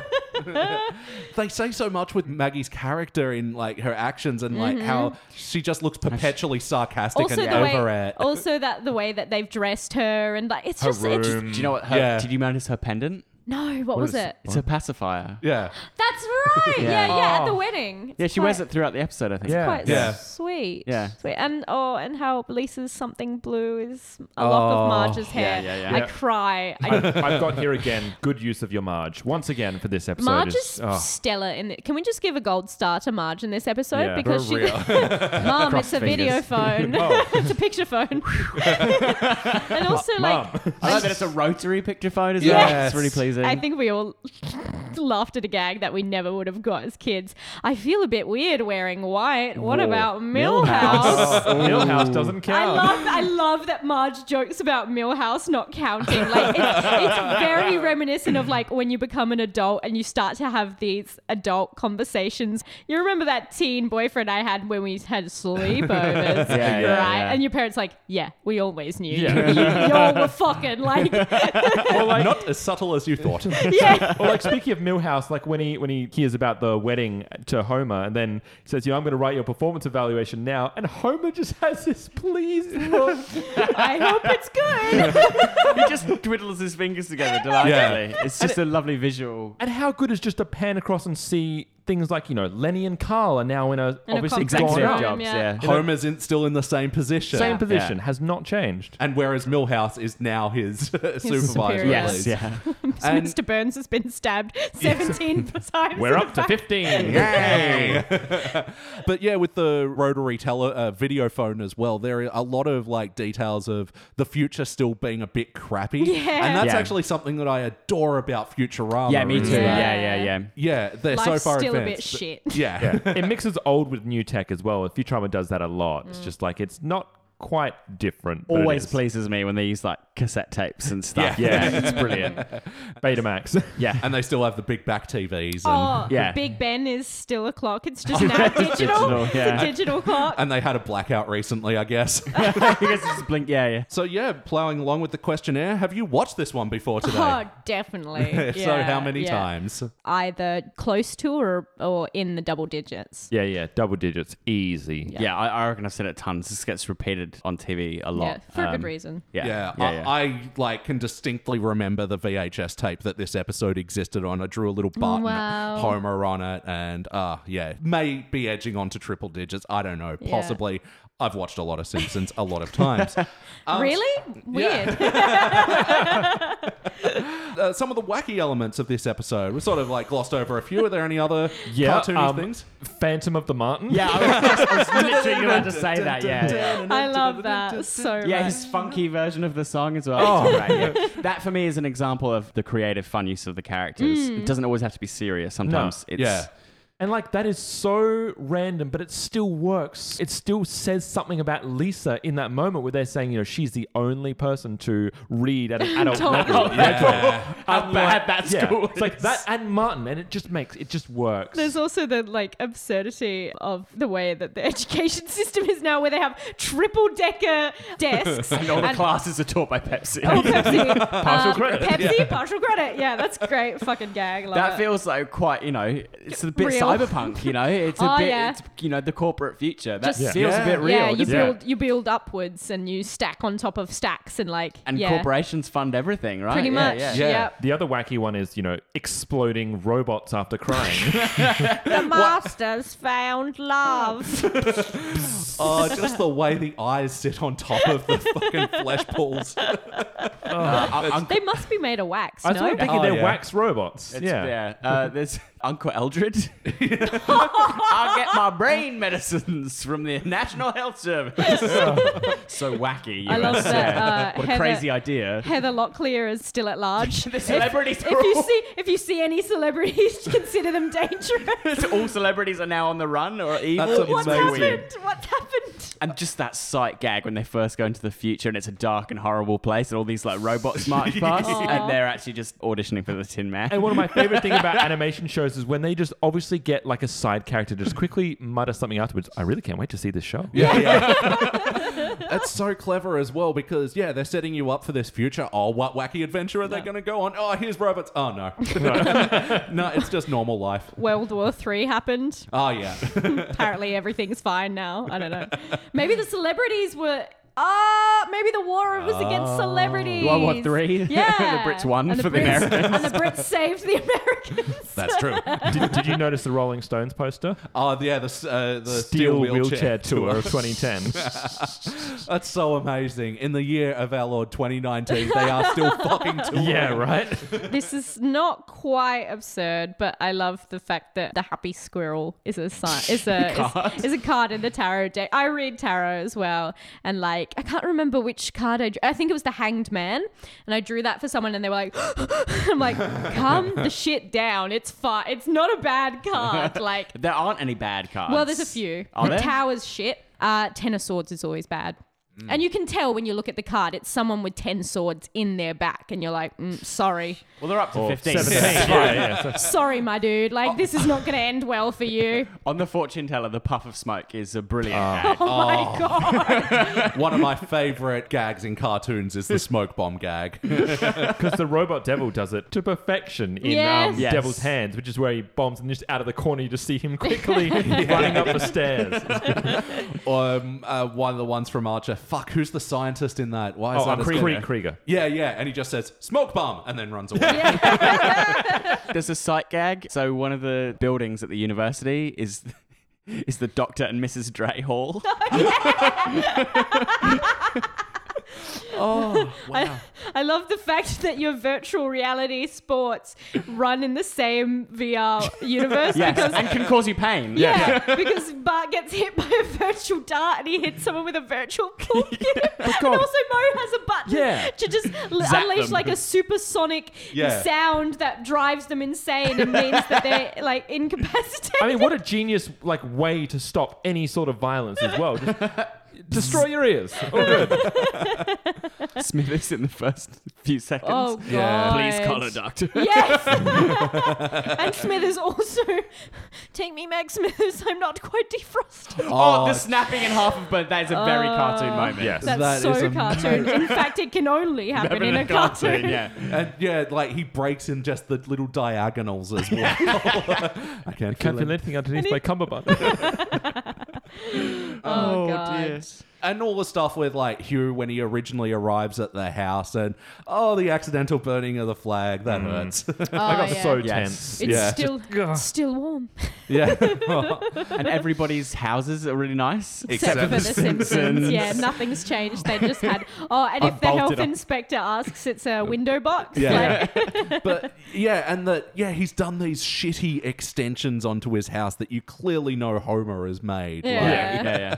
they say so much with Maggie's character in like her actions and like how she just looks perpetually sarcastic Mm-hmm. Also, and the over way, it. also that the way that they've dressed her and like, it's Her just, it's room. Do you know what? Her, Yeah. Did you notice her pendant? no. What, was is- it? It's her pacifier. yeah. That's right. yeah, yeah, Yeah. at the Oh. wedding. It's Yeah, she quite- wears it throughout the episode, I think. Yeah. Quite Yeah. sweet. Yeah. Sweet. And oh, and how Lisa's something blue is a lock of Oh. Marge's hair. yeah, yeah. I Yeah. cry. I, I, I've got here again. Good use of your Marge once again for this episode. Marge is, is oh. stellar in it. Can we just give a gold star to Marge in this episode Yeah. because For she, Mom, it's Crossed a video fingers. phone. Oh. it's a picture phone. and also, like, I like that it's a rotary picture phone as well. Yes. It's really pleasing. I think we all laughed at a gag that we never would have got as kids. I feel a bit weird wearing white. What Whoa. about Millhouse? Millhouse doesn't Oh. I count. love, I love that Marge jokes about Millhouse not counting. Like it's, it's very reminiscent of like when you become an adult and you start to have these adult conversations. You remember that teen boyfriend I had when we had sleepovers, Yeah, right? yeah, yeah. And your parents like, yeah, we always knew. Yeah. you, you all were fucking like, Not as subtle as you thought. yeah. Well, like speaking of Millhouse, like when he when he hears about the wedding to Homer, and then says, "You, know, I'm going to write your performance evaluation now," and Homer just has this pleased look. I hope it's good. he just twiddles his fingers together delightfully. It's just a lovely visual. and how good is just to pan across and see things like you know Lenny and Carl are now in a In a obviously Exact Exact gone same up. job. jobs, yeah. Homer's in, still in the same position. same position has not changed. And whereas Millhouse is now his, supervisor. superior. at Yes, least. yeah. And- Mr. Burns has been stabbed 17 times. We're in up to fact. fifteen. but yeah, with the rotary tele uh, video phone as well, there are a lot of like details of the future still being a bit crappy, Yeah. and that's Yeah. actually something that I adore about Futurama. Yeah, me is too. that- Yeah, yeah, yeah. Yeah, they're so Life's far still a bit advanced. shit. Yeah. it mixes old with new tech as well. Futurama does that a lot. Mm. It's just like it's not quite different. but it Always is. pleases me when they use like cassette tapes and stuff. Yeah, it's brilliant. Betamax. Yeah. and they still have the big back TVs and, Oh, Yeah. Big Ben is still a clock. It's just now digital. digital, yeah. It's a digital clock. and they had a blackout recently, I guess. I guess it's blink. Yeah, yeah. so yeah, plowing along with the questionnaire, have you watched this one before today? Oh, definitely. so Yeah, how many yeah. times? Either close to or, or in the double digits. Yeah, yeah, double digits, easy. Yeah, I, I reckon I've seen it tons. This gets repeated on TV a lot. Yeah, for a good Um, reason. Yeah, Yeah, yeah, I, I like can distinctly remember the VHS tape that this episode existed on. I drew a little button Wow. Homer on it, and uh yeah, may be edging onto triple digits. I don't know, Yeah. possibly. I've watched a lot of Simpsons a lot of times. Um, really? Weird. uh, some of the wacky elements of this episode we sort of like glossed over a few. Are there any other Yeah, cartoony um, things? Phantom of the Martin. Yeah, I was, I was literally about to say that. Yeah, yeah. I love that so much. Yeah, his funky version of the song as well. Oh, right, yeah. That for me is an example of the creative fun use of the characters. Hmm. It doesn't always have to be serious. Sometimes it's Yeah. And like that is so random, but it still works. It still says something about Lisa in that moment where they're saying, you know, she's the only person to read at an adult level. Yeah. how bad oh, that Yeah. school It's like that and Martin, and it just makes it just works. There's also the like absurdity of the way that the education system is now, where they have triple decker desks And all the classes are taught by Pepsi. Oh, Pepsi. partial credit. Pepsi, partial credit. Yeah, that's great. Fucking gag. Love that it. feels like quite, you know, it's a bit Real. cyberpunk, you know? It's a Oh, bit, yeah. it's, you know, the corporate future. That Just- Yeah. feels Yeah. a bit real. Yeah, you doesn't it? build you build upwards and you stack on top of stacks and like And yeah, corporations fund everything, right? pretty Yeah, much. yeah. Yeah, Yeah. the other wacky one is, you know, exploding robots after crying. the masters found love. Oh, just the way the eyes sit on top of the fucking flesh balls. Oh, they must be made of wax. I no, started thinking Oh, they're yeah. wax robots. It's- yeah. yeah. Uh, there's Uncle Eldred. I'll get my brain medicines from the National Health Service. so wacky. I love US, that. yeah. Uh, what a Heather- crazy idea. Heather Locklear is still at large. The celebrities If, are if you all- see if you see any celebrities, consider them dangerous. All celebrities are now on the run or evil. That's It's What's amazing. so happened? weird. What's happened? And just that sight gag when they first go into the future and it's a dark and horrible place and all these like robots march past and they're actually just auditioning for the Tin Man. And one of my favorite thing about animation shows is when they just obviously get like a side character to just quickly mutter something afterwards. I really can't wait to see this show. Yeah, yeah. That's so clever as well because yeah, they're setting you up for this future. Oh, what wacky adventure are they going to go on? Oh, here's robots. Oh no, no, it's just normal life. World War Three happened. Oh yeah, Apparently everything's fine now. I don't know. Maybe the celebrities were. Ah, maybe the war was against Oh. celebrities. World War Three? Yeah. The Brits won And for the Brits- Americans. And the Brits saved the Americans. that's true. Did, did you notice the Rolling Stones poster? Oh yeah, the s- uh, the steel, wheelchair, tour of 2010. That's so amazing. In the year of our Lord 2019, they are still fucking touring. yeah, right. This is not quite absurd, but I love the fact that the happy squirrel is a sign, is a is, is a card in the tarot deck. I read tarot as well, and like I can't remember which card I drew. I think it was the Hanged Man, and I drew that for someone, and they were like, "I'm like, calm the shit down. It's fine. It's not a bad card. Like, There aren't any bad cards. well, there's a few. Are the there? Tower's shit. Uh, Ten of Swords is always bad. Mm. And you can tell when you look at the card, it's someone with 10 swords in their back. And you're like, mm, sorry. Well, they're up to Or 15. 17. yeah, yeah. So- sorry, my dude. Like, this is not going to end well for you. On the fortune teller, the puff of smoke is a brilliant ad. Oh, my God. One of my favorite gags in cartoons is the smoke bomb gag. Because the robot devil does it to perfection in um, Yes. Yes. Devil's Hands, which is where he bombs and just out of the corner you just see him quickly running up the stairs. um, uh, one of the ones from Archer. Fuck, who's the scientist in that? Why is Oh, that um, his Krieger. name? Krieger. Yeah, yeah, and he just says smoke bomb and then runs away. There's a sight gag. So one of the buildings at the university is is the Doctor and Mrs. Dre Hall. oh, wow. I love the fact that your virtual reality sports run in the same VR universe Yes, because and can cause you pain. Yeah, because Bart gets hit by a virtual dart and he hits someone with a virtual pool cue. and God. also Mo has a button Yeah. to just l- Zap unleash them. like a supersonic Yeah. sound that drives them insane and means that they're like incapacitated. I mean, what a genius like way to stop any sort of violence as well. Just destroy your ears. Oh, good. Smith is in the first few seconds. Oh god! Yeah. Please call a doctor. Yes. and Smithers also, take me, Meg Smithers. I'm not quite defrosted. Oh, the snapping in half of bird. That is a very Oh. cartoon moment. Yes. That's That so is cartoon. In fact, it can only happen in a cartoon. yeah. And yeah, like he breaks in just the little diagonals as well. I can't Can't feel feel it. anything underneath my cummerbund. Oh, god! And all the stuff with like Hugh when he originally arrives at the house and oh, the accidental burning of the flag. That Mm. hurts. I got Oh, yeah. so Yes. tense. It's Yeah. still Ugh. still warm. yeah. And everybody's houses are really nice. Except, Except for the the Simpsons. Yeah, nothing's changed. They just had. Oh, and if the bolted health up. inspector asks, it's a window box. Like, Yeah. but yeah, and that yeah, he's done these shitty extensions onto his house that you clearly know Homer has made. Yeah. Like, yeah, yeah, yeah.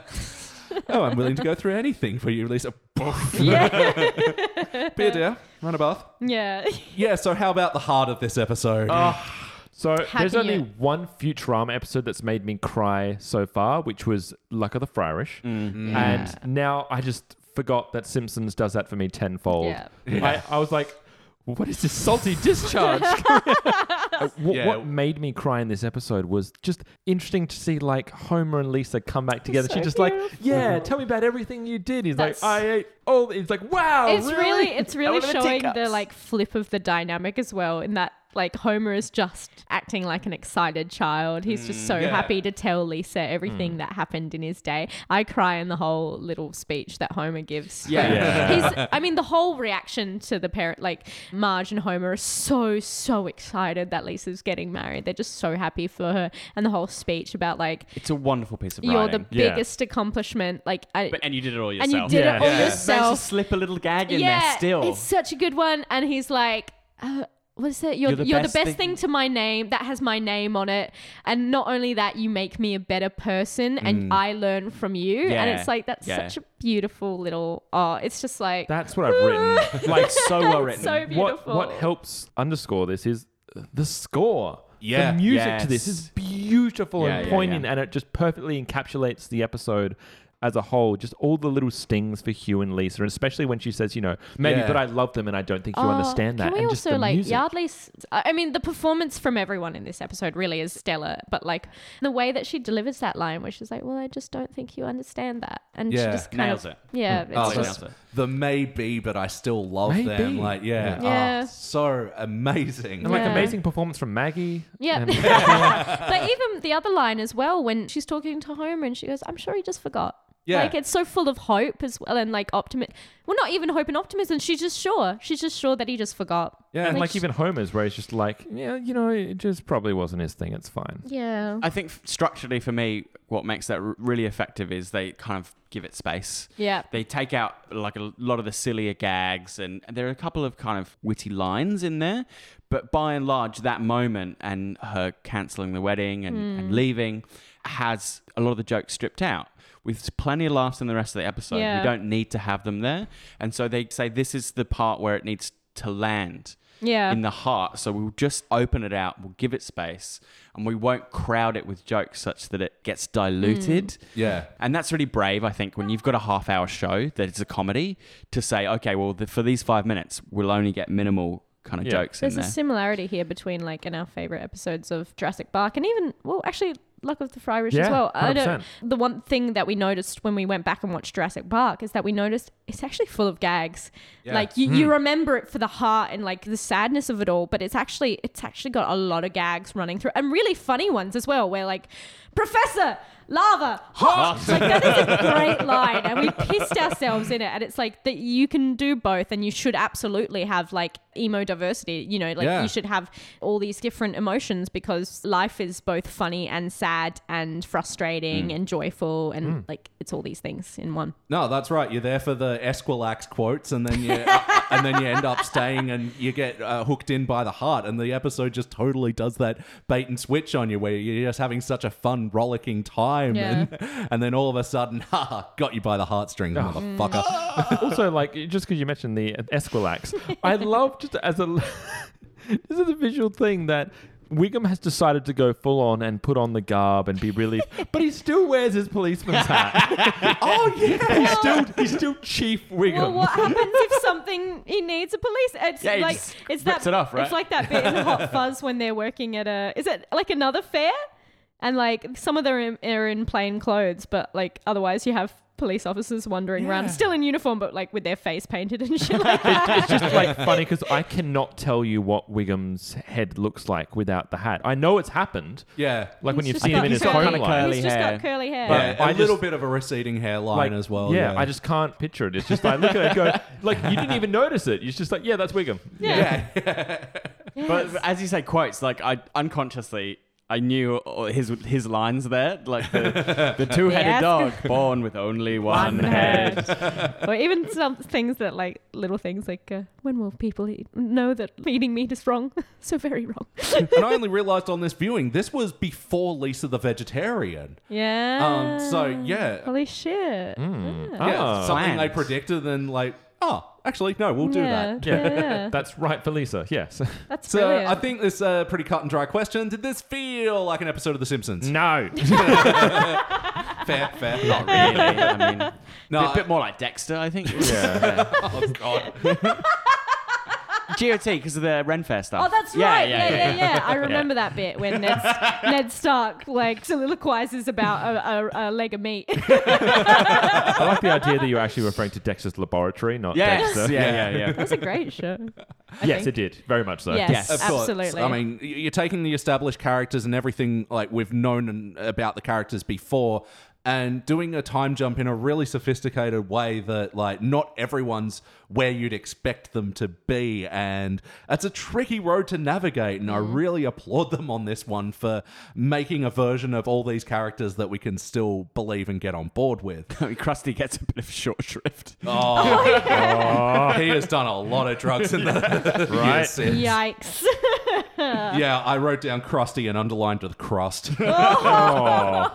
oh, I'm willing to go through anything for you, Lisa. Poof. yeah. Beer, dear. Run a bath. yeah. Yeah, so how about the heart of this episode? Oh, So there's Happy only you- one Futurama episode that's made me cry so far, which was Luck of the Friarish. Mm. And now I just forgot that Simpsons does that for me tenfold. Yeah. I, I was like, what is this salty discharge? Uh, wh- Yeah. What made me cry in this episode was just interesting to see like Homer and Lisa come back together. so She's just like, beautiful. yeah, tell me about everything you did. He's That's- like, I ate all. He's like, wow, It's really, Oh, really, it's really Out of the showing the teacups. like flip of the dynamic as well. In that, like Homer is just acting like an excited child. He's just so yeah. happy to tell Lisa everything that happened in his day. I cry in the whole little speech that Homer gives. Yeah. He's, I mean, the whole reaction to the parent, like Marge and Homer, are so so excited that Lisa's getting married. They're just so happy for her, and the whole speech about like It's a wonderful piece of you're writing. the yeah. biggest accomplishment. Like, I, but, and you did it all and yourself. you did Yeah. it all Yeah. Managed to yourself. slip a little gag in there still. It's such a good one. And he's like, uh, what is it? You're, you're the best, thing. to my name that has my name on it. And not only that, you make me a better person and I learn from you. And Yeah. it's like, that's Yeah. such a beautiful little, oh, it's just like, That's what I've written. like so well written. so what beautiful. what helps underscore this is the score. Yeah. the music Yes. to this is beautiful Yeah, and yeah, poignant, yeah. and it just perfectly encapsulates the episode as a whole. Just all the little stings for Hugh and Lisa, and especially when she says, you know, maybe, Yeah. but I love them, and I don't think you Oh, understand that. Can we and also just the like music. Yardley's? I mean, the performance from everyone in this episode really is stellar. But like the way that she delivers that line, where she's like, "Well, I just don't think you understand that," and Yeah. she just kind Nails of it. yeah, Mm. it's Oh, just just the maybe, but I still love Maybe. them. Like, yeah, Yeah. Oh, so amazing. And like Yeah. amazing performance from Maggie. Yeah. And- but even the other line as well, when she's talking to Homer and she goes, I'm sure he just forgot. Yeah. Like it's so full of hope as well and like optimism. Well, not even hope and optimism. She's just sure. She's just sure that he just forgot. Yeah, and like she- even Homer's, where he's just like, yeah, you know, it just probably wasn't his thing. It's fine. Yeah. I think f- structurally for me, what makes that r- really effective is they kind of give it space. Yeah. They take out like a lot of the sillier gags, and there are a couple of kind of witty lines in there. But by and large, that moment and her cancelling the wedding and, Hmm. and leaving has a lot of the jokes stripped out. With plenty of laughs in the rest of the episode, Yeah. we don't need to have them there. And so they say this is the part where it needs to land. Yeah. in the heart. So we'll just open it out, we'll give it space, and we won't crowd it with jokes such that it gets Hmm. diluted. Yeah. And that's really brave, I think, when you've got a half hour show that it's a comedy to say, okay, well, the, for these five minutes, we'll only get minimal kind of Yeah. jokes There's in a there. similarity here between like in our favorite episodes of Jurassic Park and even well actually Luck of the Fry Rich as Yeah, well. I 100%. don't the one thing that we noticed when we went back and watched Jurassic Park is that we noticed it's actually full of gags. Yeah. Like you, you remember it for the heart and like the sadness of it all, but it's actually it's actually got a lot of gags running through and really funny ones as well where like Professor Lava hot. Like that is a great line, and we pissed ourselves in it. And it's like that you can do both, and you should absolutely have like emo diversity. You know, like Yeah. you should have all these different emotions because life is both funny and sad and frustrating Mm. and joyful, and like it's all these things in one. No, that's right. You're there for the Esquilax quotes, and then you and then you end up staying, and you get uh, hooked in by the heart. And the episode just totally does that bait and switch on you, where you're just having such a fun, rollicking time, Yeah. and, and then all of a sudden, ha, ha, got you by the heartstrings, motherfucker. Mm. also, like, just because you mentioned the Esquilax, I love just as a this is a visual thing that Wiggum has decided to go full on and put on the garb and be really, but he still wears his policeman's hat. oh yeah, he's still he's still Chief Wiggum. Well, what happens if something he needs a police? It's Yeah, he like just it's rips that it off, right? it's like that bit in Hot Fuzz when they're working at a is it like another fair, and like some of them are in, are in plain clothes, but like otherwise you have police officers wandering around still in uniform, but like with their face painted and shit like that. it's just like funny because I cannot tell you what Wiggum's head looks like without the hat. I know it's happened. yeah. Like when He's you just see him got in his curly- home kinda line. curly He's just hair. got curly hair. Yeah. Yeah, a I little just- bit of a receding hairline like, as well. Yeah, I just can't picture it. It's just I look at it and go, like you didn't even notice it. It's just like, yeah, that's Wiggum. yeah. But as you say, quotes like I unconsciously I knew all his his lines there, like the, the two-headed Yes. dog born with only one, head. or even some things that like little things like uh, when will people eat? know that eating meat is wrong? so very wrong. and I only realized on this viewing this was before Lisa the Vegetarian. yeah. Um, so yeah, Mm. Holy shit. Yeah. Yeah, Ah. something they Plans. predicted, and like, oh, actually, no, we'll do yeah, that. Yeah. yeah. That's right for Lisa. Yes. That's So brilliant. I think this uh, pretty cut and dry question. Did this feel like an episode of The Simpsons? no. Fair, fair. Not really. I mean, No, a bit, bit more like Dexter, I think. yeah. Oh God. GOT because of the Renfair stuff. Oh, that's right. Yeah, yeah, yeah. I remember that bit when Ned, Ned Stark like soliloquizes about a, a, a leg of meat. I like the idea that you're actually referring to Dexter's laboratory, not Yes, Dexter. yeah, yeah, yeah. That's a great show. Yes, think. it did. Very much so. Yes, Yes. Of course. absolutely. I mean, y- you're taking the established characters and everything like we've known and- about the characters before, and doing a time jump in a really sophisticated way that like not everyone's where you'd expect them to be, and it's a tricky road to navigate. And I really applaud them on this one for making a version of all these characters that we can still believe and get on board with. I mean, Krusty gets a bit of short shrift. he has done a lot of drugs in the Oh. Right. years since. Yikes. Yeah, I wrote down crusty and underlined the crust. Oh.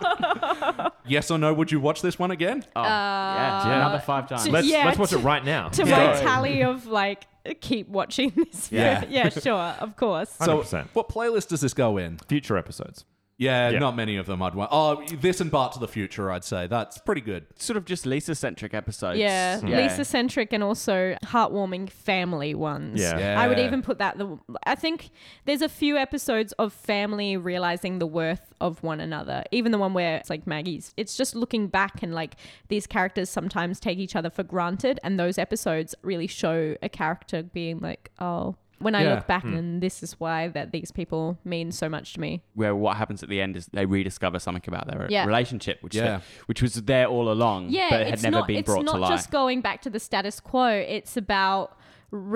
yes or no? Would you watch this one again? Oh, Uh, yeah, Yeah. another five times. Just- Let's, Yeah, let's watch to- it right now. to Yeah. my tally of like keep watching this. Yeah. Yeah, yeah, sure, of course. So, 100%. what playlist does this go in? Future episodes. Yeah, Yeah. not many of them. I'd want. Oh, this and Bart to the Future. I'd say that's pretty good. sort of just Lisa centric episodes. Yeah, Lisa centric and also heartwarming family ones. Yeah. Yeah. I would even put that the I think there's a few episodes of family realizing the worth of one another. Even the one where it's like Maggie's it's just looking back and like these characters sometimes take each other for granted and those episodes really show a character being like, Oh, when I Yeah. look back and this is why that these people mean so much to me. Where what happens at the end is they rediscover something about their Yeah. relationship, which Yeah. they- which was there all along, Yeah, but it had it's never not, been it's brought not to life. just going back to the status quo. It's about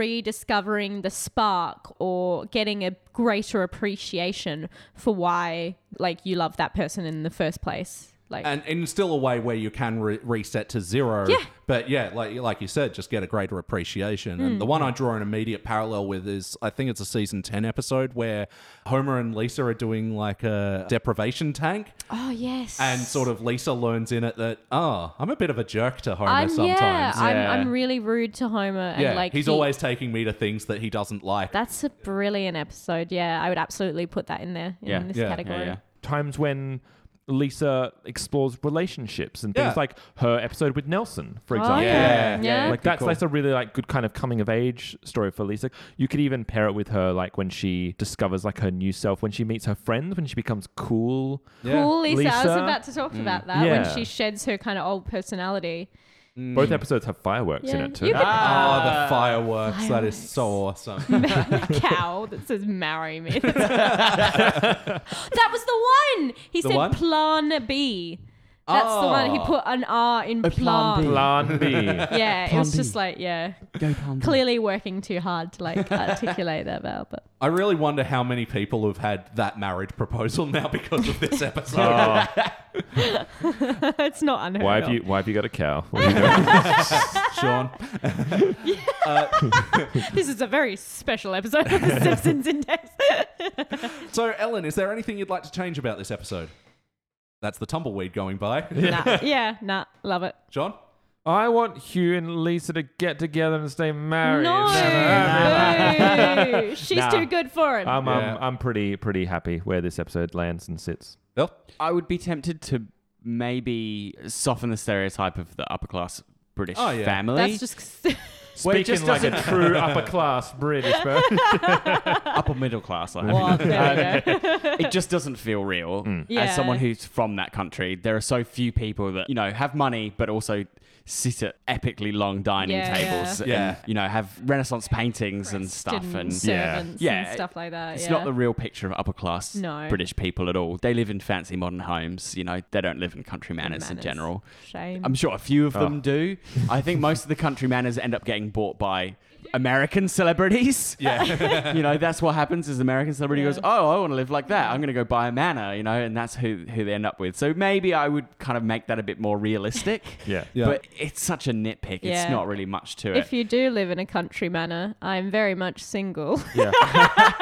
rediscovering the spark or getting a greater appreciation for why, like, you love that person in the first place. Like, and and still a way where you can re- reset to zero. Yeah. But yeah, like like you said, just get a greater appreciation. And Hmm. the one I draw an immediate parallel with is I think it's a season ten episode where Homer and Lisa are doing like a deprivation tank, oh yes. and sort of Lisa learns in it that oh, I'm a bit of a jerk to Homer I'm, sometimes. yeah, yeah. I'm, I'm really rude to Homer, and Yeah, like he's he- always taking me to things that he doesn't like. That's a brilliant episode. Yeah, I would absolutely put that in there in Yeah. this Yeah. category. yeah, yeah. Times when Lisa explores relationships and things Yeah. like her episode with Nelson, for Oh, example. yeah. Yeah. Yeah. Yeah. Like that's Cool. that's a really like good kind of coming of age story for Lisa. You could even pair it with her like when she discovers like her new self, when she meets her friends, when she becomes cool. Yeah. Mm. Cool, Lisa. I was Lisa. about to talk about that Yeah. when she sheds her kind of old personality. Both episodes have fireworks in Yeah. it too. You could- Oh, the fireworks. That is so awesome. the cow that says "marry me." that was the one. He The said one? "plan B." That's the one. He Oh. put an R in plan plan. B. Plan B. Yeah, it Plan was B. Mm. just like yeah, Go Palm Beach. clearly working too hard to like articulate that vowel. But I really wonder how many people have had that marriage proposal now because of this episode. Oh, it's not unheard why of. have you why have you got a cow? What are you doing? Sean. This is a very special episode of The Simpsons Index. So, Ellen, is there anything you'd like to change about this episode? That's the tumbleweed going by. nah, yeah, nah, love it. John? I want Hugh and Lisa to get together and stay married. No, boo. she's Nah. too good for him. I'm, Yeah. I'm, I'm pretty pretty happy where this episode lands and sits. Bill? I would be tempted to maybe soften the stereotype of the upper class British Oh, yeah. family. That's just Speaking it just like a true upper class British person. upper middle class. Like, well, there we go. it just doesn't feel real. Yeah. As someone who's from that country, there are so few people that you know have money, but also sit at epically long dining Yeah, tables. yeah. And, Yeah. You know, have Renaissance paintings and stuff. And servants yeah. yeah. Yeah, stuff like that. It's yeah. not the real picture of upper class No. British people at all. They live in fancy modern homes. You know, they don't live in country manors, in Manners. general. shame. I'm sure a few of them do. I think most of the country manors end up getting bought by American celebrities. Yeah. you know, that's what happens is American celebrity Yeah. goes, Oh, I want to live like that. I'm gonna go buy a manor, you know, and that's who who they end up with. So maybe I would kind of make that a bit more realistic. yeah. Yeah. But it's such a nitpick. Yeah. It's not really much to if it. you do live in a country manor, I'm very much single. Yeah.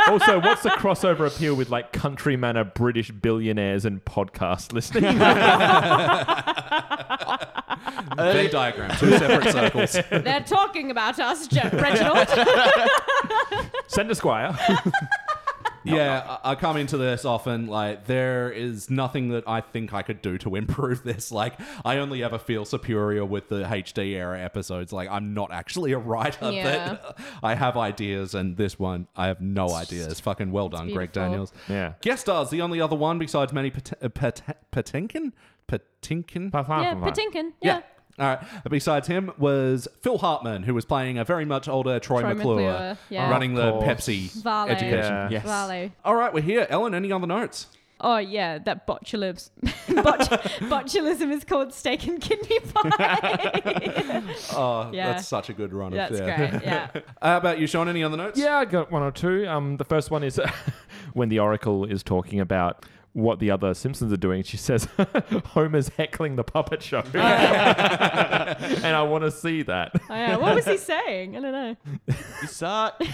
also, what's the crossover appeal with like country manor British billionaires and podcast listening? Venn diagram, two separate circles. They're talking about us, Jeff Reginald. Send a squire. yeah, I, I come into this often like there is nothing that I think I could do to improve this. Like I only ever feel superior with the HD era episodes. Like I'm not actually a writer, Yeah. but I have ideas, and this one I have no ideas. Fucking well done, Greg beautiful. Daniels. Yeah. guest stars the only other one besides Manny Pat- uh, Pat- Patinkin. Patinkin. yeah, Patinkin. Yeah. Yeah. All right. Besides him was Phil Hartman, who was playing a very much older Troy, Troy McClure, uh, McClure, yeah. running the Of course. Pepsi Vale. education. Yeah. Yes. Vale. All right, we're here. Ellen, any other notes? Oh yeah, that botulism. Bot- botulism is called steak and kidney pie. Oh, Yeah. that's such a good run. That's of, yeah. great. Yeah. How about you, Sean? Any other notes? Yeah, I got one or two. Um, the first one is when the Oracle is talking about what the other Simpsons are doing. She says Homer's heckling the puppet show, and I want to see that. Oh, yeah. What was he saying? I don't know. you suck. Um,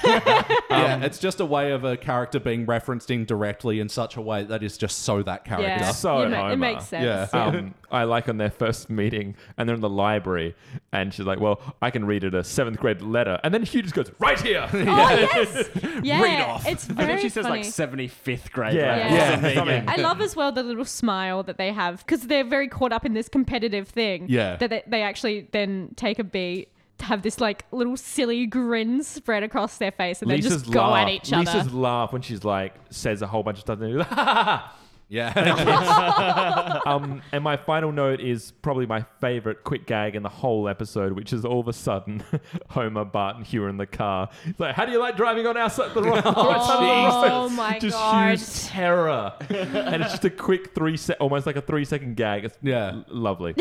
Yeah, it's just a way of a character being referenced indirectly in such a way that is just so that character. Yeah. So You ma- Homer. it makes sense. Yeah. Um, I like on their first meeting, and they're in the library, and she's like, "Well, I can read it a seventh grade letter," and then Hugh just goes right here. Oh yes. Yeah. off. It's I very think she says funny. like seventy fifth grade. Yeah. level or Yeah. something. Something. I love as well the little smile that they have because they're very caught up in this competitive thing. Yeah. That they, they actually then take a beat, have this like little silly grin spread across their face, and Lisa's they just go laugh. at each Lisa's other. laugh when she's like says a whole bunch of stuff. And, Yeah. um, and my final note is probably my favorite quick gag in the whole episode, which is all of a sudden Homer, Bart, and Hugh are in the car. It's like, how do you like driving on our side? The right, the right side of the Oh, road?" my just God. Hugh's terror, and it's just a quick three sec, almost like a three second gag. It's Yeah. l- lovely.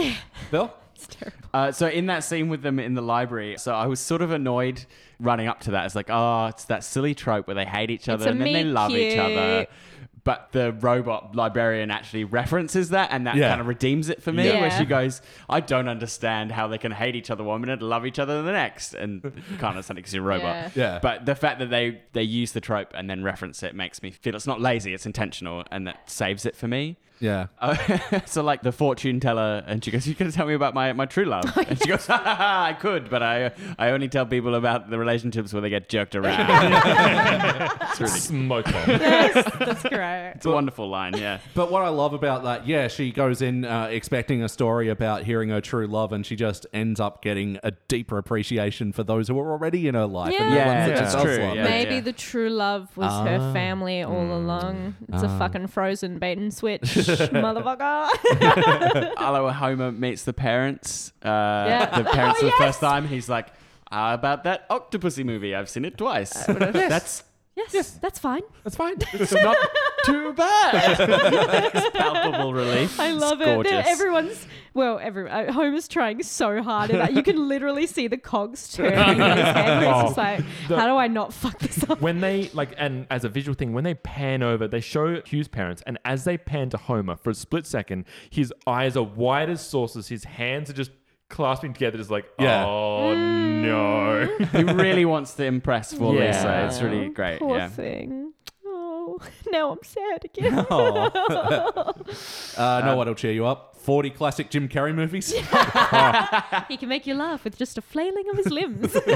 Bill? It's terrible. Uh, so in that scene with them in the library, so I was sort of annoyed "Ah, running up to that. It's like, oh, it's that silly trope where they hate each other a and then they meet love each cute. other. but the robot librarian actually references that, and that Yeah. kind of redeems it for me. Yeah. Where she Yeah. goes, "I don't understand how they can hate each other one minute, love each other the next," and you can't understand it because you're a robot. Yeah. Yeah. But the fact that they they use the trope and then reference it makes me feel it's not lazy; it's intentional, and that saves it for me. Yeah. Uh, so like the fortune teller, and she goes, "You're going to tell me about my, my true love?" And she goes, ha, ha, ha, "I could, but I I only tell people about the relationships where they get jerked around." it's really Smoke bomb. Yes, that's correct. it's a wonderful line, yeah. But what I love about that, yeah, she goes in uh, expecting a story about hearing her true love, and she just ends up getting a deeper appreciation for those who are already in her life. and the Yeah. ones that Yeah. she That's does true, love. yeah. Maybe the true love was Ah. her family all along. It's a fucking frozen bait and switch, motherfucker. Aloha Homer meets the parents. Uh, Yeah. The parents Oh, for the yes. first time. He's like, "How about that Octopussy movie? I've seen it twice. Uh, That's yes, that's fine. That's fine. it's not too bad." It's palpable relief. I It's love it. gorgeous. They're- Everyone's well, everyone. uh, Homer's trying so hard, and you can literally see the cogs turning. in his head. Oh. where He's just like, The- how do I not fuck this up? when they like and as a visual thing when they pan over they show hugh's parents and as they pan to homer for a split second his eyes are wide as saucers his hands are just clasping together just like Yeah. oh no he really wants to impress for Yeah. Lisa. It's really Oh, great. Poor yeah. thing. Oh, now I'm sad again. Uh, know what'll cheer you up? 40 classic Jim Carrey movies. he can make you laugh with just a flailing of his limbs. thing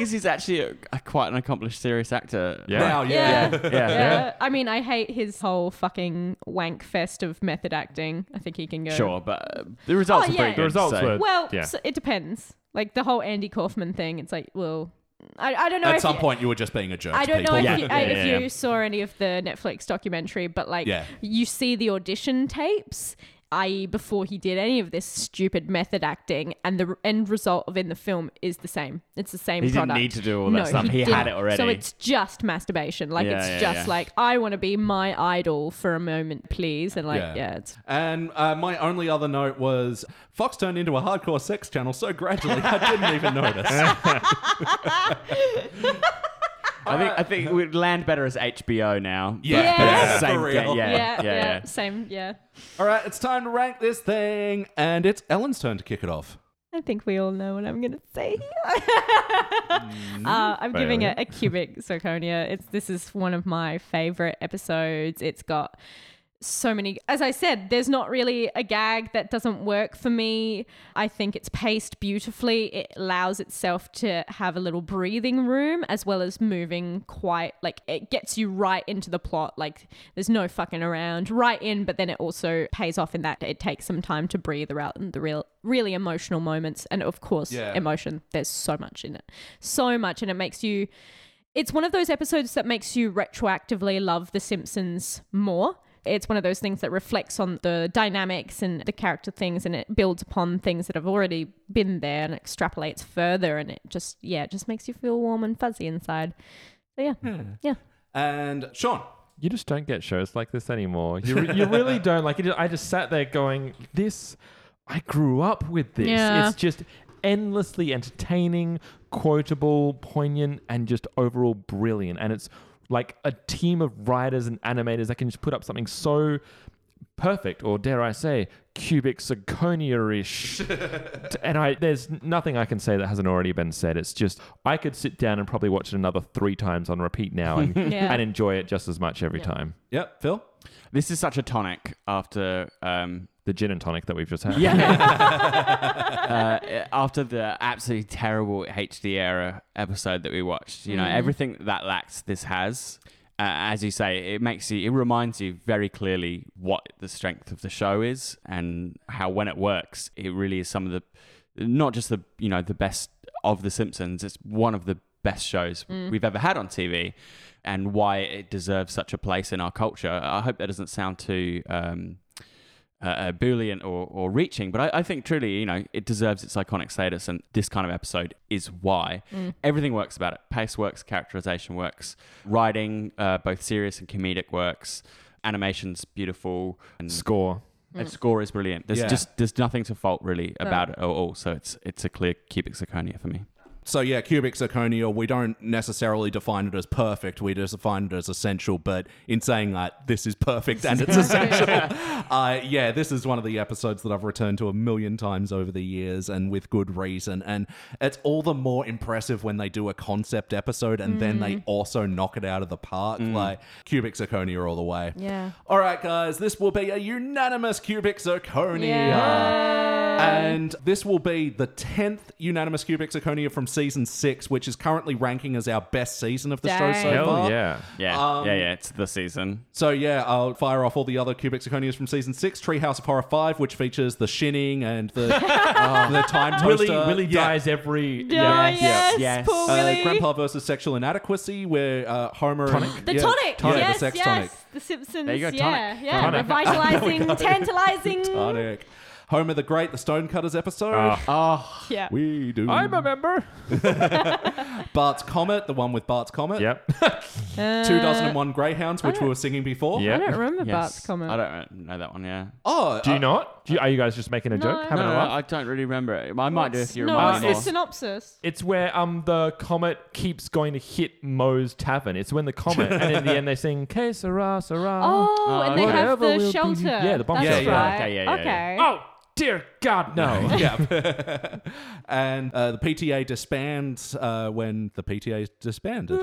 is, he's actually a, a quite an accomplished serious actor. Yeah. Now, yeah. Yeah. Yeah. I mean, I hate his whole fucking wank fest of method acting. I think he can go. Sure, but uh, the results Oh, are pretty yeah. good. The results so- were- Well, Yeah. so it depends. Like the whole Andy Kaufman thing. It's like, well, I, I don't know. At if some you- point, you were just being a jerk. I to don't know people. if, Yeah. you, I, Yeah, if yeah, you saw any of the Netflix documentary, but like Yeah. you see the audition tapes, i.e., before he did any of this stupid method acting, and the re- end result of in the film is the same. It's the same. He didn't product. need to do all that No, stuff. He didn't. had it already. So it's just masturbation. Like Yeah, it's yeah, just yeah. like I want to be my idol for a moment, please, and like Yeah. yeah, it's And uh, my only other note was Fox turned into a hardcore sex channel so gradually I didn't even notice. I think I think we'd land better as HBO now. but- Yeah. but Yeah. it's the For same real. thing. Yeah, yeah, yeah, yeah, yeah. same, yeah. All right, it's time to rank this thing. And it's Ellen's turn to kick it off. I think we all know what I'm going to say here. uh, I'm giving it a cubic zirconia. It's this is one of my favorite episodes. It's got so many as I said, there's not really a gag that doesn't work for me. I think it's paced beautifully. It allows itself to have a little breathing room as well as moving quite like it gets you right into the plot. Like there's no fucking around. Right in, but then it also pays off in that it takes some time to breathe out in the real really emotional moments and of course Yeah. emotion. There's so much in it. So much and it makes you it's one of those episodes that makes you retroactively love The Simpsons more. It's one of those things that reflects on the dynamics and the character things, and it builds upon things that have already been there and extrapolates further. And it just, yeah, it just makes you feel warm and fuzzy inside. So, Hmm. yeah. Yeah. And Sean. you just don't get shows like this anymore you, re- you really don't like it i just sat there going this i grew up with this Yeah. it's just endlessly entertaining quotable poignant and just overall brilliant and it's like a team of writers and animators that can just put up something so perfect or dare i say cubic zirconia-ish T- and I there's nothing I can say that hasn't already been said. It's just I could sit down and probably watch it another three times on repeat now and, Yeah. and enjoy it just as much every time. Yep, Phil. This is such a tonic after um, The gin and tonic that we've just had. Yeah. uh, after the absolutely terrible HD era episode that we watched, you know, Mm. everything that lacks, this has. Uh, as you say, it makes you, it reminds you very clearly what the strength of the show is and how when it works, it really is some of the, not just the, you know, the best of The Simpsons, it's one of the best shows we've ever had on TV and why it deserves such a place in our culture. I hope that doesn't sound too, um, uh, uh, boolean or, or reaching. But I, I think truly, you know, it deserves its iconic status, and this kind of episode is why. Everything works about it. Pace works, characterization works, writing, uh, both serious and comedic works, animation's beautiful, and Score. and Hmm. score is brilliant. There's Yeah. just there's nothing to fault really about it at all. So it's it's a clear cubic zirconia for me. So yeah, cubic zirconia, we don't necessarily define it as perfect. We just define it as essential. But in saying that, this is perfect and it's essential. uh, yeah, this is one of the episodes that I've returned to a million times over the years and with good reason. And it's all the more impressive when they do a concept episode and then they also knock it out of the park. Like cubic zirconia all the way. Yeah. All right, guys, this will be a unanimous cubic zirconia. Yeah. And this will be the 10th unanimous cubic zirconia from season six, which is currently ranking as our best season of the show so Dang. Hell far. yeah. Yeah, Um, yeah, yeah. It's the season. So, yeah, I'll fire off all the other cubic zirconias from season six Treehouse of Horror 5, which features the shinning and the, uh, the time Willie, toaster. Willie Yeah. dies every. Yeah, yes, poor Uh, Willie. Grandpa versus sexual inadequacy, where uh, Homer. and- The yeah, tonic. Yeah, yes, the sex yes. tonic. The Simpsons. There you go, yeah, tonic. yeah. Tonic. Revitalizing, tantalizing. Tonic. Homer the Great, the Stonecutters episode. Ah. Yeah. We do. I'm a member. Bart's Comet, the one with Bart's Comet. Yep. Two Dozen and One Greyhounds, which we were singing before. Yeah. Uh, I don't remember Yes. Bart's comment. I don't know that one. Yeah. Oh, Do you uh, not? Do you, are you guys just making a No. joke? Having No, a no, laugh? I don't really remember it. I might do if you no, what's remind me. the synopsis? It's where um the comet keeps going to hit Moe's tavern. It's when the comet, and in the end they sing "Que sera, sera." Oh, Uh, and they have whatever will the be- shelter. yeah, the bomb That's shelter. Right. Yeah, yeah, yeah, yeah, yeah. Okay. Oh, dear God, no! uh, yeah. and uh, the PTA disbands uh, when the PTA disbanded.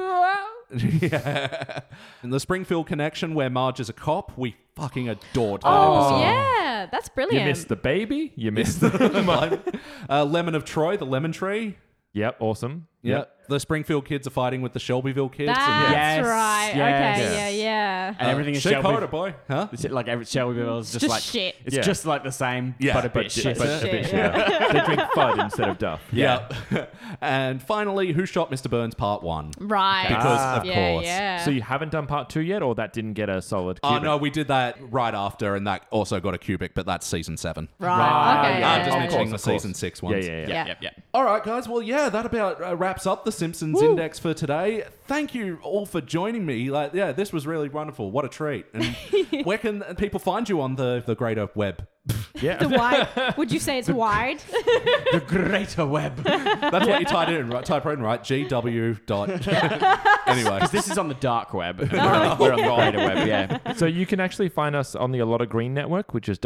yeah. And the Springfield connection, where Marge is a cop, we fucking adored that Oh, episode. yeah, that's you brilliant. missed the baby. You missed the. uh, Lemon of Troy, the lemon tree. yep, awesome. Yeah. The Springfield kids are fighting with the Shelbyville kids. That's Yes, right. yes. Okay, yeah, yeah. and everything is shake Shelby. harder, boy. Huh? Uh, Is it like every Shelbyville is just, Mm, just like shit. It's Yeah. just like the same, Yeah. but a bit But shit. But a bit shitter. they drink Fudd instead of Duff. Yeah. and finally, Who Shot Mr. Burns Part 1. Right. Because, of yeah, course. Yeah. So you haven't done part two yet, or that didn't get a solid. Oh cubic? no, we did that right after, and that also got a cubic, but that's season seven. right. Ah, Okay. yeah, I'm yeah, just yeah. mentioning Of course, the of season course. six Yeah, ones. yeah, yeah. Yeah. Yep, yep. All right, guys. Well, yeah, that about uh, wraps up the Simpsons Woo. Index for today. Thank you all for joining me. Like, yeah, this was really wonderful. What a treat! And where can people find you on the the greater web? Yeah. The wide. Would you say it's wide? The greater web. That's what you type in, right? Type in, right? GW dot. anyway, This is on the dark web. Oh and we're, on, we're on the greater web, yeah. So you can actually find us on the A Lot of Green network, which is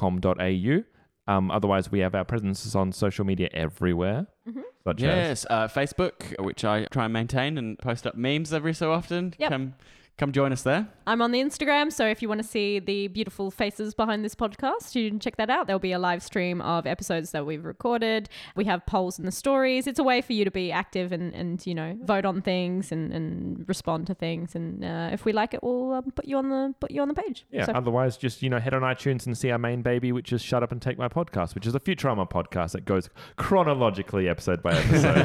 www.alotofgreen.com.au. Um, otherwise, we have our presences on social media everywhere, Mm-hmm. such as Yes, uh, Facebook, which I try and maintain and post up memes every so often. Yep. Come come join us there. I'm on the Instagram, so if you want to see the beautiful faces behind this podcast, you can check that out. There'll be a live stream of episodes that we've recorded. We have polls in the stories. It's a way for you to be active and, and you know vote on things and, and respond to things. And uh, if we like it, we'll um, put you on the put you on the page. Yeah. So- Otherwise, just you know, head on iTunes and see our main baby, which is "Shut Up and Take My Podcast," which is a Futurama podcast that goes chronologically, episode by episode.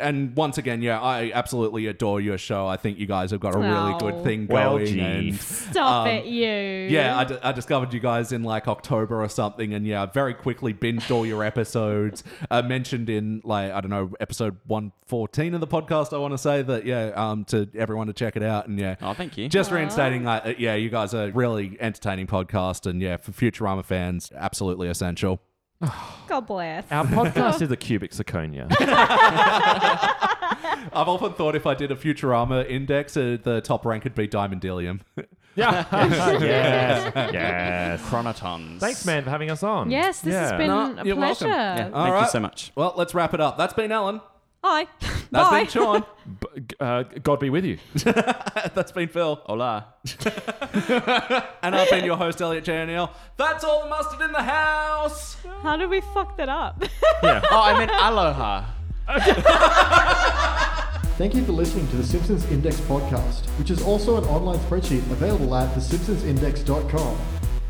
and once again, yeah, I absolutely adore your show. I think you guys have got a really Oh. good thing Well, going. gee. and- Stop it, you. Um, Yeah, I, d- I discovered you guys in like October or something, and yeah, I very quickly binged all your episodes. uh, mentioned in like I don't know episode one fourteen of the podcast. I want to say that yeah, um, to everyone to check it out, and yeah, Oh, thank you. just reinstating like uh, yeah, you guys are really entertaining podcast, and yeah, for Futurama fans, absolutely essential. God bless. Um, our podcast is a cubic zirconia. I've often thought if I did a Futurama index, uh, the top rank would be Diamondylium. yeah. yes. Yes. Chronotons. Thanks, man, for having us on. Yes, this has Yeah. been No, a you're pleasure. welcome. Yeah, All thank you right. so much. well, let's wrap it up. That's been Alan. Hi. That's Bye. been Sean. B- g- uh, God be with you. That's been Phil. Hola. And I've been your host, Elliot J. O'Neill. That's all the mustard in the house. How did we fuck that up? Oh, I meant aloha. Thank you for listening to the Simpsons Index podcast, which is also an online spreadsheet available at thesimpsonsindex.com.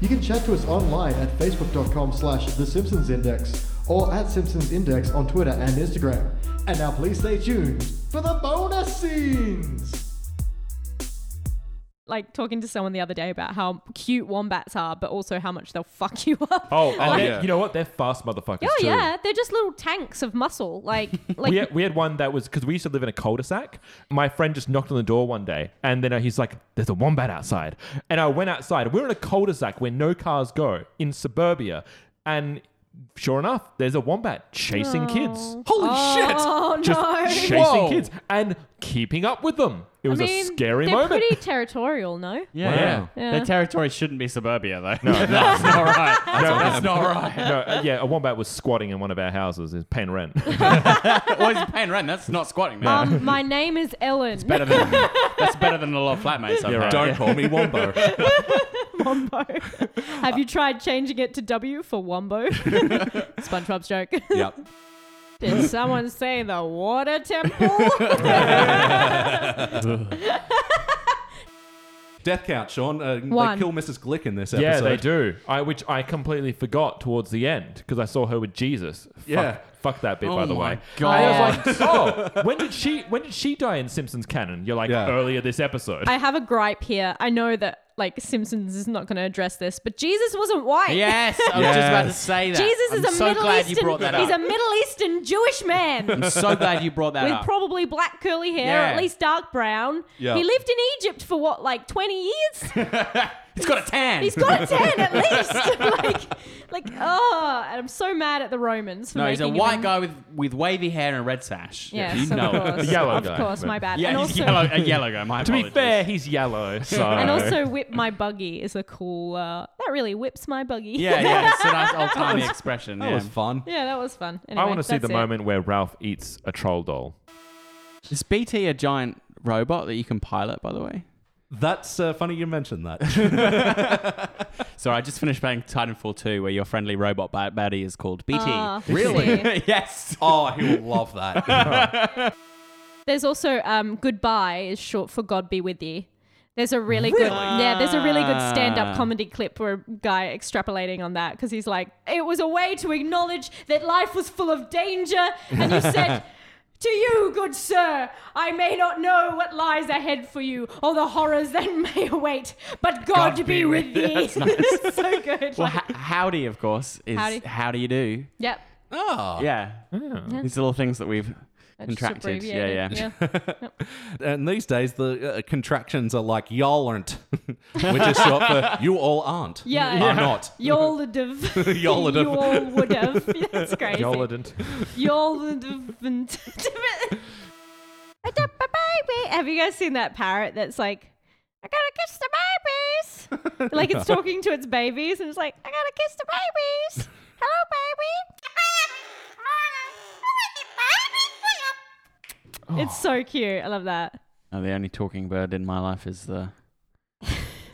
You can chat to us online at facebook.com slash thesimpsonsindex or at simpsonsindex on Twitter and Instagram. And now please stay tuned for the bonus scenes! like talking to someone the other day about how cute wombats are, but also how much they'll fuck you up. Oh, and Oh, they- yeah. you know what? They're fast motherfuckers Oh too. yeah, they're just little tanks of muscle. Like, like we had, we had one that was because we used to live in a cul-de-sac. My friend just knocked on the door one day, and then uh, he's like, "There's a wombat outside," and I went outside. We're in a cul-de-sac where no cars go in suburbia, and sure enough, there's a wombat chasing kids. Holy Oh, no. Just chasing Whoa. kids and keeping up with them. It I was mean, a scary they're moment. pretty territorial, no? Yeah, Wow. Yeah. Their territory shouldn't be suburbia, though. No, that's not right. That's, not right. no, uh, yeah, a wombat was squatting in one of our houses, is paying rent. Well, he's paying rent. That's not squatting, man. Um, my name is Ellen. better than, that's better than a lot of flatmates. I've Yeah, had. right. Don't call me Wombo. Wombo. Have you tried changing it to W for Wombo? SpongeBob's joke. yep. Did someone say the water temple? Death count, Sean. Uh, One. They kill Mrs. Glick in this episode. yeah, they do. I which I completely forgot towards the end because I saw her with Jesus. Yeah. Fuck, fuck that bit, Oh by the my way. God. And I was like, oh, when did she? When did she die in Simpsons canon? You're like Yeah. earlier this episode. I have a gripe here. I know that like Simpsons is not going to address this, but Jesus wasn't white. Yes, I was just about to Yes. say that. Jesus I'm is a so Middle glad Eastern. you brought that he's a up. Middle Eastern Jewish man. I'm so glad you brought that With up. probably black curly hair, or Yeah. at least dark brown. Yeah. He lived in Egypt for what, like 20 years? he's got a tan. He's got a 10 at least. like, like, oh, and I'm so mad at the Romans. For no, he's a making him white guy with, with wavy hair and a red sash. Yes, you of know. it. course. A yellow of guy, course, but- my bad. Yeah, and he's also, yellow, a yellow guy. My to be apologies. fair, he's yellow, so and also, whip my buggy is a cool. Uh, that really whips my buggy. Yeah, yeah, it's a nice old timey expression. That yeah. was fun. yeah, that was fun. Anyway, I want to see that's the it. moment where Ralph eats a troll doll. Is BT a giant robot that you can pilot, by the way? That's uh, funny you mentioned that. Sorry, I just finished playing Titanfall 2, where your friendly robot bad- baddie is called BT. Ah, Really? see. yes. oh, he will love that. There's also um, goodbye is short for God be with you. There's a really, good yeah. There's a really good stand-up comedy clip where a guy extrapolating on that because he's like, it was a way to acknowledge that life was full of danger, and you said. To you, good sir, I may not know what lies ahead for you or the horrors that may await, but God, be, with thee. It's so good. like- Well, ho- howdy, of course, is Howdy. how do you do? yep. oh. Yeah. These little things that we've I just contracted. Yeah, yeah. abbreviated, yeah. And these days, the uh, contractions are like y'all aren't, which is short for you all aren't. Yeah, Are yeah. not. Y'all would have. Y'all would have. Y'all would have. That's crazy. Y'all didn't. Y'all would have been. I got my baby. Have you guys seen that parrot that's like, I gotta kiss the babies? like it's talking to its babies and it's like, I gotta kiss the babies. Hello, baby. it's so cute. I love that. Oh, the only talking bird in my life is the.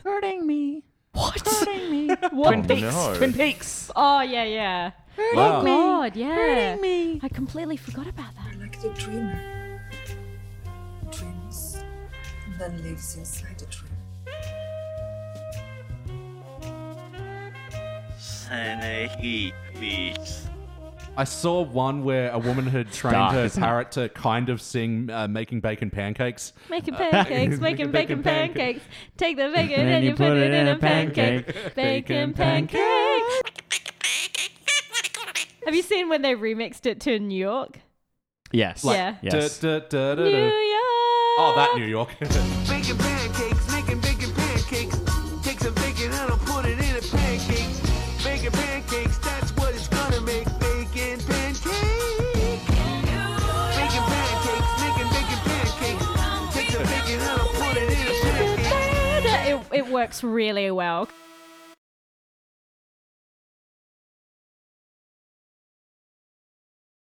Hurting me. What? Hurting me. Oh, what? no. Peaks. Oh, yeah, yeah. Oh, Wow. God, yeah. I completely forgot about that. like the dreamer. Dreams and then lives inside the dream. Sneaky beats. I saw one where a woman had trained Dark, her isn't it? parrot to kind of sing uh, "Making Bacon Pancakes." Making pancakes, Uh, making bacon pancakes. Take the bacon and you put it in a pancake. Bacon pancakes. Have you seen when they remixed it to New York? Yes. Like, Yeah. Yes. Du- du- du- New du- du. York. Oh, that New York. Making pancakes, making bacon pancakes. Take some bacon and I'll put it in a pancake. Bacon pancakes, that's what it's gonna make. Bacon pancake. Making pancakes, making bacon pancakes. Take some bacon and I'll put it in a pancake. It, it works really well.